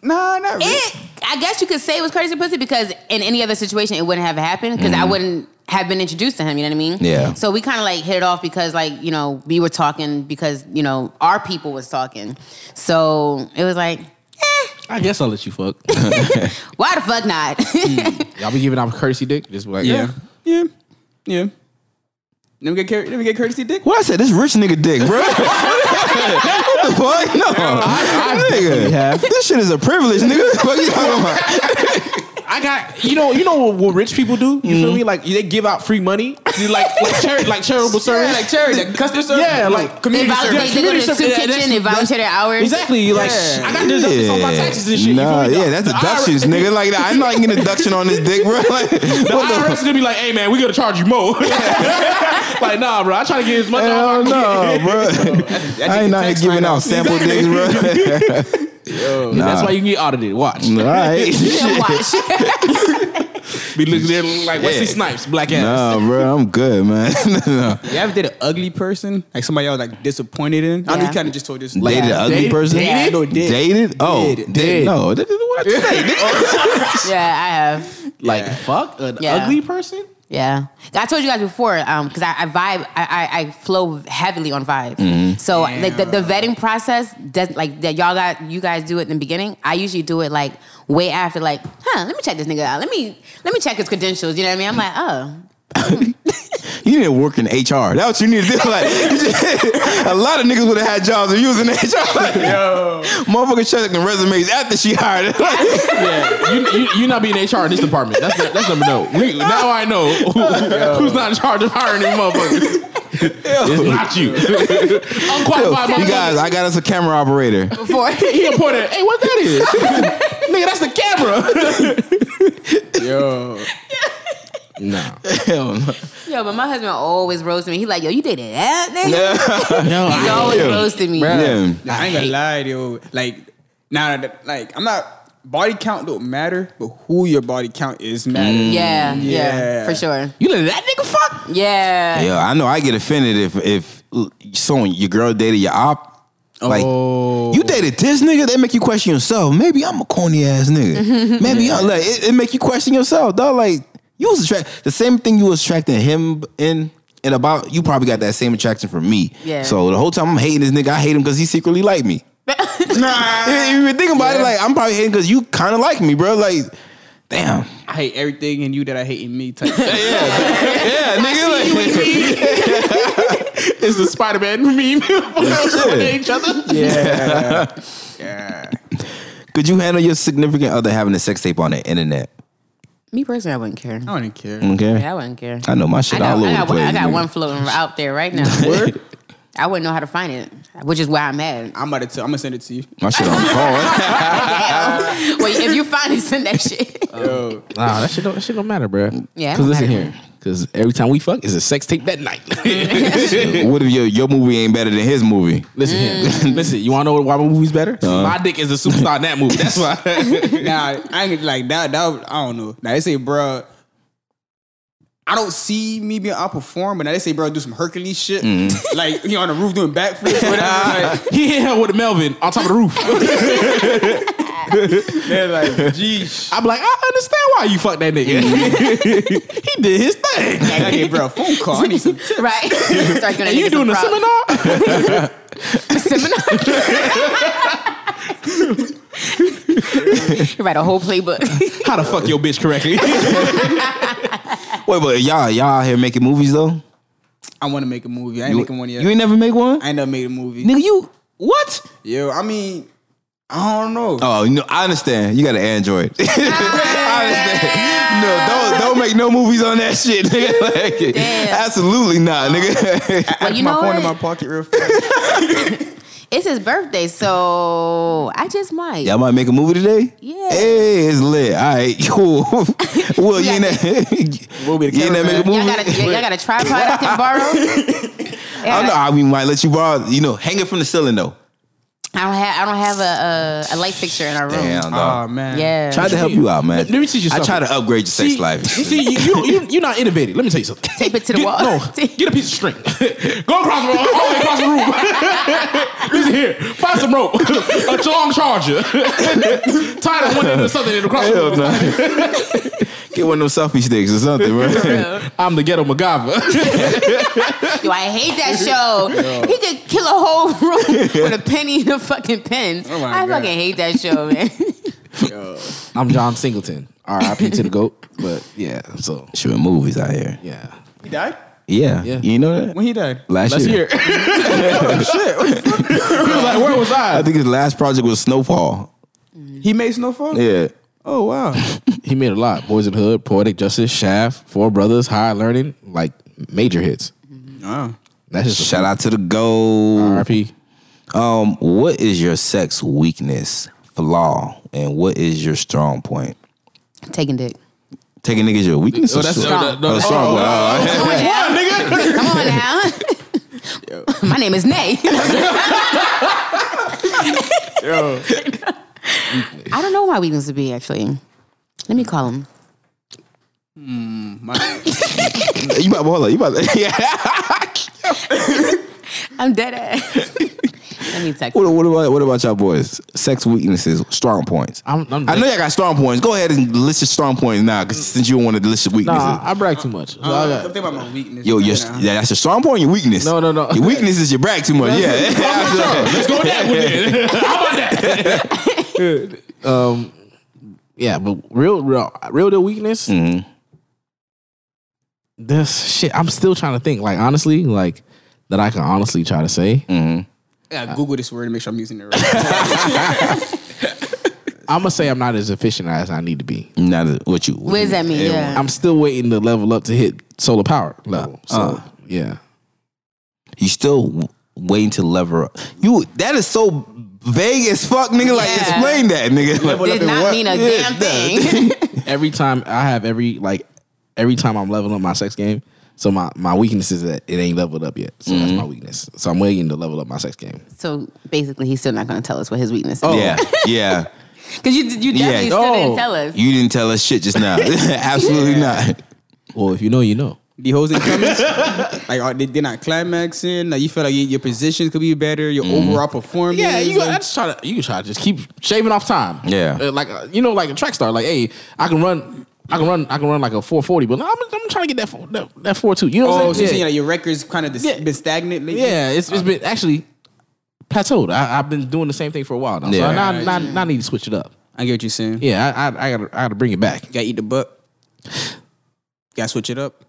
Speaker 8: not
Speaker 5: Eh.
Speaker 8: really.
Speaker 7: It, I guess you could say it was crazy pussy because in any other situation it wouldn't have happened because I wouldn't have been introduced to him. You know what I mean?
Speaker 5: Yeah.
Speaker 7: So we kind of like hit it off because like you know we were talking because you know our people was talking, so it was like eh,
Speaker 4: I guess I'll let you fuck.
Speaker 7: why the fuck not?
Speaker 4: Y'all be giving out courtesy dick. Just like
Speaker 8: Yeah, yeah, yeah. Let me get cur- let me get courtesy dick.
Speaker 5: what I said? This rich nigga dick, bro. what the fuck? No, nigga, this shit is a privilege, nigga. What you talking about?
Speaker 4: I got you know you know what, what rich people do. You feel me? Like they give out free money, You like like, chari- like charitable service,
Speaker 8: like charity, like customer service.
Speaker 4: Yeah, like
Speaker 7: they,
Speaker 4: community
Speaker 7: vol-
Speaker 4: service.
Speaker 7: they, they go to
Speaker 4: Community
Speaker 7: the
Speaker 4: service.
Speaker 7: soup
Speaker 4: Yeah,
Speaker 7: kitchen,
Speaker 4: that's-
Speaker 7: they volunteer their hours.
Speaker 4: Exactly. You Like
Speaker 8: Yeah.
Speaker 4: I got to deduct this on my taxes and shit. You
Speaker 5: Nah,
Speaker 4: feel me?
Speaker 5: yeah,
Speaker 4: The-
Speaker 5: that's
Speaker 4: the
Speaker 5: deductions,
Speaker 4: IRS
Speaker 5: nigga. Like, I'm not getting a deduction on this dick, bro. Like,
Speaker 4: The
Speaker 5: what
Speaker 4: IRS is gonna be like, "Hey man, we gonna charge you more." like, nah, bro. I try to get as much.
Speaker 5: Hell
Speaker 4: as I can.
Speaker 5: no, bro. I ain't not here giving out sample dicks, bro.
Speaker 4: That's why you can get audited. Watch.
Speaker 5: All right.
Speaker 7: Yeah, watch.
Speaker 4: Be looking there like Wesley
Speaker 5: Yeah.
Speaker 4: Snipes, black ass.
Speaker 5: Nah, bro, I'm good, man. no.
Speaker 8: You ever did an ugly person, like somebody I was like disappointed in? I know
Speaker 7: Yeah.
Speaker 8: you kind of just told this.
Speaker 5: Dated an ugly
Speaker 4: Dated-
Speaker 5: person?
Speaker 7: dated?
Speaker 8: No, did.
Speaker 5: Dated? Oh,
Speaker 8: Did.
Speaker 5: did. No, that is what I just said.
Speaker 7: yeah, I have.
Speaker 4: Like fuck an
Speaker 7: Yeah.
Speaker 4: ugly person.
Speaker 7: Yeah, I told you guys before because I, I vibe, I, I, I flow heavily on vibes.
Speaker 5: Mm-hmm.
Speaker 7: So like the, the vetting process, does, like that y'all got you guys do it in the beginning. I usually do it like way after, like, huh? Let me check this nigga out. Let me let me check his credentials. You know what I mean? I'm like, oh,
Speaker 5: You need to work in HR. That's what you need to do. Like, you just- a lot of niggas would have had jobs if you was in HR. Like, Yo. Motherfucker checking resumes after she hired. Like,
Speaker 4: Yeah, you, you, you're not being HR in this department. That's that's number no. We, now I know who- who's not in charge of hiring these motherfuckers. It's not you. Unqualified
Speaker 5: you
Speaker 4: motherfucker.
Speaker 5: guys, I got us a camera operator.
Speaker 7: before
Speaker 4: he appointed. Hey, what that is? Nigga, that's the camera.
Speaker 8: Yo,
Speaker 4: No,
Speaker 5: Hell no.
Speaker 7: yo, but my husband always roasted me. He like, yo, you did that, nigga.
Speaker 4: no,
Speaker 7: He always
Speaker 5: Yeah.
Speaker 7: roasted me.
Speaker 5: Yeah.
Speaker 8: Nah, I ain't gonna lie, yo. Like, nah, nah, nah, like I'm not. Body count don't matter, but who your body count is matters.
Speaker 5: Mm.
Speaker 7: Yeah, yeah,
Speaker 8: Yeah.
Speaker 7: for sure.
Speaker 4: you let that nigga fuck.
Speaker 7: Yeah,
Speaker 5: Yeah, I know I get offended if if someone your girl dated your op. Like you dated this nigga, they make you question yourself. Maybe I'm a corny ass nigga. Maybe I'm like it, it make you question yourself, dog. Like you was attract the same thing you was attracting him in and about. You probably got that same attraction from me.
Speaker 7: Yeah.
Speaker 5: So the whole time I'm hating this nigga, I hate him because he secretly like me. If you even think about it, like I'm probably hating because you kind of like me, bro. Like, damn.
Speaker 8: I hate everything in you that I hate in me. Type.
Speaker 5: Yeah, nigga. Like,
Speaker 4: It's the Spider Man meme.
Speaker 5: Shit.
Speaker 4: each other.
Speaker 5: Could you handle your significant other having a sex tape on the internet?
Speaker 7: me personally, I wouldn't care.
Speaker 8: I don't care.
Speaker 5: Okay.
Speaker 7: Yeah, I wouldn't care.
Speaker 5: I know my shit
Speaker 7: I,
Speaker 5: all
Speaker 7: know,
Speaker 5: over
Speaker 7: I,
Speaker 5: the
Speaker 7: got, one-
Speaker 5: place.
Speaker 7: I got
Speaker 5: nigga.
Speaker 7: one floating out there right now. I wouldn't know how to find it, which is why I'm mad.
Speaker 8: I'm about to. Tell, I'm gonna send it to you.
Speaker 5: My shit on porn.
Speaker 7: Wait, if you find it, send that shit.
Speaker 8: Yo,
Speaker 4: Nah, that shit don't, that shit don't matter, bro.
Speaker 7: Yeah, it
Speaker 4: Cause
Speaker 7: don't
Speaker 4: listen
Speaker 7: matter.
Speaker 4: here, cause every time we fuck, it's a sex tape that night.
Speaker 5: what if your your movie ain't better than his movie?
Speaker 4: listen here, listen. You wanna know why my movie's better? My dick is a superstar in that movie. That's why.
Speaker 8: nah, I ain't like that. That I don't know. Now they say, bro, I don't see me being outperformed, but now they say, bro, do some Hercules shit.
Speaker 5: Mm-hmm.
Speaker 8: Like, you know, on the roof doing backflips or whatever. Like,
Speaker 4: He hit her with a Melvin on top of the roof.
Speaker 8: they're like, jeez.
Speaker 4: I'm like, I understand why you fucked that nigga. he did his thing.
Speaker 8: Like, I get, bro, a phone call. I need some tips.
Speaker 7: Right? Start giving
Speaker 4: And you
Speaker 7: niggas
Speaker 4: doing a
Speaker 7: props.
Speaker 4: seminar?
Speaker 7: seminar. you write a whole playbook.
Speaker 4: How to fuck your bitch correctly?
Speaker 5: Wait, but y'all y'all out here making movies though?
Speaker 8: I want to make a movie. I ain't making one yet.
Speaker 5: You ain't never make one?
Speaker 8: I ain't never made a movie.
Speaker 5: Nigga, you what?
Speaker 8: Yo, I mean, I don't know.
Speaker 5: Oh, no, I understand. You got an Android. I understand. No, don't don't make no movies on that shit, nigga. Like, absolutely not, nigga.
Speaker 7: well, you
Speaker 8: my
Speaker 7: know
Speaker 8: phone
Speaker 7: what?
Speaker 8: in my pocket real fast.
Speaker 7: it's his birthday, so I just might.
Speaker 5: Y'all might make a movie today?
Speaker 7: Yeah.
Speaker 5: Hey, it's lit. All right, cool. well, you ain't that.
Speaker 8: We'll be the
Speaker 5: you ain't that make a
Speaker 8: cameraman.
Speaker 5: movie?
Speaker 7: Y'all got a, y'all got a tripod I can borrow?
Speaker 5: I don't know. I mean, might let you borrow. You know, hang it from the ceiling though.
Speaker 7: I don't have I don't have a, a, a light fixture in our room.
Speaker 5: Damn,
Speaker 4: uh,
Speaker 8: Oh,
Speaker 5: dog.
Speaker 8: man.
Speaker 7: Yeah.
Speaker 5: Tried to help you out, man.
Speaker 4: Let me teach you
Speaker 5: I
Speaker 4: something.
Speaker 5: try to upgrade your sex
Speaker 4: See,
Speaker 5: life.
Speaker 4: You see, you, you, you, you're not innovative. Let me tell you something.
Speaker 7: Tape it to the
Speaker 4: Get-
Speaker 7: wall.
Speaker 4: No, get a piece of string. Go across the room. All the way across the room. Listen here. Find some rope. a long charger. Tie the one end to something and across the
Speaker 5: Hell
Speaker 4: room.
Speaker 5: no. Get one of those selfie sticks or something, bro.
Speaker 4: I'm the ghetto MacGyver.
Speaker 7: Yo, I hate that show. He could kill a whole room with a penny and a fucking pen.
Speaker 8: Oh my
Speaker 7: I
Speaker 8: God.
Speaker 7: fucking hate that show, man.
Speaker 4: I'm John Singleton. R.I.P. to the GOAT. But yeah, so
Speaker 5: Shooting movies out here.
Speaker 4: yeah.
Speaker 8: He died?
Speaker 5: Yeah.
Speaker 4: Yeah.
Speaker 5: You know that?
Speaker 8: When he died?
Speaker 5: Last,
Speaker 4: Last
Speaker 5: year.
Speaker 4: year. shit. was like, where was
Speaker 5: I
Speaker 4: I?
Speaker 5: think his last project was Snowfall.
Speaker 8: He made Snowfall?
Speaker 5: Yeah.
Speaker 8: Oh, wow.
Speaker 4: He made a lot. Boys in the Hood, Poetic Justice, Shaft, Four Brothers, High Learning, like major hits.
Speaker 8: wow.
Speaker 4: That's just
Speaker 5: Shout out to the gold.
Speaker 4: R.I.P.
Speaker 5: Um, what is your sex weakness, flaw, and what is your strong point?
Speaker 7: Taking dick.
Speaker 5: Taking niggas your weakness.
Speaker 4: Oh,
Speaker 5: or
Speaker 4: that's
Speaker 5: strong.
Speaker 4: no, no, no,
Speaker 5: Oh,
Speaker 4: that's-
Speaker 5: strong
Speaker 4: oh,
Speaker 5: point. Oh, okay.
Speaker 7: Come on now. Come on now. My name is Nay. I don't know my weakness would be actually. Let me call him.
Speaker 5: You about hold on. You about yeah.
Speaker 7: I'm dead ass. Let me text.
Speaker 5: What,
Speaker 7: him.
Speaker 5: what about what about y'all boys? Sex weaknesses, strong points.
Speaker 4: I'm- I'm-
Speaker 5: I know y'all got strong points. Go ahead and list your strong points now, 'cause since you don't want to list your weaknesses.
Speaker 4: Nah, I brag too much. So I
Speaker 8: I'm
Speaker 4: got-
Speaker 8: thinking about my weakness.
Speaker 5: Yo,
Speaker 8: right
Speaker 5: your,
Speaker 8: now.
Speaker 5: yeah, that's your strong point. Your weakness.
Speaker 4: No, no, no.
Speaker 5: Your weakness is your brag too much. Yeah.
Speaker 4: Let's go with that one then. How about that? um, yeah, but real, real, real, deal weakness.
Speaker 5: Mm-hmm,
Speaker 4: This shit, I'm still trying to think. Like honestly, like that I can honestly try to say.
Speaker 5: mm-hmm.
Speaker 8: I gotta Google this word to make sure I'm using it right.
Speaker 4: I'm gonna say I'm not as efficient as I need to be.
Speaker 5: Not a- what you.
Speaker 7: What does that mean? Yeah.
Speaker 4: I'm still waiting to level up to hit solar power level. So yeah,
Speaker 5: You still w- waiting to lever up. You that is so vague as fuck, nigga. Like
Speaker 7: Yeah.
Speaker 5: explain that, nigga. Like,
Speaker 8: Level up
Speaker 7: Did
Speaker 8: in
Speaker 7: not
Speaker 8: what?
Speaker 7: mean a
Speaker 5: Yeah,
Speaker 7: damn
Speaker 5: nah.
Speaker 7: thing.
Speaker 4: every time I have every like every time I'm leveling up my sex game. So my, my weakness is that it ain't leveled up yet. So that's my weakness. So I'm waiting to level up my sex game.
Speaker 7: so basically, he's still not going to tell us what his weakness is.
Speaker 5: yeah, yeah.
Speaker 7: Because you, you
Speaker 5: Yeah.
Speaker 7: definitely still
Speaker 4: Oh.
Speaker 7: didn't tell us.
Speaker 5: You didn't tell us shit just now. Absolutely not.
Speaker 4: Well, if you know, you know.
Speaker 8: the hoes and comments, like are they, they're not climaxing. Like you feel like your, your positions could be better. Your overall performance.
Speaker 4: Yeah, you
Speaker 8: like-
Speaker 4: I just try to you can try to just keep shaving off time.
Speaker 5: Yeah.
Speaker 4: Uh, like uh, you know, like a track star. Like, hey, I can run, I can run, I can run like a four forty, but I'm, I'm trying to get that four, that, that four two. You know what
Speaker 8: Oh,
Speaker 4: I'm
Speaker 8: so
Speaker 4: saying?
Speaker 8: you're saying
Speaker 4: Yeah.
Speaker 8: like your records kind of dis-
Speaker 4: Yeah.
Speaker 8: been stagnant lately?
Speaker 4: yeah, it's it's been actually plateaued. I, I've been doing the same thing for a while now,
Speaker 5: Yeah.
Speaker 4: so now, now, now I need to switch it up.
Speaker 8: I get what you're saying.
Speaker 4: Yeah, I, I, I gotta I gotta bring it back.
Speaker 8: Gotta eat the butt. Gotta switch it up.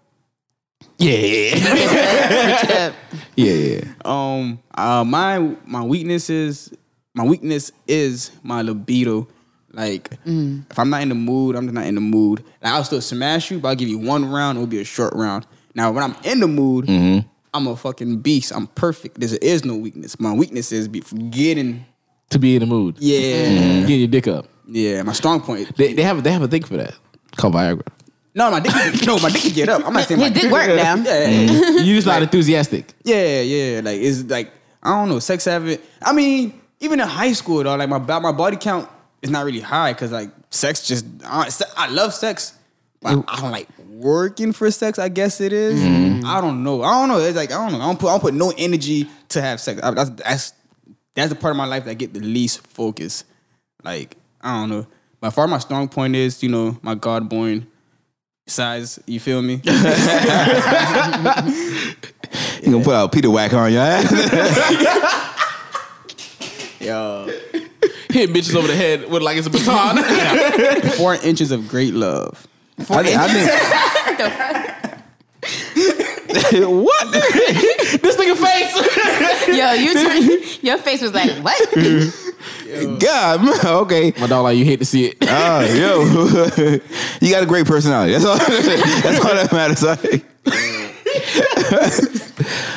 Speaker 4: Yeah, yeah, yeah.
Speaker 8: Um, uh, my my weakness is my weakness is my libido. Like,
Speaker 7: Mm.
Speaker 8: if I'm not in the mood, I'm just not in the mood. And I'll still smash you, but I'll give you one round. It'll be a short round. Now, when I'm in the mood, I'm a fucking beast. I'm perfect. There is no weakness. My weakness is be forgetting.
Speaker 4: To be in the mood, Mm-hmm.
Speaker 8: Yeah,
Speaker 4: getting your dick up.
Speaker 8: yeah. My strong point.
Speaker 4: They, they have they have a thing for that called Viagra.
Speaker 8: No, my dick. Can, no, my dick can get up. I'm not saying my
Speaker 7: It did work now.
Speaker 8: Yeah, yeah, yeah.
Speaker 4: You're just not enthusiastic.
Speaker 8: Yeah, yeah. Like it's like I don't know, sex habit. I mean, even in high school though, like my bo- my body count is not really high because like sex just I, se- I love sex, but I don't like working for sex, I guess it is. I don't know. I don't know. It's like I don't know. I don't put I don't put no energy to have sex. I- that's that's that's the part of my life that I get the least focus. Like I don't know. By far, my strong point is you know my God-born size. You feel me?
Speaker 5: You gonna put out Peter Whacker on your ass?
Speaker 8: Yo,
Speaker 4: Hit bitches over the head with like it's a baton.
Speaker 8: four inches of great love.
Speaker 5: I think, I think what?
Speaker 4: this nigga face.
Speaker 7: Yo, you turn, your face was like, what?
Speaker 5: God, man, okay.
Speaker 4: My dog, like you hate to see it.
Speaker 5: Ah, yo, you got a great personality. That's all. that's all that matters. Like,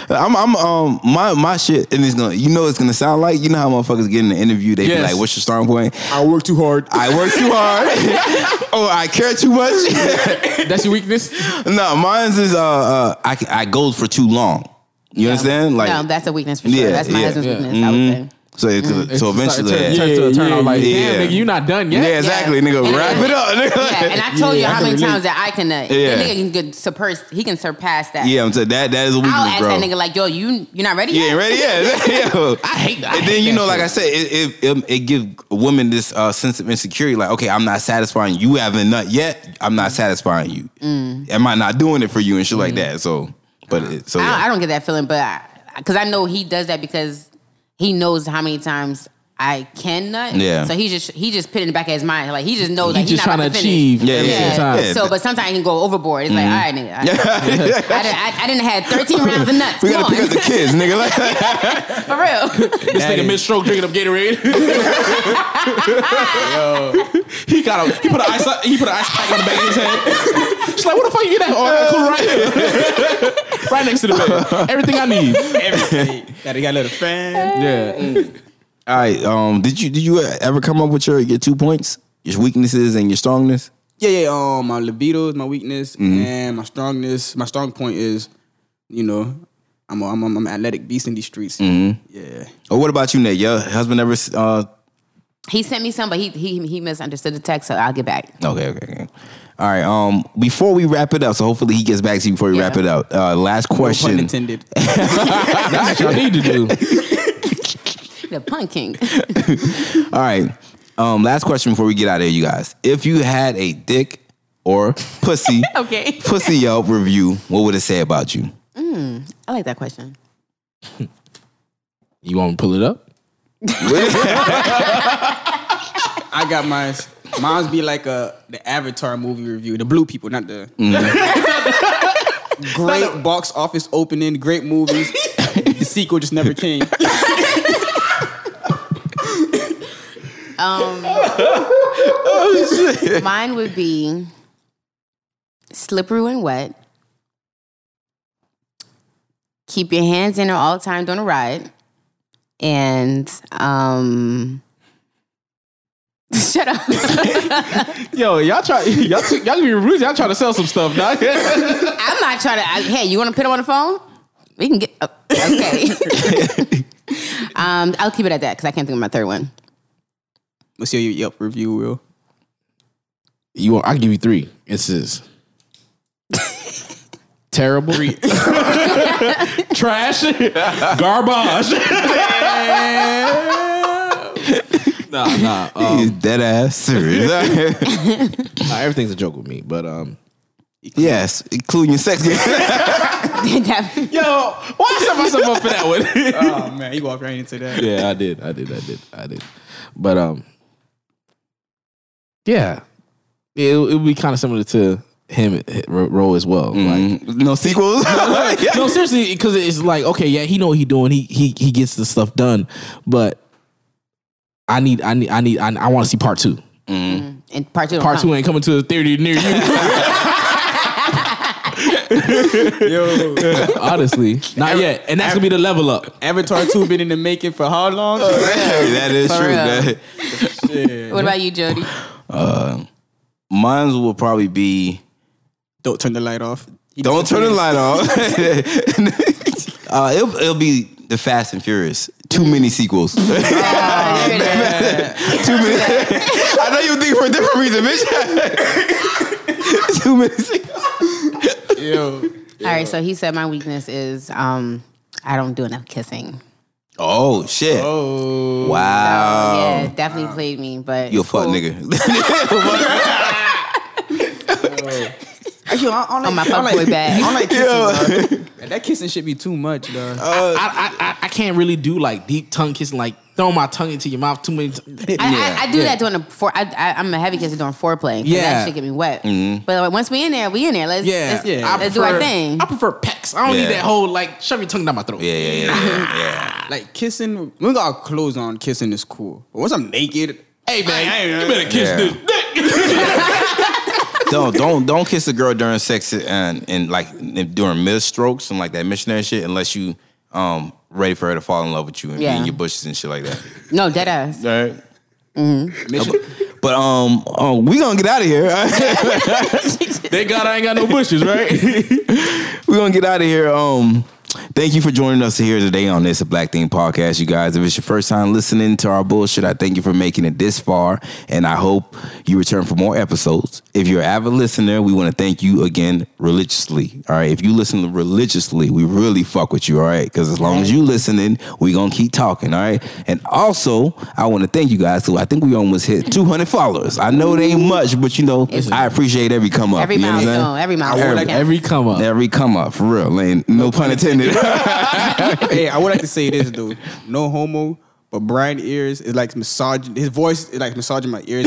Speaker 5: I'm, I'm, um, my, my shit, and it's gonna, you know, it's gonna sound like, you know how motherfuckers get in the interview, they be
Speaker 4: Yes.
Speaker 5: like, "What's your strong point?"
Speaker 4: I work too hard.
Speaker 5: I work too hard. oh, I care too much.
Speaker 4: That's your weakness.
Speaker 5: no, mine's is uh, uh I c- I go for too long. You understand? Like,
Speaker 7: no, that's a weakness for sure.
Speaker 5: Yeah,
Speaker 7: that's my
Speaker 5: yeah. Mm-hmm.
Speaker 7: husband's
Speaker 4: Yeah.
Speaker 7: weakness, I would say.
Speaker 5: so it,
Speaker 7: Mm-hmm.
Speaker 5: could- so eventually,
Speaker 4: turn,
Speaker 5: yeah,
Speaker 4: turn, turn, turn out like,
Speaker 5: Yeah.
Speaker 4: damn, nigga, you not done yet.
Speaker 5: exactly, nigga,
Speaker 7: And
Speaker 5: wrap
Speaker 7: I-
Speaker 5: it up. Nigga.
Speaker 7: Yeah, and I told
Speaker 4: Yeah,
Speaker 7: you
Speaker 4: I
Speaker 7: how
Speaker 4: can
Speaker 7: many
Speaker 4: relate.
Speaker 7: times that I can. Uh,
Speaker 5: Yeah.
Speaker 7: That nigga can get surpass. He can surpass that.
Speaker 5: Yeah, I'm saying that that is a weakness,
Speaker 7: I'll ask
Speaker 5: bro.
Speaker 7: that nigga like, yo, you you not ready
Speaker 5: You
Speaker 7: yet?
Speaker 5: ain't ready yet. Yo.
Speaker 4: I hate that. I
Speaker 5: And
Speaker 4: hate
Speaker 5: then you
Speaker 4: that
Speaker 5: know, like
Speaker 4: shit.
Speaker 5: I said, it it, it, it gives women this uh, sense of insecurity. Like, okay, I'm not satisfying you. Haven't nut yet. I'm not satisfying you.
Speaker 4: Mm.
Speaker 5: Am I not doing it for you and shit like that? So, but it, so
Speaker 7: I don't,
Speaker 5: yeah.
Speaker 7: I don't get that feeling, but because I, know he does that because he knows how many times I can nut.
Speaker 5: Yeah.
Speaker 7: So he just he just put it in the back of his mind, like he just knows
Speaker 4: He
Speaker 7: like
Speaker 4: just
Speaker 7: not
Speaker 4: trying to
Speaker 7: about finish.
Speaker 4: achieve
Speaker 5: Yeah,
Speaker 4: at the
Speaker 5: yeah,
Speaker 4: same
Speaker 5: yeah.
Speaker 4: time.
Speaker 5: Yeah. Mm.
Speaker 7: So, but sometimes I can go overboard. It's like, all right, nigga. I,
Speaker 4: Ah.
Speaker 7: I, done- I, I didn't have 13 rounds of nuts.
Speaker 5: we
Speaker 7: Come
Speaker 5: gotta
Speaker 7: on,
Speaker 5: pick up the kids, nigga. Like,
Speaker 7: for real.
Speaker 4: This nigga mid stroke drinking up Gatorade. he got a he put an ice he put an ice pack on the back of his head. She's like, what the fuck you get that? Oh, that cool right here, right next to the bed. Everything I need.
Speaker 8: Everything. Gotta got a little fan.
Speaker 4: Yeah.
Speaker 5: all right. Um, did you did you ever come up with your your two points, your weaknesses and your strongness?
Speaker 8: Yeah, yeah. Um, my libido is my weakness, and my strongness. My strong point is, you know, I'm a, I'm, a, I'm an athletic beast in these streets. Yeah.
Speaker 5: Or what about you, Nate? Your husband ever? Uh,
Speaker 7: he sent me some, but he he he misunderstood the text, so I'll get back.
Speaker 5: okay, okay, okay. All right. Um, before we wrap it up, so hopefully he gets back to you before we
Speaker 7: Yeah.
Speaker 5: wrap it up. Uh, last
Speaker 8: No pun
Speaker 5: question.
Speaker 8: intended.
Speaker 4: That's what y'all need to do.
Speaker 7: The punk king.
Speaker 5: All right. Um, last question before we get out of here, you guys. If you had a dick or pussy,
Speaker 7: Okay.
Speaker 5: pussy Yelp review, what would it say about you?
Speaker 7: I like that question.
Speaker 4: You want me to pull it up?
Speaker 8: I got mine. Mine's be like a the Avatar movie review. The blue people, not the. Mm-hmm. great box office opening. Great movies. the sequel just never came.
Speaker 7: Mine would be slippery when wet. Keep your hands in at all times on a ride. And um shut up.
Speaker 4: Yo, y'all try y'all t- y'all be rude. Y'all trying to sell some stuff, dog.
Speaker 7: I'm not trying to I, hey, you wanna put him on the phone? We can get oh, okay. um, I'll keep it at that because I can't think of my third one.
Speaker 8: Let's hear your Yelp review, Will.
Speaker 4: you want, I'll give you three. It says terrible. Trash. Garbage. nah, nah. uh,
Speaker 5: He's dead ass serious.
Speaker 4: nah, Everything's a joke with me, but um
Speaker 5: yes, including your sex game.
Speaker 4: Yo, why I set myself up for that one?
Speaker 8: Oh man, you walked right into that.
Speaker 4: yeah, I did. I did. I did. I did. But um Yeah. It it would be kind of similar to him eh, Ro- Roe as well. Like
Speaker 7: Mm-hmm.
Speaker 5: no sequels.
Speaker 4: no, seriously, because it's like, okay, yeah, he know what he doing. He he he gets the stuff done, but I need I need I need I, I want to see part two.
Speaker 7: and part two. don't
Speaker 4: Part
Speaker 7: come.
Speaker 4: two ain't coming to a theater near you.
Speaker 8: Yo,
Speaker 4: Honestly, not yet, and that's gonna be the level up.
Speaker 8: Avatar two been in the making for how long?
Speaker 5: that is
Speaker 7: For
Speaker 5: true.
Speaker 7: real.
Speaker 5: That,
Speaker 7: What about you, Jody?
Speaker 5: mine's will probably be
Speaker 8: Don't turn the light off. He
Speaker 5: Don't turn the
Speaker 8: disappears.
Speaker 5: light off. uh, it'll, it'll be the Fast and Furious. Too many sequels. Too many.
Speaker 7: Oh, There it is.
Speaker 5: I know you think for a different reason, bitch. Too many sequels.
Speaker 7: All right, so he said my weakness is um, I don't do enough kissing.
Speaker 5: Oh shit!
Speaker 8: Oh.
Speaker 5: Wow,
Speaker 4: Oh.
Speaker 7: yeah, definitely played me, but
Speaker 5: you a
Speaker 7: it's
Speaker 5: fuck
Speaker 7: cool.
Speaker 5: nigga.
Speaker 8: Yo, I, I don't like,
Speaker 7: On my
Speaker 8: I don't
Speaker 7: fuck
Speaker 8: like,
Speaker 7: boy
Speaker 8: I don't
Speaker 7: bag.
Speaker 8: like kissing, dog. That kissing should be too much, dog.
Speaker 4: I, I, I, I can't really do like deep tongue kissing, like throwing my tongue into your mouth too many times.
Speaker 7: I, I, I do that during the fore. I, I, I'm a heavy kisser during foreplay. Yeah,
Speaker 4: Yeah. Mm-hmm.
Speaker 7: that shit get me wet. But like, once we in there, we in there. Let's
Speaker 4: Yeah,
Speaker 7: let's,
Speaker 4: I
Speaker 7: let's do our
Speaker 4: prefer-
Speaker 7: thing.
Speaker 4: I prefer pecks. I don't
Speaker 5: Yeah.
Speaker 4: need that whole like shove your tongue down my throat.
Speaker 5: yeah, yeah, yeah, yeah.
Speaker 8: Like kissing, when we got our clothes on, kissing is cool. But once I'm naked,
Speaker 4: Hey man,
Speaker 8: I- I-
Speaker 4: you better kiss
Speaker 5: Yeah.
Speaker 4: this.
Speaker 5: don't don't don't kiss a girl during sex and and like during mid strokes and like that missionary shit unless you um ready for her to fall in love with you and be
Speaker 7: Yeah.
Speaker 5: in your bushes and shit like that.
Speaker 7: no, dead ass.
Speaker 5: All right. But, but, um, um, we gonna get out of here.
Speaker 4: Thank God I ain't got no bushes, right?
Speaker 5: We're gonna get out of here. Um, thank you for joining us here today on this Black Thing Podcast, you guys. If it's your first time listening to our bullshit, I thank you for making it this far, and I hope you return for more episodes. If you're an avid listener, we want to thank you again religiously. All right, if you listen religiously, we really fuck with you. All right, because as long as you listening, we gonna keep talking. All right, and also I want to thank you guys. So I think we almost hit 200 followers. I know it ain't much, but you know I appreciate every come up.
Speaker 7: Every
Speaker 5: you know what I'm
Speaker 7: milestone,
Speaker 5: saying?
Speaker 7: every milestone.
Speaker 5: Every-
Speaker 7: Yeah.
Speaker 4: Every come up.
Speaker 5: Every come up, for real. Like, no pun intended.
Speaker 8: hey, I would like to say this though. No homo, but Brian ears is like massaging his voice is like massaging my ears.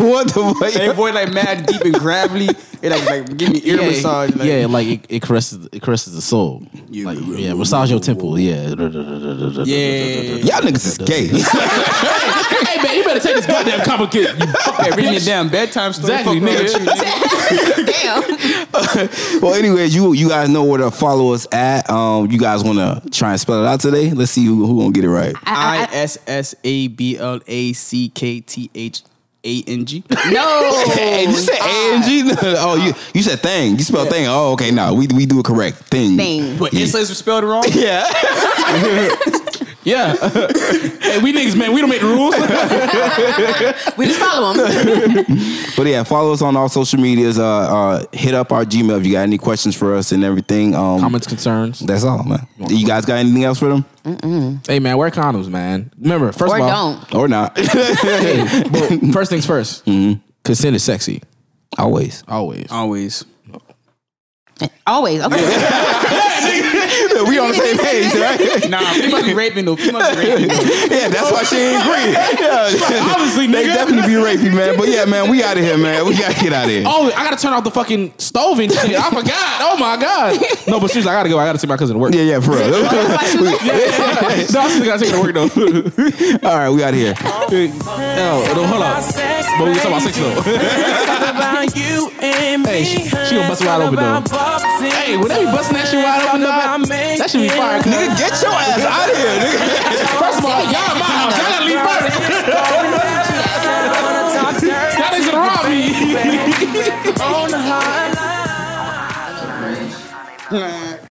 Speaker 5: what the fuck?
Speaker 8: His voice like mad deep and gravelly. It like like give me ear
Speaker 4: yeah,
Speaker 8: massage. Like,
Speaker 4: yeah, like it, it caresses it caresses the soul. like, yeah, massage your temple. Yeah.
Speaker 8: yeah.
Speaker 5: Y'all niggas is gay.
Speaker 4: hey man, you better take this goddamn comic kid.
Speaker 8: Hey, reading your damn bedtime story.
Speaker 4: Exactly,
Speaker 8: Fuck wrong
Speaker 4: nigga.
Speaker 8: with you, nigga.
Speaker 7: Damn.
Speaker 5: well, anyways, you you guys know where to follow us at. Um, you guys want to try and spell it out today? Let's see who who gonna get it right.
Speaker 8: I S S A B L A C K T H A N G.
Speaker 7: No.
Speaker 5: Hey, you said A and G? No, oh, you you said thing. You spelled thing. Oh, okay. No, we we do it correct. Thing.
Speaker 7: Thing.
Speaker 8: But insults were spelled wrong.
Speaker 5: Yeah.
Speaker 4: Yeah. hey, we niggas, man, we don't make the rules.
Speaker 7: We just follow him.
Speaker 5: But yeah, follow us on all social medias. Uh, uh, hit up our Gmail if you got any questions for us and everything. Um,
Speaker 4: Comments, concerns.
Speaker 5: That's all, man. You guys got anything else for them
Speaker 4: Hey man, wear condoms, man. Remember, first
Speaker 7: Or
Speaker 4: of all,
Speaker 7: don't.
Speaker 5: or not?
Speaker 4: Hey, but first things 1st Consent is sexy.
Speaker 5: Always.
Speaker 4: Always.
Speaker 8: Always.
Speaker 7: Always. Okay.
Speaker 5: we on the same page, right?
Speaker 8: Nah, females be raping though. Females be raping. Though.
Speaker 5: Yeah, that's why she ain't agree. Yeah.
Speaker 4: Obviously,
Speaker 5: They
Speaker 4: nigga.
Speaker 5: definitely be raping, man. But yeah, man, we out of here, man. We gotta get out of here.
Speaker 4: Oh, I gotta turn off the fucking stove and shit. I forgot. Oh my god. No, but seriously, I gotta go. I gotta take my cousin to work.
Speaker 5: Yeah, yeah, for real.
Speaker 4: No, I still gotta take her to work though.
Speaker 5: All right, we out of here.
Speaker 4: no, no, hold up. But we were talking about sex though.
Speaker 3: about you and me.
Speaker 4: Hey, she- she gonna bust it wide open, though. Hey,
Speaker 3: Hey,
Speaker 4: when they be busting that shit wide open, dog, that should be fire.
Speaker 5: Nigga, get your ass out of here, nigga.
Speaker 4: First of all, y'all my house. Y'all gotta leave first. Y'all niggas gonna rob me.
Speaker 3: On the hotline.
Speaker 6: Honey,